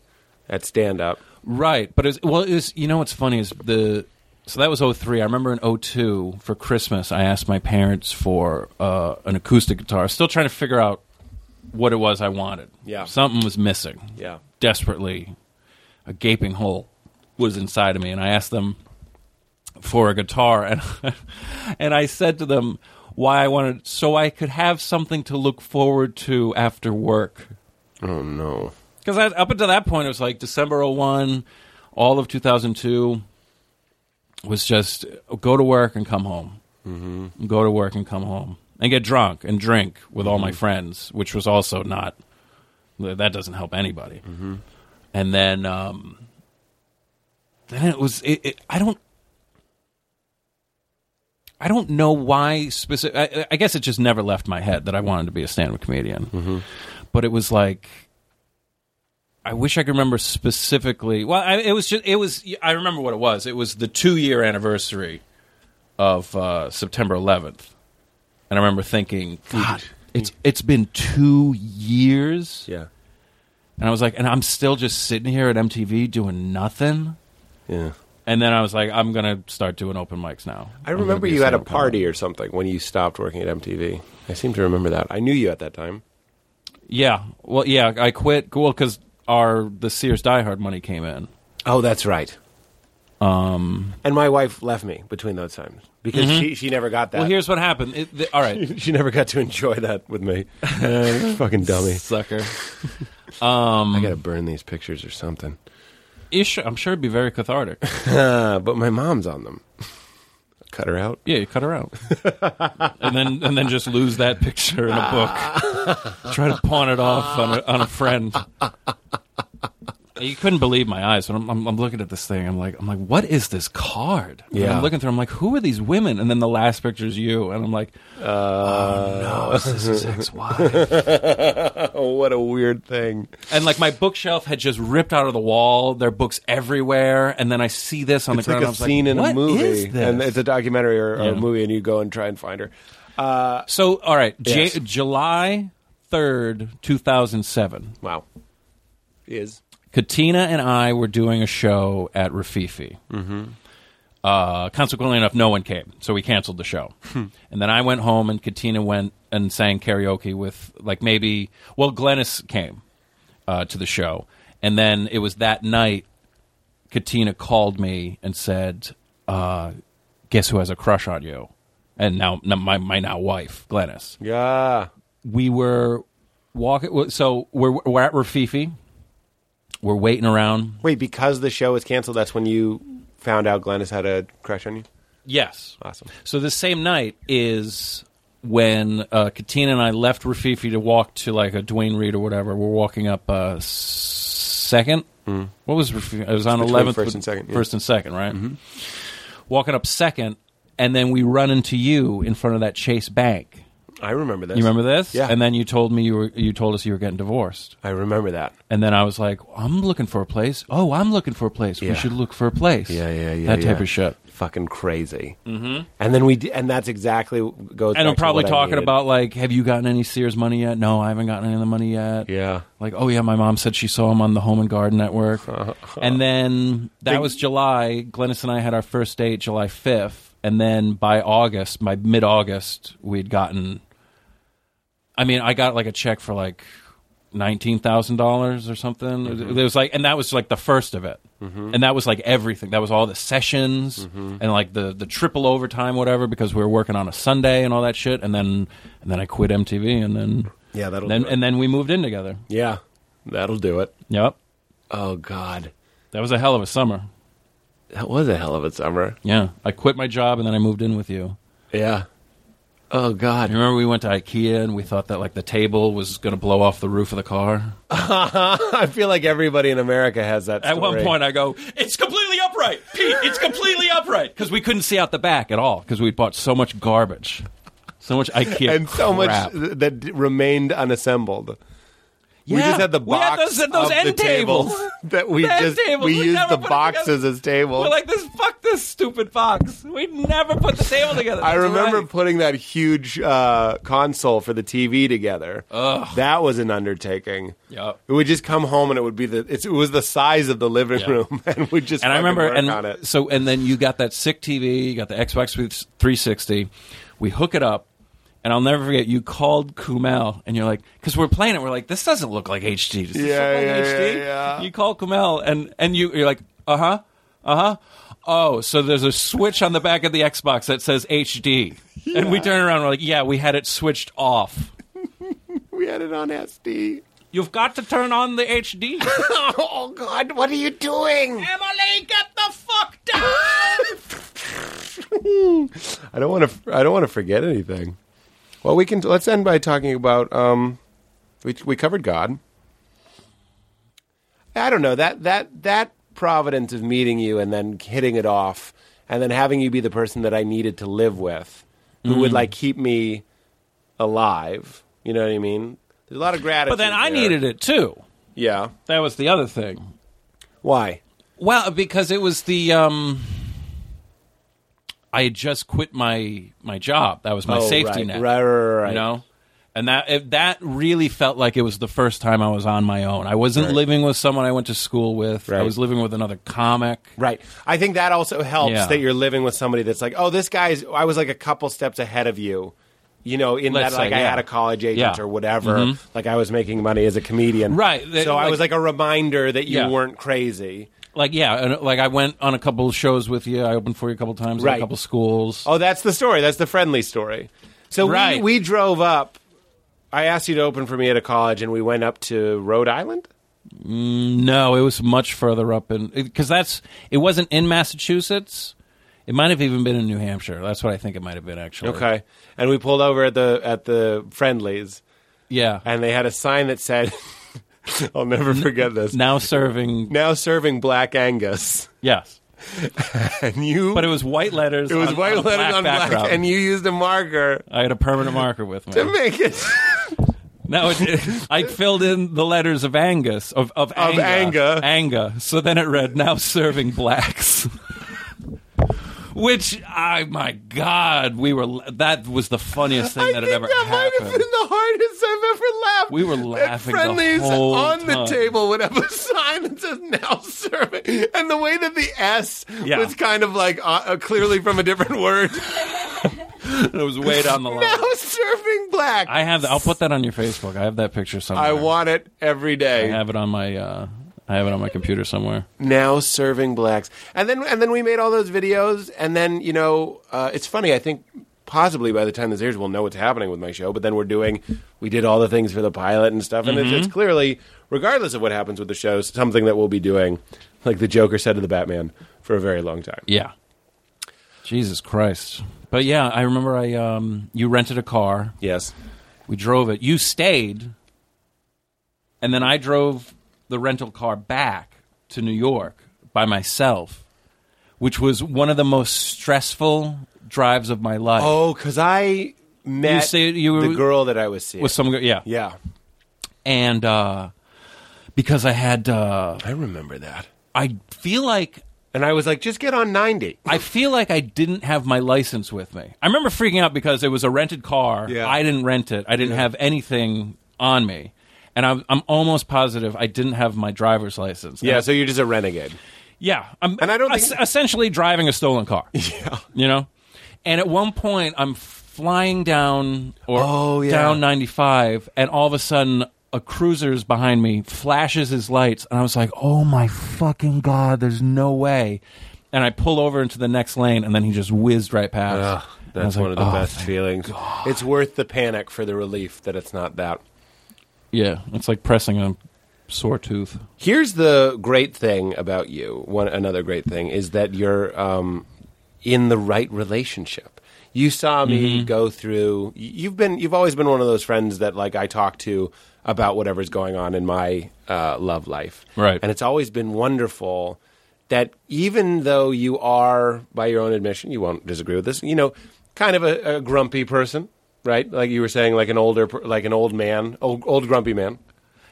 C: at stand up.
E: right. But it was, well, it was, you know what's funny is the so that was 03. I remember in 02 for Christmas, I asked my parents for uh, an acoustic guitar. Still trying to figure out what it was I wanted.
C: Yeah.
E: something was missing.
C: Yeah.
E: desperately, a gaping hole was inside of me, and I asked them for a guitar, and and I said to them why I wanted so I could have something to look forward to after work.
C: Oh no.
E: Because up until that point, it was like December 01, all of 2002 was just go to work and come home. Mm-hmm. Go to work and come home. And get drunk and drink with all
C: Mm-hmm.
E: my friends, which was also not, that doesn't help anybody. Mm-hmm. And then, um, then it was, it, it, I don't, I don't know why specific. I, I guess it just never left my head that I wanted to be a stand-up comedian. But it was like I wish I could remember specifically. Well, I, it was just it was. I remember what it was. It was the two year anniversary of uh, September 11th, And I remember thinking, God, it's it's been two years.
C: Yeah.
E: And I was like, and I'm still just sitting here at MTV doing nothing.
C: Yeah.
E: And then I was like, I'm gonna start doing open mics now.
C: I
E: I'm gonna
C: remember
E: be
C: you had a
E: stand-up
C: party or something when you stopped working at MTV. I seem to remember that. I knew you at that time.
E: comic. Yeah. Well, yeah. I quit. Well, because our the Sears Die Hard money came in.
C: Oh, that's right. Um, and my wife left me between those times because she, she never got that.
E: Mm-hmm. Well, here's what happened. It, the, all right,
C: she never got to enjoy that with me. Fucking dummy.
E: sucker. Um,
C: I got to burn these pictures or something.
E: You sure- I'm sure it'd be very cathartic.
C: Uh, but my mom's on them. Cut her out.
E: Yeah, you cut her out, and then and then just lose that picture in a book. Try to pawn it off on a, on a friend. You couldn't believe my eyes when I'm, I'm, I'm looking at this thing. I'm like, I'm like, what is this card? And
C: Yeah.
E: I'm looking through. I'm like, who are these women? And then the last picture's you, and I'm like,
C: Uh,
E: oh no, it's this is ex-wife.
C: Oh, what a weird thing.
E: and like my bookshelf had just ripped out of the wall. There are books everywhere, and then I see this on
C: It's
E: the
C: like
E: ground.
C: a
E: I was
C: scene in
E: "What
C: a
E: is
C: movie,
E: this?"
C: and it's a documentary or, or a
E: Yeah.
C: movie, and you go and try and find her.
E: So, all right, J-
C: Yes.
E: July 3rd, 2007.
C: Wow, is
E: Katina and I were doing a show at Rafifi. Mm-hmm. Uh, consequently enough, no one came, so we canceled the show. and then I went home, and Katina went and sang karaoke with, like, maybe, well, Glennis came uh, to the show. And then it was that night, Katina called me and said, uh, Guess who has a crush on you? And now, now my, my now wife, Glennis
C: yeah,
E: we were walking. So we're we're at Rafifi. We're waiting around.
C: Wait, because the show was canceled, that's when you found out Glennis had a crush on you?
E: Yes.
C: Awesome.
E: So the same night is when uh, Katina and I left Rafifi to walk to like a Dwayne Reed or whatever. We're walking up uh, s- second. What was Rafifi? It was on
C: Mm. between
E: eleventh,
C: first and second, yeah. Mm-hmm.
E: First and second, right? Walking up second, and then we run into you in front of that Chase Bank.
C: I remember this.
E: You remember this?
C: Yeah.
E: And then you told me you were you told us you were getting divorced.
C: I remember that.
E: And then I was like, I'm looking for a place. Oh, I'm looking for a place.
C: Yeah.
E: We should look for a place.
C: Yeah, yeah, yeah.
E: That type
C: yeah.
E: of shit.
C: Fucking crazy. Mm-hmm. And then we, d- and that's exactly w- goes.
E: And I'm
C: back to
E: probably
C: what I
E: talking
C: needed.
E: about like, have you gotten any Sears money yet? No, I haven't gotten any of the money yet.
C: Yeah.
E: Like, oh yeah, my mom said she saw him on the Home and Garden Network. and then that was July. Glennis and I had our first date July 5th. And then by August, by mid August, we'd gotten. I mean, I got like a check for like nineteen thousand dollars or something.
C: Mm-hmm.
E: It was like, and that was like the first of it, and that was like everything. That was all the sessions
C: Mm-hmm.
E: and like the the triple overtime, whatever, because we were working on a Sunday and all that shit. And then and then I quit MTV, and then
C: Yeah, that'll
E: then
C: do it.
E: and then we moved in together.
C: Yeah, that'll do it.
E: Yep,
C: Oh God,
E: that was a hell of a summer.
C: that was a hell of a summer.
E: Yeah, I quit my job and then I moved in with you.
C: Yeah. Oh
E: I
C: God.
E: remember we went to IKEA and we thought that like the table was going to blow off the roof of the car.
C: I feel like everybody in America has that.
E: At one
C: story.
E: point, I go, "It's completely upright, Pete. It's completely upright," because we couldn't see out the back at all because we bought so much garbage, so much IKEA
C: and so
E: crap.
C: much th- that d- remained unassembled. We
E: Yeah,
C: just had the
E: we had those-
C: box
E: those
C: of
E: end
C: the tables
E: tables.
C: that we
E: The end
C: just
E: tables.
C: we
E: We
C: used
E: never
C: the
E: put 'em
C: boxes
E: together.
C: as tables.
E: We're like, "This fuck this stupid box. We never put the table together."
C: I
E: That's
C: remember
E: right.
C: putting that huge uh, console for the TV together. That was an undertaking.
E: Yup.
C: We would just come home and it would be the it's, it was the size of the living
E: Yeah.
C: room, and we just
E: and I
C: fucking
E: remember,
C: work
E: and
C: on it.
E: so, and then you got that sick TV, you got the Xbox 360. We hook it up, and I'll never forget. You called Kumail, and you're like, because we're playing it, we're like, this doesn't look like HD. Does this
C: Yeah,
E: look like
C: yeah,
E: HD?
C: yeah, yeah.
E: You call Kumail, and and you you're like, uh huh, uh huh. Oh, so there's a switch on the back of the Xbox that says HD, and we turn around, we're like, yeah, we had it switched off.
C: we had it on SD.
E: You've got to turn on the HD.
C: oh God, what are you doing?
E: Emily, get the fuck down.
C: I don't want to. I don't want to forget anything. Well, we can. Let's end by talking about. Um, we we covered God. I don't know that that that providence of meeting you and then hitting it off, and then having you be the person that I needed to live with, who
E: Mm.
C: would like keep me alive. You know what I mean? There's a lot of gratitude.
E: But then I
C: there.
E: needed it too.
C: Yeah.
E: That was the other thing.
C: Why?
E: Well, because it was the um I had just quit my my job. That was my
C: Oh,
E: safety
C: right,
E: net.
C: right, right, right, right.
E: You know, and that it, that really felt like it was the first time I was on my own. I wasn't living with someone I went to school with. I
C: Right.
E: was living with another comic.
C: Right. I think that also helps
E: Yeah.
C: that you're living with somebody that's like, oh, this guy's, I was like a couple steps ahead of you. You know, in
E: Let's
C: that,
E: say,
C: like, I
E: yeah.
C: had a college agent
E: Yeah. Mm-hmm.
C: or whatever. Like, I was making money as a comedian.
E: Right. That-
C: so I
E: like-
C: was like a reminder that you
E: Yeah.
C: weren't crazy.
E: Like yeah, and, like I went on a couple of shows with you. I opened for you a couple times in
C: Right.
E: a couple schools.
C: Oh, that's the story. That's the friendly story. So
E: Right.
C: we, we drove up. I asked you to open for me at a college, and we went up to Rhode Island.
E: No, it was much further up in because that's it wasn't in Massachusetts. It might have even been in New Hampshire. That's what I think it might have been actually.
C: Okay, and we pulled over at the at the friendlies,
E: Yeah.
C: and they had a sign that said, "I'll never forget this."
E: now serving.
C: Now serving Black Angus,
E: Yes.
C: and you.
E: But it was white letters.
C: it was
E: on,
C: white
E: on a
C: lettering on black,
E: background.
C: and you used a marker
E: I had a permanent marker with
C: to
E: me.
C: make it
E: No, it, I filled in the letters of Angus of of,
C: Of
E: Anga,
C: Anga.
E: Anga. So then it read now serving blacks. Which I my God, we were that was the funniest thing that had
C: I think
E: ever
C: that might
E: happened.
C: have been the hardest I've ever laughed.
E: We were
C: At
E: laughing the
C: friendlies
E: whole
C: on the
E: time.
C: table would have a sign that says "Now serving," and the way that the S
E: Yeah.
C: was kind of like uh, uh, clearly from a different word.
E: It was way down the line.
C: now serving black.
E: I have. The, I'll put that on your Facebook. I have that picture somewhere.
C: I want it every
E: I
C: day.
E: have it on my. Uh, I have it on my computer somewhere.
C: now serving blacks and then and then we made all those videos and then you know uh, it's funny i think possibly by the time this airs we'll know what's happening with my show but then we're doing we did all the things for the pilot and stuff
E: Mm-hmm.
C: and it's, it's clearly regardless of what happens with the show something that we'll be doing like the joker said to the batman for a very long time
E: Yeah. Jesus Christ. But yeah, I remember. I um, you rented a car.
C: yes
E: We drove it. You stayed, and then I drove the rental car back to New York by myself, which was one of the most stressful drives of my life.
C: oh because i met
E: You say you were-
C: the girl that i was seeing
E: With some, yeah,
C: yeah
E: and uh, because I had, uh,
C: i remember that
E: I feel like
C: and i was like just get on 90
E: I feel like I didn't have my license with me. I remember freaking out because it was a rented car.
C: Yeah.
E: I didn't rent it. I didn't have anything on me. And I'm, I'm almost positive I didn't have my driver's license.
C: yeah
E: And-
C: so you're just a renegade
E: yeah. I'm,
C: And I don't
E: es-
C: think-
E: essentially driving a stolen car. Yeah. You know? And at one point, I'm flying down or
C: Oh, yeah.
E: down 95, and all of a sudden, a cruiser's behind me flashes his lights, and I was like, oh my fucking God, there's no way. And I pull over into the next lane, and then he just whizzed right past.
C: Ugh,
E: And I
C: that's
E: was like,
C: one of the
E: "Oh,
C: best
E: thank-"
C: feelings. It's worth the panic for the relief that it's not that.
E: Yeah, it's like pressing a sore tooth.
C: Here's the great thing about you. One another great thing is that you're um, in the right relationship. You saw me go through. y- You've been. You've always been one of those friends that like I talk to about whatever's going on in my uh, love life.
E: Right.
C: And it's always been wonderful that even though you are, by your own admission, you won't disagree with this. You know, kind of a, a grumpy person, right? Like you were saying, like an older, per- like an old man, old, old grumpy man.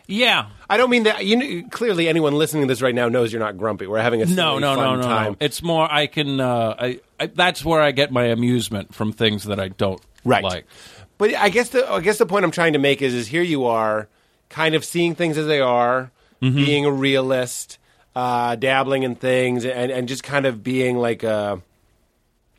E: Yeah.
C: I don't mean that. You know, clearly, anyone listening to this right now knows you're not grumpy. We're having a silly,
E: no, no,
C: fun
E: no, no,
C: time.
E: no. It's more I can. Uh, I, I that's where I get my amusement from things that I don't
C: right.
E: like.
C: But I guess the I guess the point I'm trying to make is is here you are, kind of seeing things as they are,
E: Mm-hmm.
C: being a realist, uh, dabbling in things, and and just kind of being like a,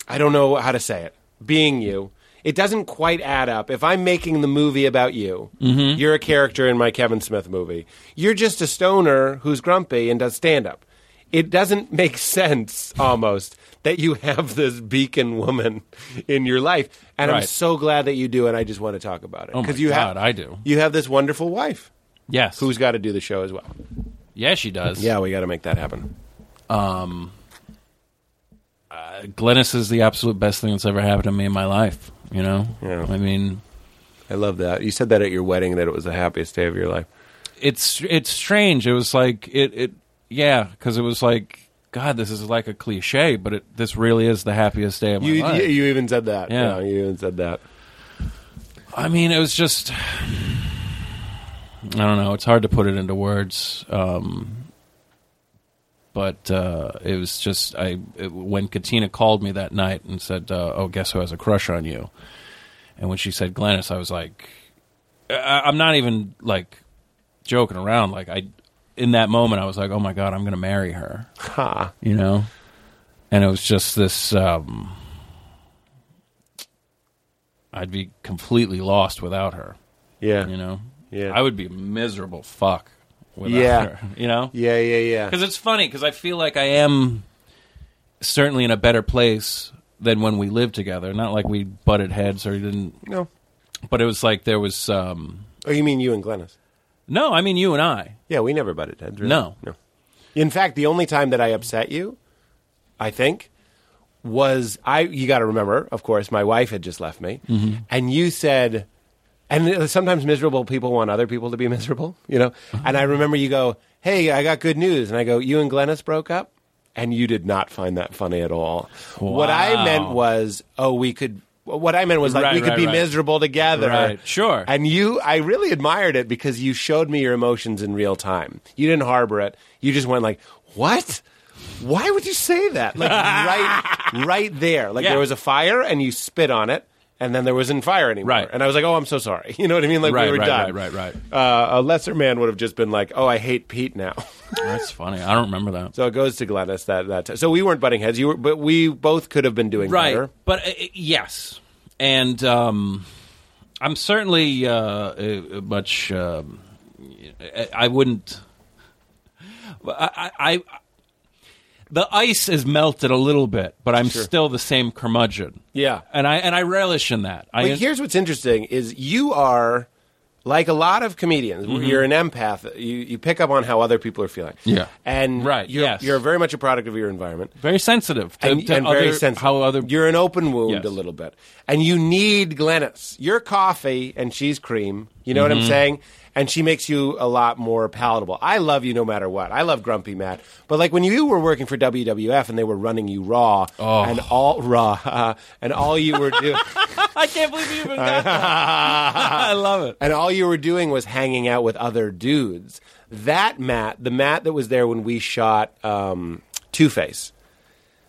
C: I don't know how to say it, being you. It doesn't quite add up. If I'm making the movie about you, you're a character in my Kevin Smith movie. You're just a stoner who's grumpy and does stand up. It doesn't make sense almost that you have this beacon woman in your life. And I'm
E: Right.
C: so so glad that you do, and I just want to talk about it
E: Oh my
C: you
E: God,
C: have
E: I do.
C: You have this wonderful wife
E: Yes.
C: who's got to do the show as well.
E: yeah, she does.
C: Yeah, we got to make that happen.
E: Glennis is the absolute best thing that's ever happened to me in my life. You know.
C: Yeah.
E: I mean,
C: I love that. You said that at your wedding that it was the happiest day of your life.
E: it's it's strange. It was like it it yeah because it was like. God, this is like a cliche, but it, this really is the happiest day of my
C: You
E: life.
C: you, you even said that.
E: Yeah.
C: you even said that.
E: I mean, it was just. I don't know. It's hard to put it into words. Um, But uh, it was just I it- when Katina called me that night and said, uh, "Oh, guess who has a crush on you?" And when she said Glennis, I was like, I- I'm not even like joking around. Like I, in that moment, I was like, "Oh my god, I'm going to marry her,"
C: Ha.
E: you know. And it was just this. Um, I'd be completely lost without her.
C: Yeah.
E: You know.
C: Yeah.
E: I would be a miserable fuck without
C: Yeah.
E: her. You know.
C: Yeah, yeah, yeah.
E: Because it's funny because I feel like I am certainly in a better place than when we lived together. Not like we butted heads or didn't,
C: No.
E: but it was like there was. um
C: Oh, you mean you and Glennis?
E: No, I mean you and I.
C: Yeah, we never butted heads. Really.
E: No.
C: no. In fact, the only time that I upset you, I think, was I. You got to remember, of course, my wife had just left me,
E: Mm-hmm.
C: and you said, and sometimes miserable people want other people to be miserable, you know. And I remember you go, "Hey, I got good news," and I go, "You and Glennis broke up." And you did not find that funny at all. What I
E: Wow.
C: meant was, oh, we could. What I meant was like
E: Right,
C: we could
E: right,
C: be
E: right.
C: miserable together.
E: Right, sure.
C: And and you, I really admired it because you showed me your emotions in real time. You didn't harbor it. You just went like, "What? Why would you say that?" Like right, right there. Like
E: Yeah.
C: there was a fire, and you spit on it, and then there wasn't fire anymore.
E: Right.
C: And I was like, "Oh, I'm so sorry." You know what I mean? Like
E: Right,
C: we were
E: right,
C: done.
E: right, right,
C: right. Uh, a lesser man would have just been like, "Oh, I hate Pete now."
E: That's funny. I don't remember that.
C: so it goes to Glennis that that. so we weren't butting heads. You were, but we both could have been doing
E: right
C: better.
E: but uh, uh, yes and um i'm certainly uh, uh much um, I- i wouldn't I, I I- the ice is melted a little bit but i'm still the same curmudgeon
C: Yeah.
E: and i and i relish in that i
C: But here's what's interesting is you are like a lot of comedians. You're an empath. You you pick up on how other people are feeling.
E: Mm-hmm. Yeah.
C: and
E: Right,
C: You're,
E: yes.
C: you're very much a product of your environment
E: very sensitive to,
C: and,
E: to
C: and
E: other,
C: very sensitive.
E: how other
C: You're an open wound
E: Yes.
C: a little bit, and you need Glennis. You're coffee and she's cream. You know
E: Mm-hmm.
C: what I'm saying? And she makes you a lot more palatable. I love you no matter what. I love Grumpy Matt, but like when you were working for WWF and they were running you raw
E: Oh.
C: and all raw, and all you were doing.
E: i can't believe you even got that i love it
C: and all you were doing was hanging out with other dudes. That Matt, the Matt that was there when we shot um, Two Face,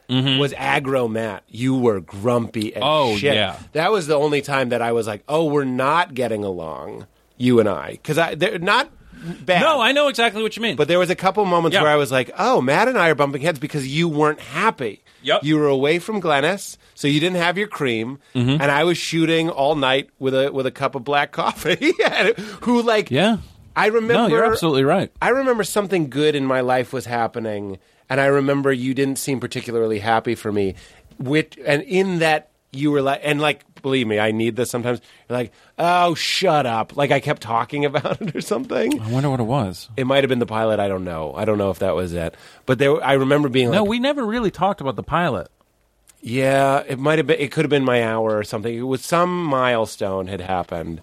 C: was aggro Matt. You were grumpy and
E: Mm-hmm. Oh,
C: shit.
E: yeah.
C: That was the only time that I was like, oh, we're not getting along, you and I, because I they're not bad.
E: no i know exactly what you mean
C: But there was a couple moments
E: Yeah.
C: where I was like, "Oh, Matt and I are bumping heads because you weren't happy.
E: Yep.
C: You were away from Glennis, so you didn't have your cream,
E: Mm-hmm.
C: and I was shooting all night with a with a cup of black coffee. And it- Who like?
E: yeah
C: I remember.
E: no you're absolutely right
C: I remember something good in my life was happening, and I remember you didn't seem particularly happy for me. Which and in that you were like, and like, believe me, I need this sometimes. You're like, oh, shut up! Like I kept talking about it or something.
E: i wonder what it was
C: It might have been the pilot. I don't know. I don't know if that was it. But there, I remember being like,
E: no we never really talked about the pilot
C: "Yeah, it might have been. It could have been my hour or something. It was some milestone had happened."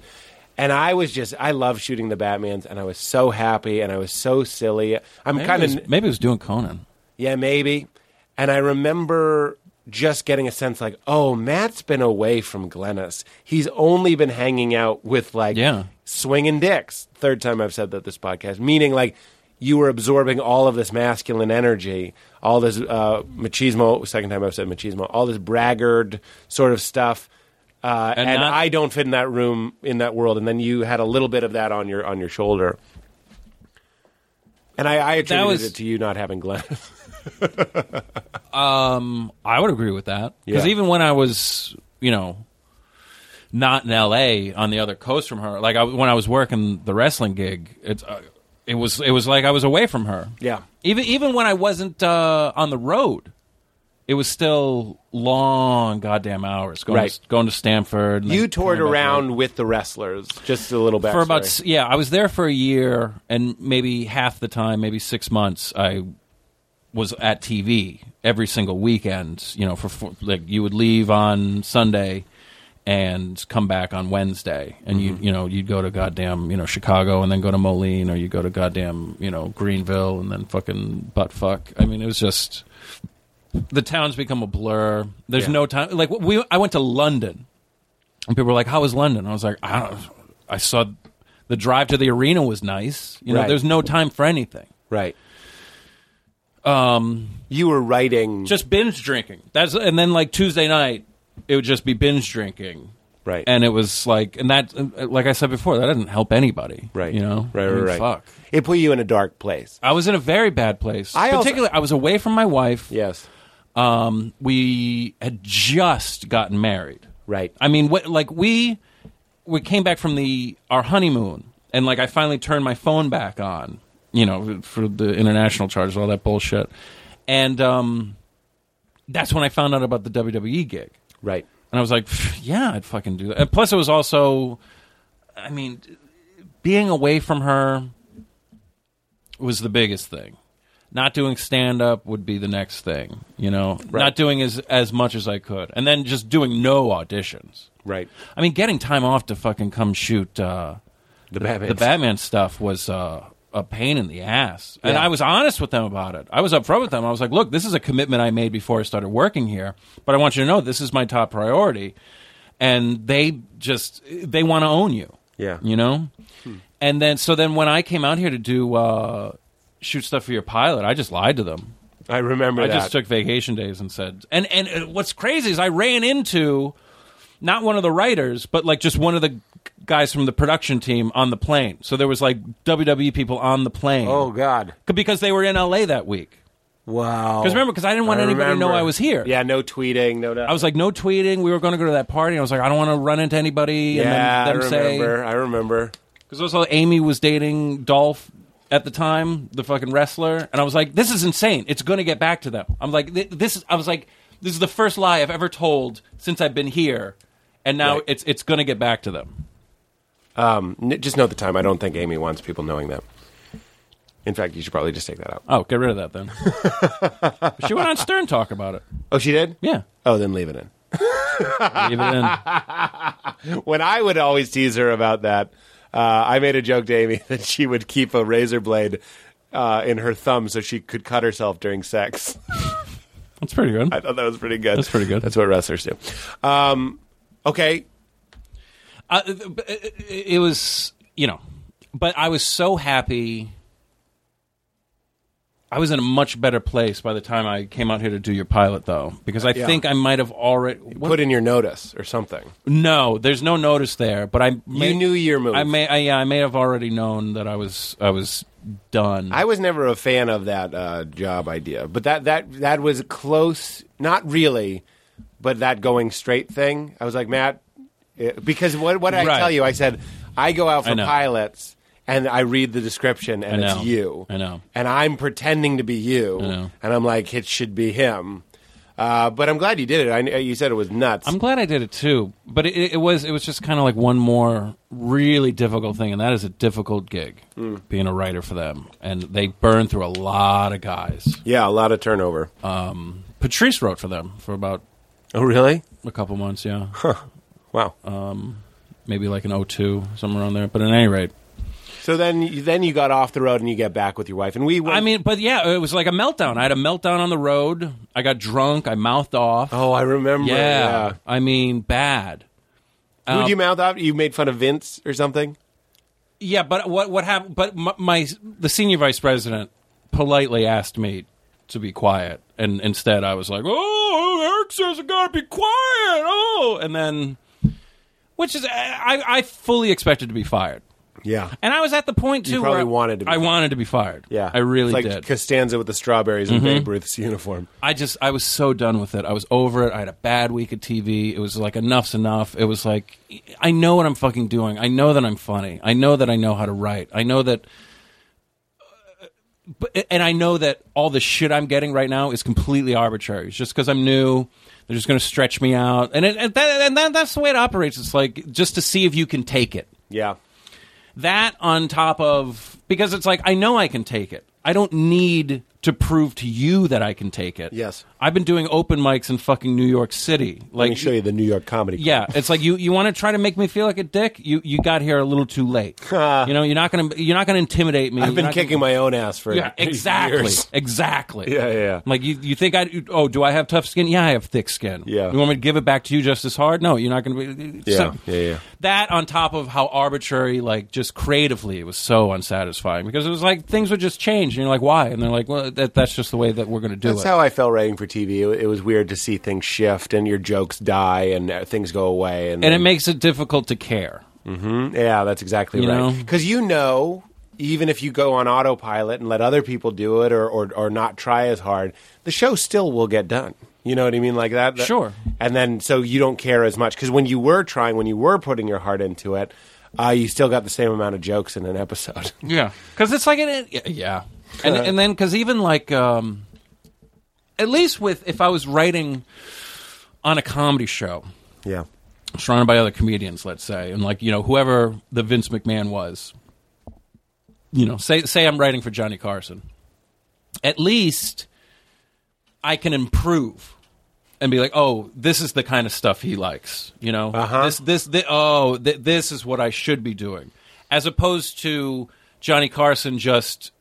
C: And I was just, I love shooting the Batmans, and I was so happy, and I was so silly. I'm
E: Maybe
C: kind
E: it was-
C: of,
E: maybe it was doing Conan.
C: yeah, maybe. And I remember just getting a sense like, oh, Matt's been away from Glennis. He's only been hanging out with like
E: Yeah.
C: swinging dicks. Third time I've said that this podcast, meaning like you were absorbing all of this masculine energy, all this uh, machismo. Second time I've said machismo, all this braggart sort of stuff. Uh, and
E: And not-
C: I don't fit in that room in that world, and then you had a little bit of that on your on your shoulder, and I, I attributed
E: was-
C: it to you not having Glennis.
E: I would agree with that because
C: Yeah.
E: even when I was, you know, not in L.A. on the other coast from her, like I, when I was working the wrestling gig, it's uh, it was it was like I was away from her.
C: Yeah.
E: Even even when I wasn't uh, on the road, it was still long goddamn hours going
C: Right.
E: to, going to Stanford. and
C: You
E: then
C: toured
E: coming back
C: around
E: home.
C: with the wrestlers, just a little backstory.
E: for about s- yeah. I was there for a year and maybe half the time, maybe six months. I was at TV every single weekend. You know, for, for like you would leave on Sunday and come back on Wednesday, and you you know you'd go to goddamn you know Chicago and then go to Moline, or you go to goddamn you know Greenville and then fucking butt fuck. I mean, it was just the town's become a blur. There's no time. Like we, I went to London, and people were like, "How was London?" I was like, "I don't." I saw the drive to the arena was nice. You know,
C: Right.
E: there's no time for anything.
C: right.
E: Um,
C: You were writing.
E: just binge drinking. That's and then like Tuesday night, it would just be binge drinking.
C: Right.
E: And it was like, and that, uh, like I said before, that didn't help anybody.
C: right.
E: You know.
C: Right.
E: I mean,
C: Right. Right.
E: Fuck.
C: It put you in a dark place.
E: I was in a very bad place.
C: I also-
E: Particularly, I was away from my wife.
C: Yes.
E: Um, we had just gotten married.
C: Right.
E: I mean, what, like we we came back from the our honeymoon, and like I finally turned my phone back on, you know, for the international charges, all that bullshit, and um, that's when I found out about the WWE gig,
C: Right.
E: and I was like, "Pff, yeah, I'd fucking do that. And plus, it was also, I mean, being away from her was the biggest thing. Not doing stand up would be the next thing, you know. Not doing as as much as I could, and then just doing no auditions.
C: Right.
E: I mean, getting time off to fucking come shoot uh,
C: The Batman.
E: the Batman stuff was uh, a pain in the ass. And I was honest with them about it. I was upfront with them. I was like, look, this is a commitment I made before I started working here, but I want you to know this is my top priority. And they just, they want to own you.
C: Yeah.
E: You know? And then, so then when I came out here to do, uh, shoot stuff for your pilot, I just lied to them.
C: I remember
E: I
C: that.
E: just took vacation days and said, and and uh, what's crazy is I ran into not one of the writers, but like just one of the g- guys from the production team on the plane. So there was like WWE people on the plane.
C: oh God.
E: C- because they were in LA that week.
C: Wow.
E: Because remember, because I didn't want anybody to know I was here.
C: Yeah. No tweeting. No.
E: I was like, no tweeting. We were going to go to that party. I was like, I don't want to run into anybody. and
C: Yeah.
E: then, them
C: I
E: say,
C: remember. I remember.
E: Because also Amy was dating Dolph at the time, the fucking wrestler, and I was like, "This is insane. It's going to get back to them." I'm like, th- "This is." I was like, "This is the first lie I've ever told since I've been here, and now
C: Right.
E: it's it's going to get back to them."
C: Um, n- just note the time. I don't think Amy wants people knowing that. In fact, you should probably just take that out.
E: Oh, get rid of that then. But she went on Stern talk about it.
C: Oh, she did.
E: Yeah,
C: Oh, then leave it in.
E: leave it in.
C: when I would always tease her about that, uh, I made a joke to Amy that she would keep a razor blade uh, in her thumb so she could cut herself during sex.
E: That's pretty good.
C: I thought that was pretty good.
E: That's pretty good.
C: That's what wrestlers do. Um, okay.
E: uh, it it was you know but i was so happy i was in a much better place by the time i came out here to do your pilot though because i think i might have already what-
C: Put in your notice or something.
E: no there's no notice there but i may,
C: knew your move.
E: i may I, yeah, I may have already known that i was i was done
C: I was never a fan of that uh, job idea, but that, that, that was close. Not really, but that going straight thing. I was like, Matt, it, because what, what did I
E: Right.
C: tell you? I said, I go out
E: I
C: for
E: know.
C: pilots and I read the description and
E: I
C: it's
E: know.
C: you.
E: I know.
C: And I'm pretending to be you.
E: know.
C: And I'm like, it should be him. Uh, but I'm glad you did it. I, kn- you said it was nuts.
E: I'm glad I did it too, but it, it was it was just kind of like one more really difficult thing, and that is a difficult gig
C: Hmm.
E: being a writer for them, and they burn through a lot of guys.
C: yeah, a lot of turnover.
E: Um, Patrice wrote for them for about
C: oh, really?
E: a couple months, yeah,
C: Wow.
E: Oh. maybe like an 02, somewhere around there. But at any rate,
C: so then, you- then you got off the road and you get back with your wife, and we. Went,
E: I mean, but yeah, it was like a meltdown. I had a meltdown on the road. I got drunk. I mouthed off.
C: oh, I remember.
E: yeah, I mean, bad.
C: Who would
E: Um,
C: you mouth out? You made fun of Vince or something?
E: Yeah, but what what happened? But my, my the senior vice president politely asked me to be quiet, and instead I was like, "Oh, Eric says I gotta be quiet." Oh, and then, which is I I fully expected to be fired,
C: Yeah.
E: and I was at the point too.
C: probably
E: where I-
C: wanted to be
E: I
C: fired.
E: wanted to be fired.
C: Yeah.
E: I really
C: It's like
E: did. Mm-hmm.
C: Costanza with the strawberries in Babe Ruth's uniform.
E: I just I was so done with it. I was over it. I had a bad week of TV. It was like enough's enough. It was like I know what I'm fucking doing. I know that I'm funny. I know that I know how to write. I know that uh, but, and I know that all the shit I'm getting right now is completely arbitrary. It's just because I'm new, they're just going to stretch me out. And it, and, that, and that, that's the way it operates. It's like just to see if you can take it
C: Yeah.
E: that on top of because it's like I know I can take it. I don't need to prove to you that I can take it.
C: Yes.
E: I've been doing open mics in fucking New York City. Like
C: Let me show you the New York comedy. Club.
E: yeah, it's like you, you want to try to make me feel like a dick. You you got here a little too late. you know, you're not going to you're not going to intimidate me.
C: I've been kicking my own ass for
E: Yeah, exactly.
C: years.
E: Exactly.
C: Yeah, yeah, yeah.
E: I'm Like you you think I you- oh, do I have tough skin? Yeah, I have thick skin.
C: Yeah.
E: You want me to give it back to you just as hard? No, you're not going to be
C: Yeah,
E: so-
C: yeah, yeah.
E: that on top of how arbitrary, like just creatively, it was so unsatisfying because it was like things would just change, and you're like, why? And they're like, well, that, that that's just the way that we're going to do
C: That's
E: it.
C: how I felt writing for TV. It it was weird to see things shift and your jokes die and uh, things go away. And,
E: and it
C: then-
E: makes it difficult to care.
C: yeah, that's exactly
E: You
C: right.
E: know?
C: Because you know, even if you go on autopilot and let other people do it or, or, or not try as hard, the show still will get done. You know what I mean? Like that. that-
E: Sure.
C: And then so you don't care as much because when you were trying, when you were putting your heart into it, uh, you still got the same amount of jokes in an episode.
E: Yeah, because it's like an yeah, yeah. and and then because even like um, at least with if I was writing on a comedy show
C: yeah.
E: surrounded by other comedians, let's say, and like you know whoever the Vince McMahon was, you know, say say I'm writing for Johnny Carson, at least I can improve and be like, oh, this is the kind of stuff he likes, you know, uh-huh. this this thi- oh th- this is what I should be doing, as opposed to Johnny Carson just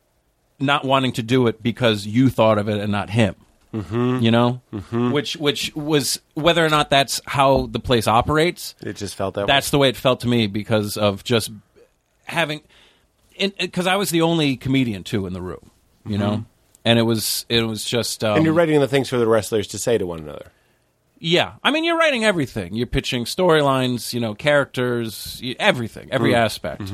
E: not wanting to do it because you thought of it and not him. You know, which which was whether or not that's how the place operates.
C: It just felt that
E: That's the way it felt to me because of just having, because I was the only comedian too in the room. You know, and it was it was just. Um,
C: way. Mm-hmm. And you're writing the things for the wrestlers to say to one another.
E: yeah, I mean, you're writing everything. You're pitching storylines, you know, characters, y- everything, every aspect.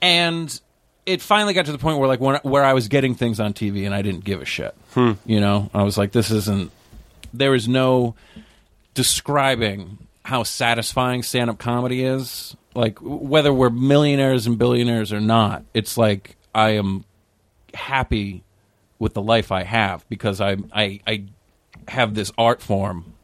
E: And it finally got to the point where, like, when, where I was getting things on TV and I didn't give a shit. You know, I was like, this isn't. There is no describing how satisfying stand-up comedy is. Like, w- whether we're millionaires and billionaires or not, it's like I am happy with the life I have because I I, I have this art form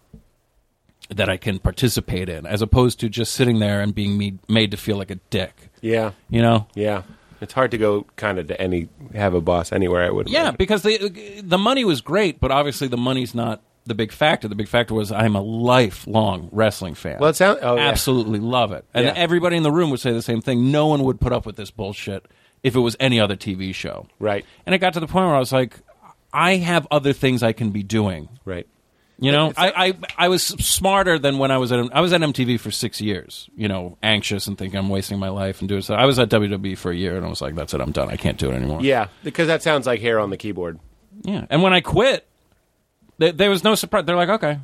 E: that I can participate in, as opposed to just sitting there and being me- made to feel like a dick.
C: Yeah.
E: You know?
C: Yeah. It's hard to go kind of to any have a boss anywhere. I would.
E: Yeah,
C: imagine.
E: because the the money was great, but obviously the money's not the big factor. The big factor was I'm a lifelong wrestling fan.
C: Well, it sound- oh, yeah.
E: absolutely love it, and
C: Yeah.
E: everybody in the room would say the same thing. No one would put up with this bullshit if it was any other TV show,
C: Right.
E: And it got to the point where I was like, I have other things I can be doing
C: Right.
E: You know, I, I I was smarter than when I was at I was at MTV for six years. You know, anxious and thinking I'm wasting my life and doing stuff. I was at WWE for a year and I was like, that's it, I'm done. I can't do it anymore.
C: Yeah, because that sounds like hair on the keyboard.
E: yeah. And when I quit, there, there was no surprise. They're like, okay,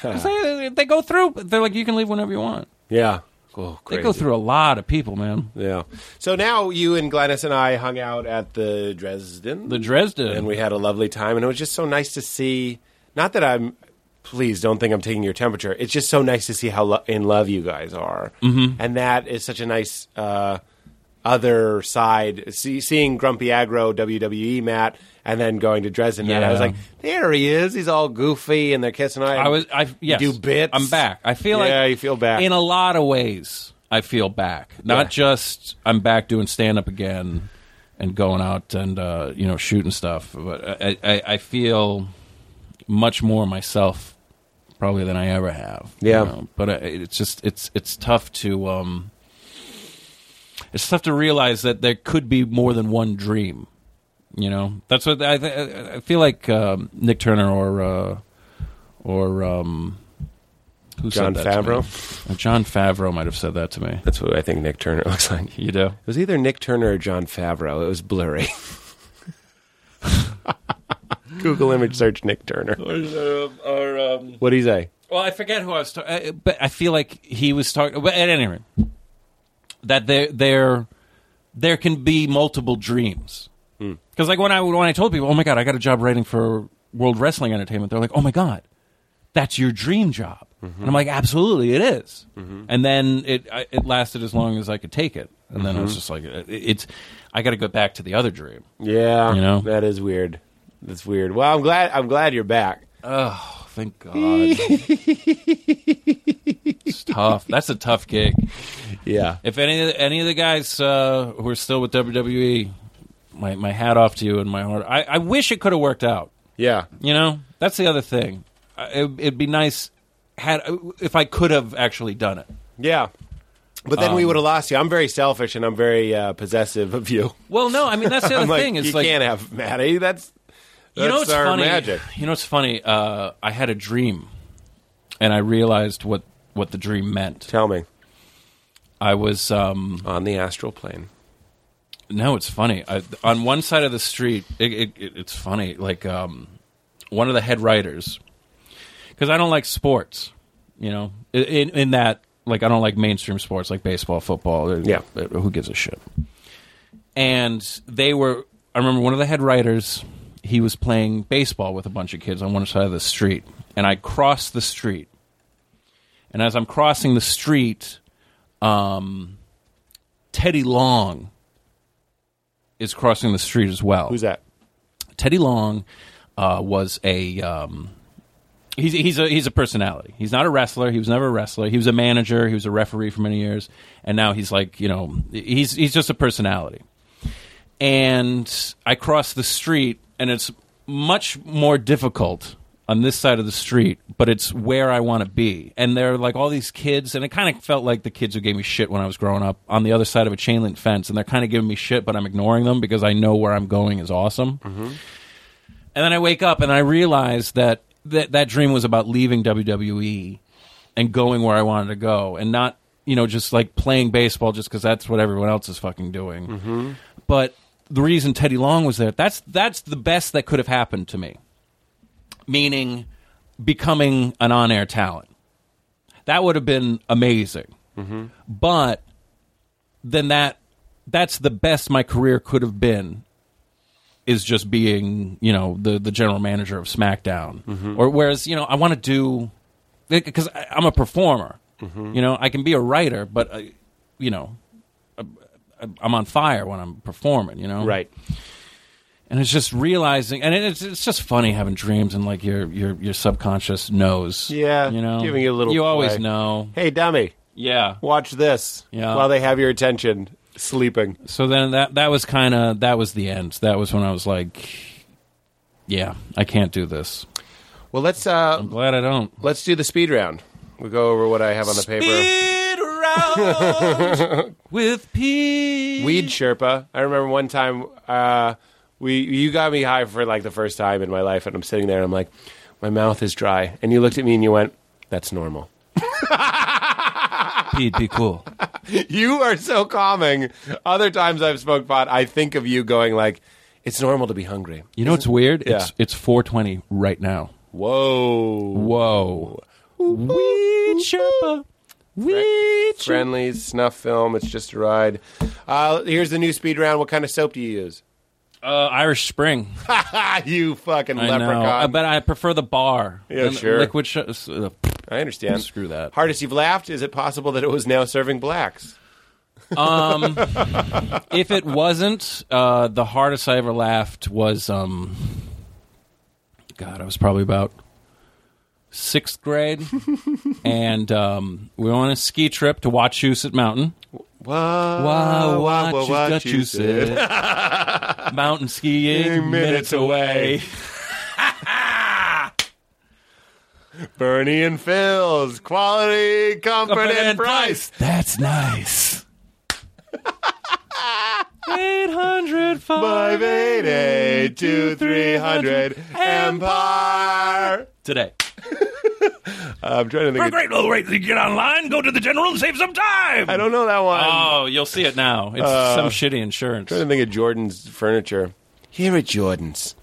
E: 'Cause they, they go through. They're like, you can leave whenever you want.
C: Yeah. Oh, crazy.
E: They go through a lot of people, man.
C: Yeah. So now you and Gladys and I hung out at the Dresden.
E: The Dresden.
C: And we had a lovely time, and it was just so nice to see. Not that I'm. Please don't think I'm taking your temperature. It's just so nice to see how lo- in love you guys are, mm-hmm. and that is such a nice uh, other side. See, seeing Grumpy Aggro WWE E Matt, and then going to Dresden. Matt, I was
E: Yeah.
C: like, there he is. He's all goofy, and they're kissing.
E: I was I yes.
C: do bits.
E: I'm back. I feel like
C: Yeah, you feel back.
E: in a lot of ways. I feel back. Not
C: Yeah.
E: just I'm back doing stand up again and going out and uh, you know shooting stuff, but I, I, I feel much more myself probably than I ever have. you
C: Yeah.
E: know. But I, it's just it's it's tough to um it's tough to realize that there could be more than one dream. You know, that's what I th- I feel like um, Nick Turner or uh, or um, who
C: Jon
E: said that to me?
C: Favreau?
E: Uh, John Favreau might have said that to me.
C: That's what I think Nick Turner looks like.
E: You do.
C: It was either Nick Turner or John Favreau. It was blurry. Google image search Nick Turner.
E: Or um,
C: What do you say?
E: well, I forget who I was talking, but I feel like he was talking. But at any rate, that there there there can be multiple dreams. Because like when I when I told people, oh my god, I got a job writing for World Wrestling Entertainment, they're like, oh my god, that's your dream job, and I'm like, absolutely, it is." And then it I, it lasted as long as I could take it, and then I was just like, "Uh, it- it's I got to go back to the other dream.
C: Yeah,
E: You know?
C: that is weird. That's weird. Well, I'm glad. I'm glad you're back.
E: Oh, thank God. it's tough. That's a tough gig.
C: Yeah,
E: If any of the, any of the guys uh, who are still with WWE, my, my hat off to you and my heart. I, I wish it could have worked out.
C: yeah,
E: You know, that's the other thing. I- It, it'd be nice had if I could have actually done it.
C: yeah. But then
E: Um,
C: we would have lost you. I'm very selfish and I'm very uh, possessive of you.
E: Well, no, I mean that's the
C: I'm
E: other
C: like,
E: thing. It's
C: you
E: like
C: can't have Maddie. That's
E: you know
C: that's
E: what's
C: our
E: funny.
C: magic.
E: You know what's funny. Uh, I had a dream, and I realized what what the dream meant.
C: Tell me
E: I was um,
C: on the astral plane.
E: No, it's funny. I, on one side of the street, it, it, it, it's funny. Like um, one of the head writers, because I don't like sports. You know, I- in in that like I don't like mainstream sports like baseball, football. uh,
C: Yeah.
E: who gives a shit? And they were. I remember one of the head writers. He was playing baseball with a bunch of kids on one side of the street, and I crossed the street. And as I'm crossing the street, um, Teddy Long is crossing the street as well.
C: Who's that?
E: Teddy Long uh, was a um, he's he's a he's a personality. He's not a wrestler. He was never a wrestler. He was a manager. He was a referee for many years, and now he's like you know he's he's just a personality. And I cross the street, and it's much more difficult on this side of the street, but it's where I want to be. And there are like all these kids, and it kind of felt like the kids who gave me shit when I was growing up on the other side of a chain link fence, and they're kind of giving me shit, but I'm ignoring them because I know where I'm going is awesome. And then I wake up and I realize that that, that dream was about leaving WWE and going where I wanted to go and not, you know, just like playing baseball just because that's what everyone else is fucking doing. But the reason Teddy Long was there, that's, that's the best that could have happened to me, meaning becoming an on air talent. That would have been amazing. But then that that's the best my career could have been is just being you know the the general manager of SmackDown, or whereas you know I want to do because I'm a performer. You know I can be a writer, but I, you know I- I'm on fire when I'm performing. You know
C: Right.
E: and it's just realizing, and it's it's just funny having dreams and like your your your subconscious knows.
C: Yeah,
E: you know,
C: giving you a little
E: You always
C: play.
E: know.
C: Hey, dummy,
E: Yeah.
C: watch this
E: Yeah.
C: while they have your attention. Sleeping.
E: So then that that was kind of that was the end. That was when I was like, yeah, I can't do this.
C: Well, let's uh,
E: I'm glad I don't.
C: let's do the speed round. We go over what I have on the paper.
E: Speed round with Pete.
C: Weed Sherpa. I remember one time uh, we you got me high for like the first time in my life, and I'm sitting there and I'm like, my mouth is dry, and you looked at me and you went, "That's normal."
E: Pete, be cool.
C: you are so calming. Other times I've smoked pot, I think of you going like, "It's normal to be hungry."
E: You know what's weird?
C: Yeah.
E: It's it's 4:20 right now.
C: Whoa.
E: Whoa. Weed Sherpa. Weed Sherpa.
C: Friendly snuff film. It's just a ride. Uh, here's the new speed round. What kind of soap do you use?
E: Uh, Irish Spring.
C: Ah, you fucking
E: I know, Uh,
C: leprechaun.
E: but I prefer the bar.
C: Yeah,
E: And
C: sure.
E: Liquid. Sh- s- uh,
C: I understand.
E: Screw that.
C: Hardest you've laughed? Is it possible that it was now serving blacks?
E: Um, if it wasn't, uh, the hardest I ever laughed was, um, God, I was probably about sixth grade, and um, we were on a ski trip to Wachusett Mountain.
C: Wow,
E: Wachusett. Mountain skiing minutes away.
C: Bernie and Phil's quality, comfort, and price.
E: That's nice. Eight hundred
C: Five
E: five
C: eight eight two three hundred Empire.
E: today.
C: I'm trying to think. Of,
E: low rate. You get online, go to the general, and save some time.
C: I don't know that one.
E: Oh, you'll see it now. It's
C: Uh,
E: some shitty insurance.
C: trying to think of Jordan's furniture. Here at Jordan's.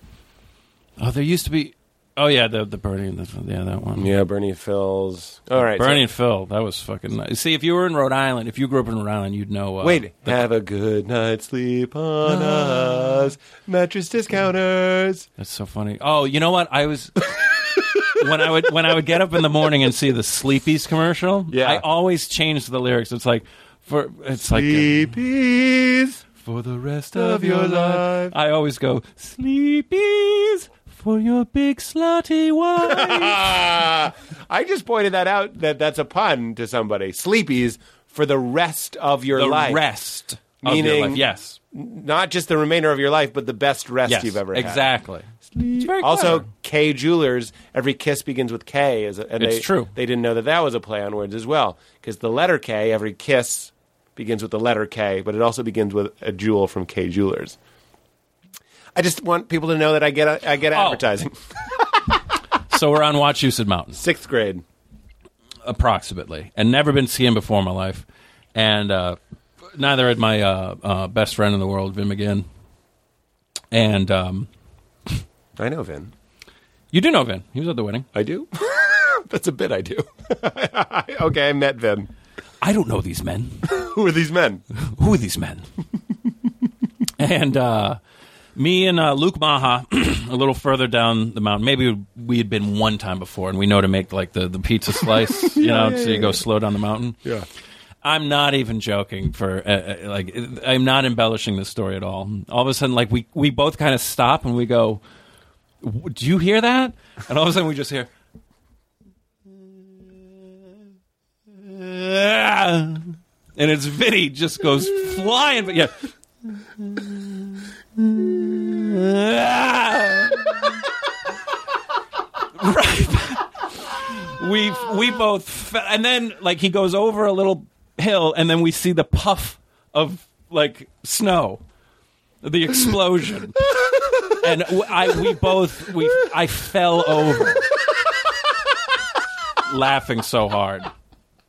E: Oh, there used to be. Oh yeah, the the Bernie and the yeah that one.
C: Yeah, Bernie and Phil's. All right, so-
E: Bernie and Phil, that was fucking nice. See, if you were in Rhode Island, if you grew up in Rhode Island, you'd know. Uh,
C: Wait, have a good night's sleep on us. Mattress discounters.
E: that's so funny. Oh, you know what? I was when I would when I would get up in the morning and see the Sleepies commercial.
C: Yeah.
E: I always changed the lyrics. It's like for it's like uh,
C: Sleepies.
E: for the rest
C: of your life.
E: I always go Sleepies for your big slutty wife.
C: Ah, I just pointed that out that that's a pun to somebody. Sleepies for the rest of your
E: the
C: life.
E: rest of your
C: Meaning-
E: life. Yes.
C: Not just the remainder of your life, but the best rest
E: yes.
C: you've ever had.
E: exactly. It's very
C: Also,
E: clever.
C: K Jewelers, every kiss begins with K. Is a, and
E: It's
C: they,
E: true.
C: They didn't know that that was a play on words as well. Because the letter K, every kiss begins with the letter K, but it also begins with a jewel from K Jewelers. I just want people to know that I get I
E: Oh.
C: get advertising.
E: so we're on Wachusett Mountain.
C: Sixth grade.
E: approximately, and never been skiing before in my life. And uh, neither had my uh, uh, best friend in the world, Vin McGinn. And um,
C: I know, Vin.
E: you do know Vin. He was at the wedding.
C: I do. That's a bit I do. okay, I met Vin.
E: I don't know these men.
C: Who are these men?
E: Who are these men? and uh, me and uh, Luke Maha, a little further down the mountain, maybe we had been one time before, and we know to make like the, the pizza slice, you know, so you go slow down the mountain.
C: Yeah.
E: I'm not even joking. For uh, uh, like, I'm not embellishing this story at all. All of a sudden, like we we both kind of stop and we go, "W- "Do you hear that?" And all of a sudden, we just hear. And it's Vinny just goes flying, but yeah. right we we both fe- and then like he goes over a little hill and then we see the puff of like snow the explosion and w- I we both we I fell over laughing so hard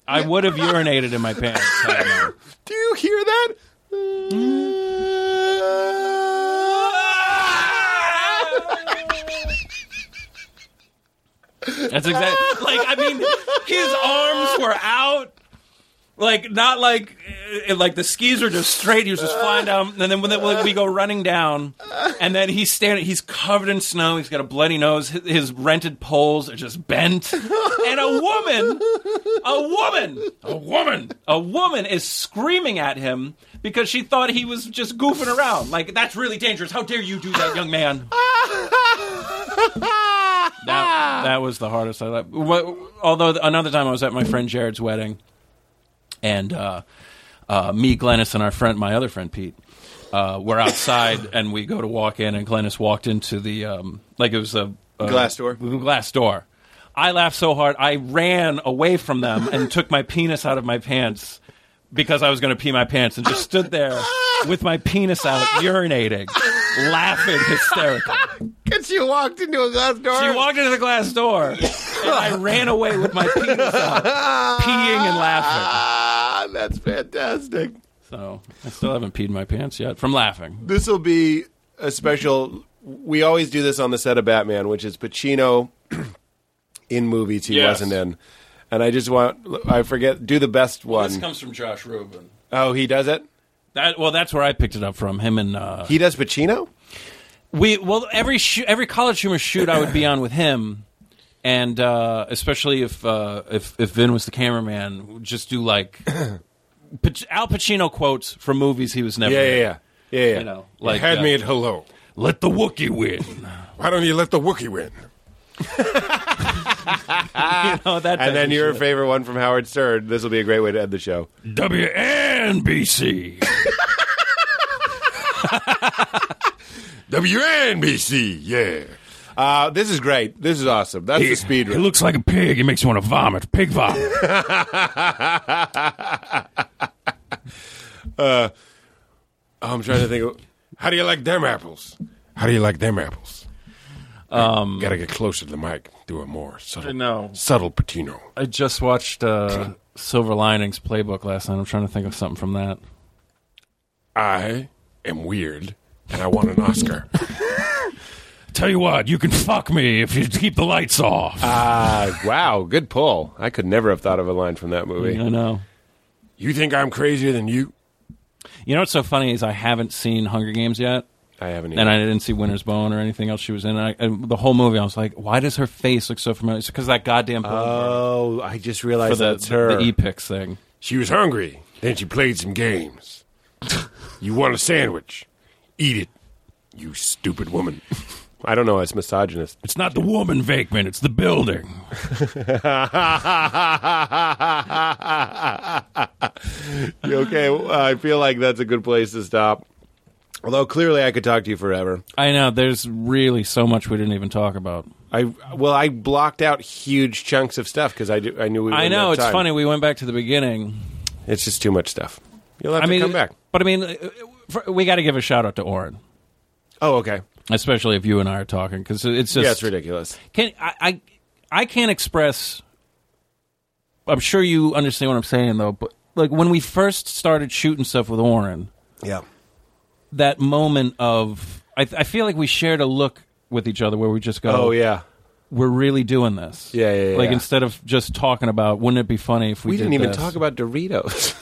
E: I would have urinated in my pants had I known.
C: Do you hear that?
E: That's exactly like I mean, his arms were out, like not like eh, like the skis were just straight. He was just flying down, and then when the, we go running down, and then he's standing, he's covered in snow. He's got a bloody nose. His, his rented poles are just bent, and a woman, a woman, a woman, a woman is screaming at him because she thought he was just goofing around. Like that's really dangerous. How dare you do that, young man? that, that was the hardest I left. Wha- Although th- another time I was at my friend Jared's wedding, and uh, uh, me, Glennis, and our friend, my other friend Pete, uh, were outside, and we go to walk in, and Glennis walked into the um, like it was a, a
C: Glass door?
E: Glass door. I laughed so hard I ran away from them and took my penis out of my pants because I was going to pee my pants and just stood there with my penis out urinating, laughing hysterically.
C: Because she walked into a glass door.
E: She walked into the glass door, and I ran away with my penis out, peeing and laughing.
C: Ah, that's fantastic.
E: So I still haven't peed my pants yet from laughing.
C: This will be a special. We always do this on the set of Batman, which is Pacino in movies he
E: Yes.
C: wasn't in. And I just want, I forget, do the best
E: This
C: one.
E: comes from Josh Rubin.
C: oh, he does it?
E: That well, that's where I picked it up from him and uh,
C: He does Pacino?
E: we. Well, every shoo- every college humor shoot I would be on with him, and uh, especially if uh, if if Vin was the cameraman, we'd just do like Pac- Al Pacino quotes from movies he was never.
C: Yeah, yeah,
E: in.
C: yeah. Yeah, yeah.
E: You know, like,
C: had
E: uh,
C: me at hello.
E: Let the Wookiee win.
C: Why don't you let the Wookiee win?
E: you know, that type
C: And then
E: of
C: your
E: shit.
C: favorite one from Howard Stern. This will be a great way to end the show.
E: WNBC.
C: WNBC, yeah. Uh, this is great. This is awesome. That's the speed
E: He
C: run.
E: looks like a pig. It makes you want to vomit. Pig vomit.
C: I'm trying to think. Of, how do you like them apples? How do you like them apples? Um, Gotta get closer to the mic. Do it more subtle.
E: know.
C: Subtle Patino.
E: I just watched uh, Silver Linings Playbook last night. I'm trying to think of something from that.
C: I am weird, and I want an Oscar.
E: Tell you what, you can fuck me if you keep the lights off.
C: uh, wow, good pull. I could never have thought of a line from that movie.
E: I know.
C: You think I'm crazier than you?
E: You know what's so funny is I haven't seen Hunger Games yet,
C: I haven't.
E: and I didn't see Winter's Bone or anything else she was in. And I, and the whole movie, I was like, why does her face look so familiar? It's because that goddamn Goldberg
C: oh, I just
E: for
C: realized
E: the,
C: that's her.
E: the, E the e-pix thing.
C: She was hungry. Then she played some games. you want a sandwich? Eat it, you stupid woman. I don't know. It's misogynist.
E: It's not the woman Vakeman, it's the building.
C: You okay? I feel like that's a good place to stop. Although clearly I could talk to you forever.
E: I know. There's really so much we didn't even talk about.
C: I well, I blocked out huge chunks of stuff because I, do- I knew we.
E: I
C: wouldn't
E: know.
C: have
E: It's
C: time.
E: funny. We went back to the beginning.
C: It's just too much stuff. You'll have
E: I
C: to
E: mean,
C: come back.
E: but I mean, uh, for- we got to give a shout out to Oren,
C: Oh, okay.
E: especially if you and I are talking, because it's just
C: yeah, it's ridiculous.
E: Can I, I? I can't express. I'm sure you understand what I'm saying, though. But like when we first started shooting stuff with Warren,
C: Yeah.
E: that moment of I, I feel like we shared a look with each other where we just go,
C: Oh yeah.
E: we're really doing this."
C: Yeah, yeah, yeah.
E: Like instead of just talking about, wouldn't it be funny if we,
C: We
E: did
C: didn't even
E: this?
C: talk about Doritos.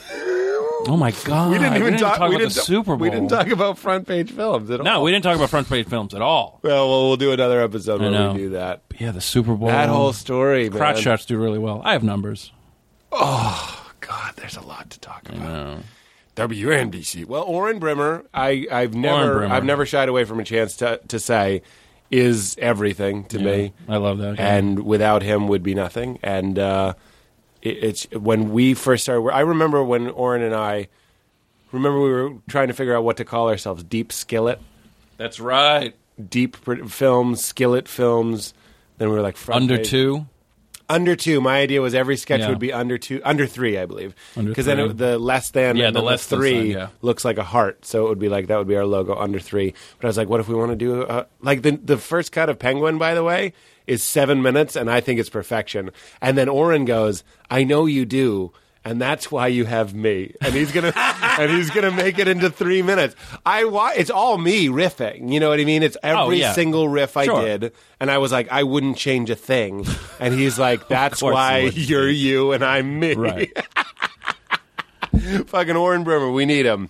E: Oh my god, we about
C: we
E: the
C: didn't-
E: Super Bowl.
C: We didn't talk about front page films at all.
E: No, we didn't talk about front page films at all.
C: Well, well, we'll do another episode
E: I
C: where
E: know.
C: we do that.
E: But yeah, the Super Bowl.
C: That whole story, man.
E: crotch shots do really well. I have numbers.
C: God, there's a lot to talk about. WNBC. Well, Oren Brimmer, I, I've never,
E: Brimmer.
C: I've never shied away from a chance to to say, is everything to me.
E: I love that.
C: and without him would be nothing. And uh, it, it's when we first started. I remember when Oren and I remember we were trying to figure out what to call ourselves: Deep Skillet,
E: that's right.
C: Deep pr- Films, Skillet Films. Then we were like front
E: Under
C: page-
E: two.
C: under two. My idea was every sketch
E: Yeah.
C: would be under two, under three, I believe,
E: Under
C: because then
E: three.
C: it, the less than,
E: Yeah,
C: and
E: the
C: then
E: less than
C: three
E: sign, yeah.
C: looks like a heart. So it would be like that would be our logo under three. But I was like, what if we want to do uh, like the the first cut of Penguin, by the way, is seven minutes, and I think it's perfection. And then Oren goes, I know you do. And that's why you have me, and he's gonna, and he's gonna make it into three minutes. I wa- it's all me riffing. You know what I mean? It's every
E: Oh, yeah.
C: single riff I
E: Sure.
C: did, and I was like, I wouldn't change a thing. And he's like, that's
E: course
C: why
E: you wouldn't.
C: you're you and I'm me.
E: Right.
C: Fucking Oren Bremer, we need him.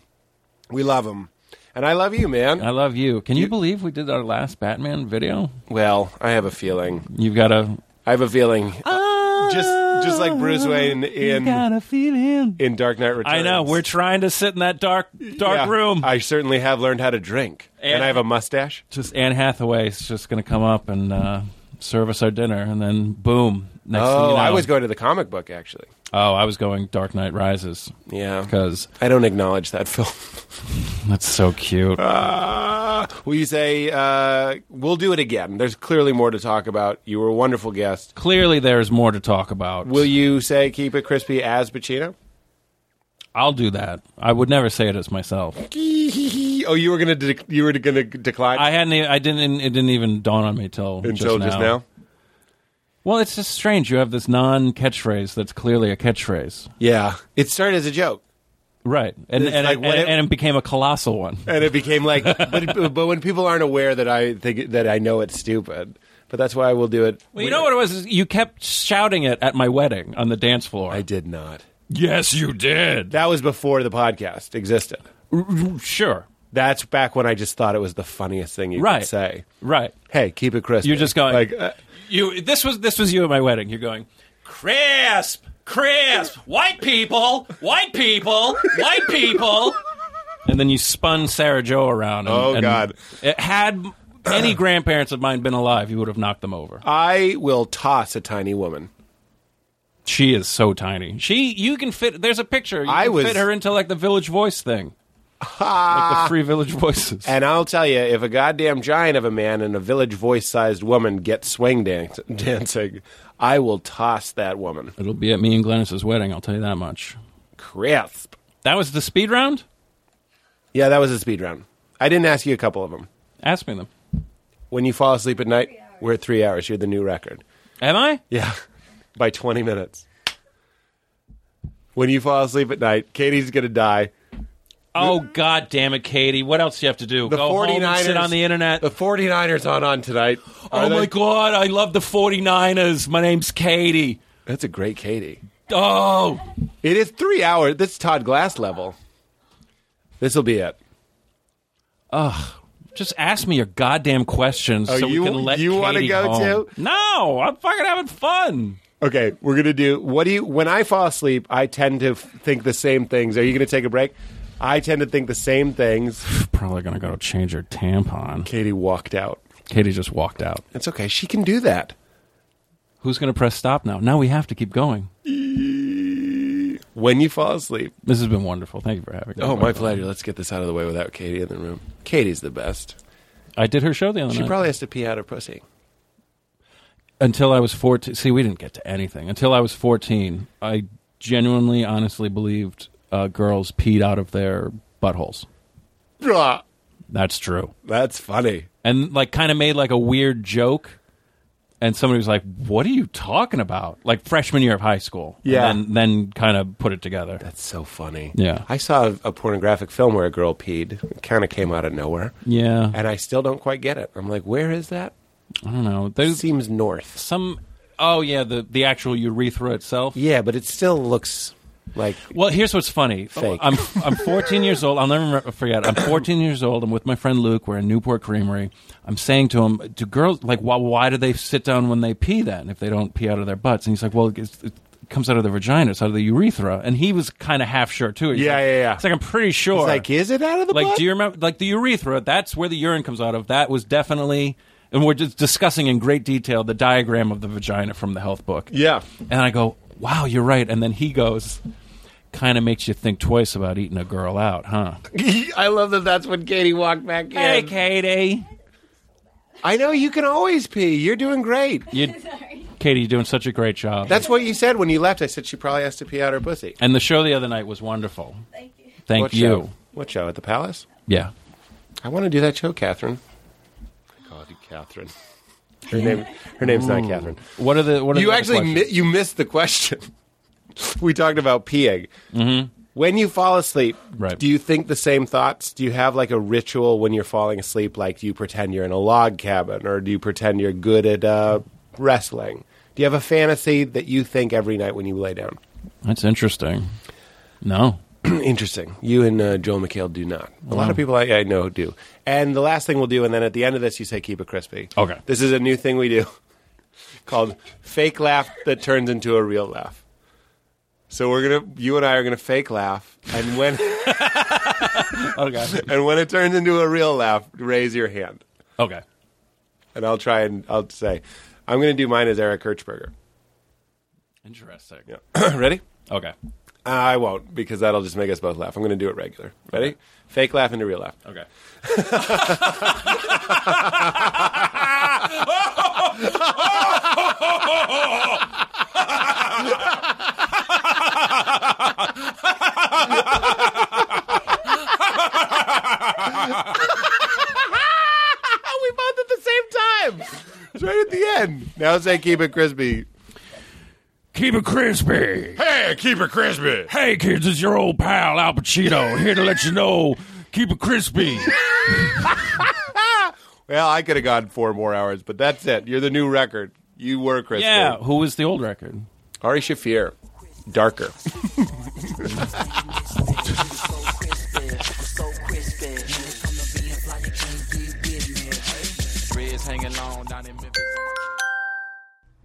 C: We love him. And I love you, man.
E: I love you. Can you, believe we did our last Batman video?
C: well, I have a feeling.
E: You've got a
C: I have a feeling.
E: Uh,
C: Uh, just just like Bruce Wayne in
E: a feeling.
C: in Dark Knight Returns.
E: I know. We're trying to sit in that dark dark
C: Yeah.
E: room.
C: I certainly have learned how to drink. And,
E: And-
C: I have a mustache.
E: just Anne Hathaway is just going to come up and uh, serve us our dinner, and then boom. Next thing
C: Oh,
E: you know,
C: I was going to the comic book actually.
E: Oh, I was going Dark Knight Rises
C: Yeah.
E: because
C: I don't acknowledge that film.
E: that's so cute.
C: Uh, we say uh, we'll do it again. There's clearly more to talk about. You were a wonderful guest.
E: Clearly, there's more to talk about.
C: Will you say keep it crispy as Pacino?
E: I'll do that. I would never say it as myself.
C: oh, you were gonna de- you were gonna decline
E: I hadn't. e- I didn't. It didn't even dawn on me till
C: until just now.
E: Well, it's just strange. You have this non catchphrase that's clearly a catchphrase,
C: Yeah, it started as a joke,
E: right? And
C: It's
E: and,
C: like
E: it,
C: when
E: and,
C: it-
E: and it became a colossal one.
C: and it became like. but but when people aren't aware that I think that I know it's stupid, but that's why I will do it.
E: Well, you know what it was? Is you kept shouting it at my wedding on the dance floor.
C: I did not.
E: yes, you did.
C: That was before the podcast existed.
E: Sure.
C: That's back when I just thought it was the funniest thing you
E: Right.
C: could say.
E: Right.
C: Hey, keep it crispy.
E: You're just going-
C: like. Uh,
E: You. This was this was you at my wedding. You're going crisp, crisp. White people, white people, white people. And then you spun Sarah Joe around. And,
C: Oh,
E: and
C: God.
E: It had any grandparents of mine been alive, you would have knocked them over.
C: I will toss a tiny woman.
E: She is so tiny. She, you can fit. There's a picture. You
C: I
E: can
C: was-
E: fit her into like the Village Voice thing, like the Free Village Voices.
C: And I'll tell you, if a goddamn giant of a man and a village voice sized woman get swing dance- dancing, I will toss that woman.
E: It'll be at me and Glennis's wedding. I'll tell you that much.
C: Crisp.
E: That was the speed round.
C: Yeah, that was a speed round. I didn't ask you a couple of them.
E: Ask me them.
C: When you fall asleep at night, we're at three hours. You're the new record.
E: Am I?
C: Yeah, by 20 minutes. When you fall asleep at night, Katie's going to die.
E: Oh God damn it, Katie! What else do you have to do?
C: The
E: Go home and
C: 49ers
E: sit on the internet.
C: The 49ers on on tonight.
E: oh
C: Are
E: my
C: they-
E: God! I love the 49ers. My name's Katie.
C: That's a great Katie.
E: Oh,
C: It is three hours. This is Todd Glass level. This will be it.
E: just ask me your goddamn questions
C: Oh,
E: so
C: you-
E: we can let
C: you wanna
E: Katie
C: go
E: home.
C: too?
E: No, I'm fucking having fun.
C: Okay, we're gonna do. What do you? When I fall asleep, I tend to f- think the same things. Are you gonna take a break? I tend to think the same things.
E: Probably gonna go change her tampon.
C: Katie walked out.
E: Katie just walked out.
C: It's okay. She can do that.
E: Who's gonna press stop now? Now we have to keep going.
C: When you fall asleep.
E: This has been wonderful. Thank you for having me.
C: Oh, my pleasure. Let's get this out of the way without Katie in the room. Katie's the best.
E: I did her show the other
C: She
E: night.
C: probably has to pee out her pussy.
E: until I was 14. See, we didn't get to anything. Until I was 14, I genuinely, honestly believed uh, girls peed out of their buttholes.
C: Blah.
E: That's true.
C: That's funny.
E: And, like, kind of made like a weird joke and somebody was like, "What are you talking about?" Like freshman year of high school.
C: Yeah.
E: and then, then kind of put it together.
C: That's so funny.
E: Yeah.
C: I saw a, a pornographic film where a girl peed. It kind of came out of nowhere.
E: Yeah.
C: And I still don't quite get it. I'm like, where is that?
E: I don't know.
C: It
E: There's
C: seems north.
E: some. Oh yeah, the the actual urethra itself.
C: Yeah, but it still looks like
E: Well, here's what's funny.
C: Fake.
E: I'm I'm 14 years old. I'll never re- forget. I'm 14 years old. I'm with my friend Luke. We're in Newport Creamery. I'm saying to him, "Do girls like why, why do they sit down when they pee then if they don't pee out of their butts?" And he's like, "Well, it's, it comes out of the vagina. It's out of the urethra." And he was kind of half sure too. He's
C: Yeah,
E: like-
C: yeah, yeah.
E: It's like I'm pretty sure.
C: It's like is it out of the
E: like
C: butt?
E: do you remember like the urethra? That's where the urine comes out of. That was definitely. And we're just discussing in great detail the diagram of the vagina from the health book.
C: yeah.
E: And I go, wow, you're right. And then he goes, kind of makes you think twice about eating a girl out, huh?
C: I love that that's when Katie walked back in.
E: Hey, Katie.
C: I know you can always pee. You're doing great.
E: You, Katie, you're doing such a great job.
C: That's what you said when you left. I said she probably has to pee out her pussy.
E: and the show the other night was wonderful.
F: Thank you.
E: Thank
C: what
E: you.
C: Show? What show? At the Palace?
E: Yeah.
C: I want to do that show, Catherine. I called you Catherine. Her name. Her name's not
E: Hmm.
C: Catherine.
E: What are the what are
C: You
E: the other
C: actually mi-
E: questions?
C: you missed the question. we talked about peeing. Mm-hmm. When you fall asleep,
E: Right.
C: do you think the same thoughts? Do you have like a ritual when you're falling asleep? Like, do you pretend you're in a log cabin, or do you pretend you're good at uh, wrestling? Do you have a fantasy that you think every night when you lay down?
E: That's interesting. No.
C: Interesting. You and uh, Joel McHale do not. A lot of people I, I know do. And the last thing we'll do, and then at the end of this, you say keep it crispy.
E: Okay.
C: This is a new thing we do called fake laugh that turns into a real laugh. So we're gonna, you and I are gonna fake laugh, and when
E: Okay.
C: and when it turns into a real laugh, raise your hand,
E: okay.
C: and I'll try and I'll say, I'm gonna do mine as Eric Kirchberger.
E: Interesting.
C: Ready? Uh,
E: Okay.
C: I won't because that'll just make us both laugh. I'm gonna do it regular. Ready? Fake laugh into real laugh.
E: Okay.
C: we both at the same time. It's right at the end. Now say keep it crispy.
E: Keep it crispy.
C: Hey, keep it crispy.
E: Hey kids, it's your old pal Al Pacino here to let you know. Keep it crispy.
C: Well, I could have gone four more hours, but that's it. You're the new record. You were crispy.
E: yeah. Who was the old record?
C: Ari Shafir. Darker.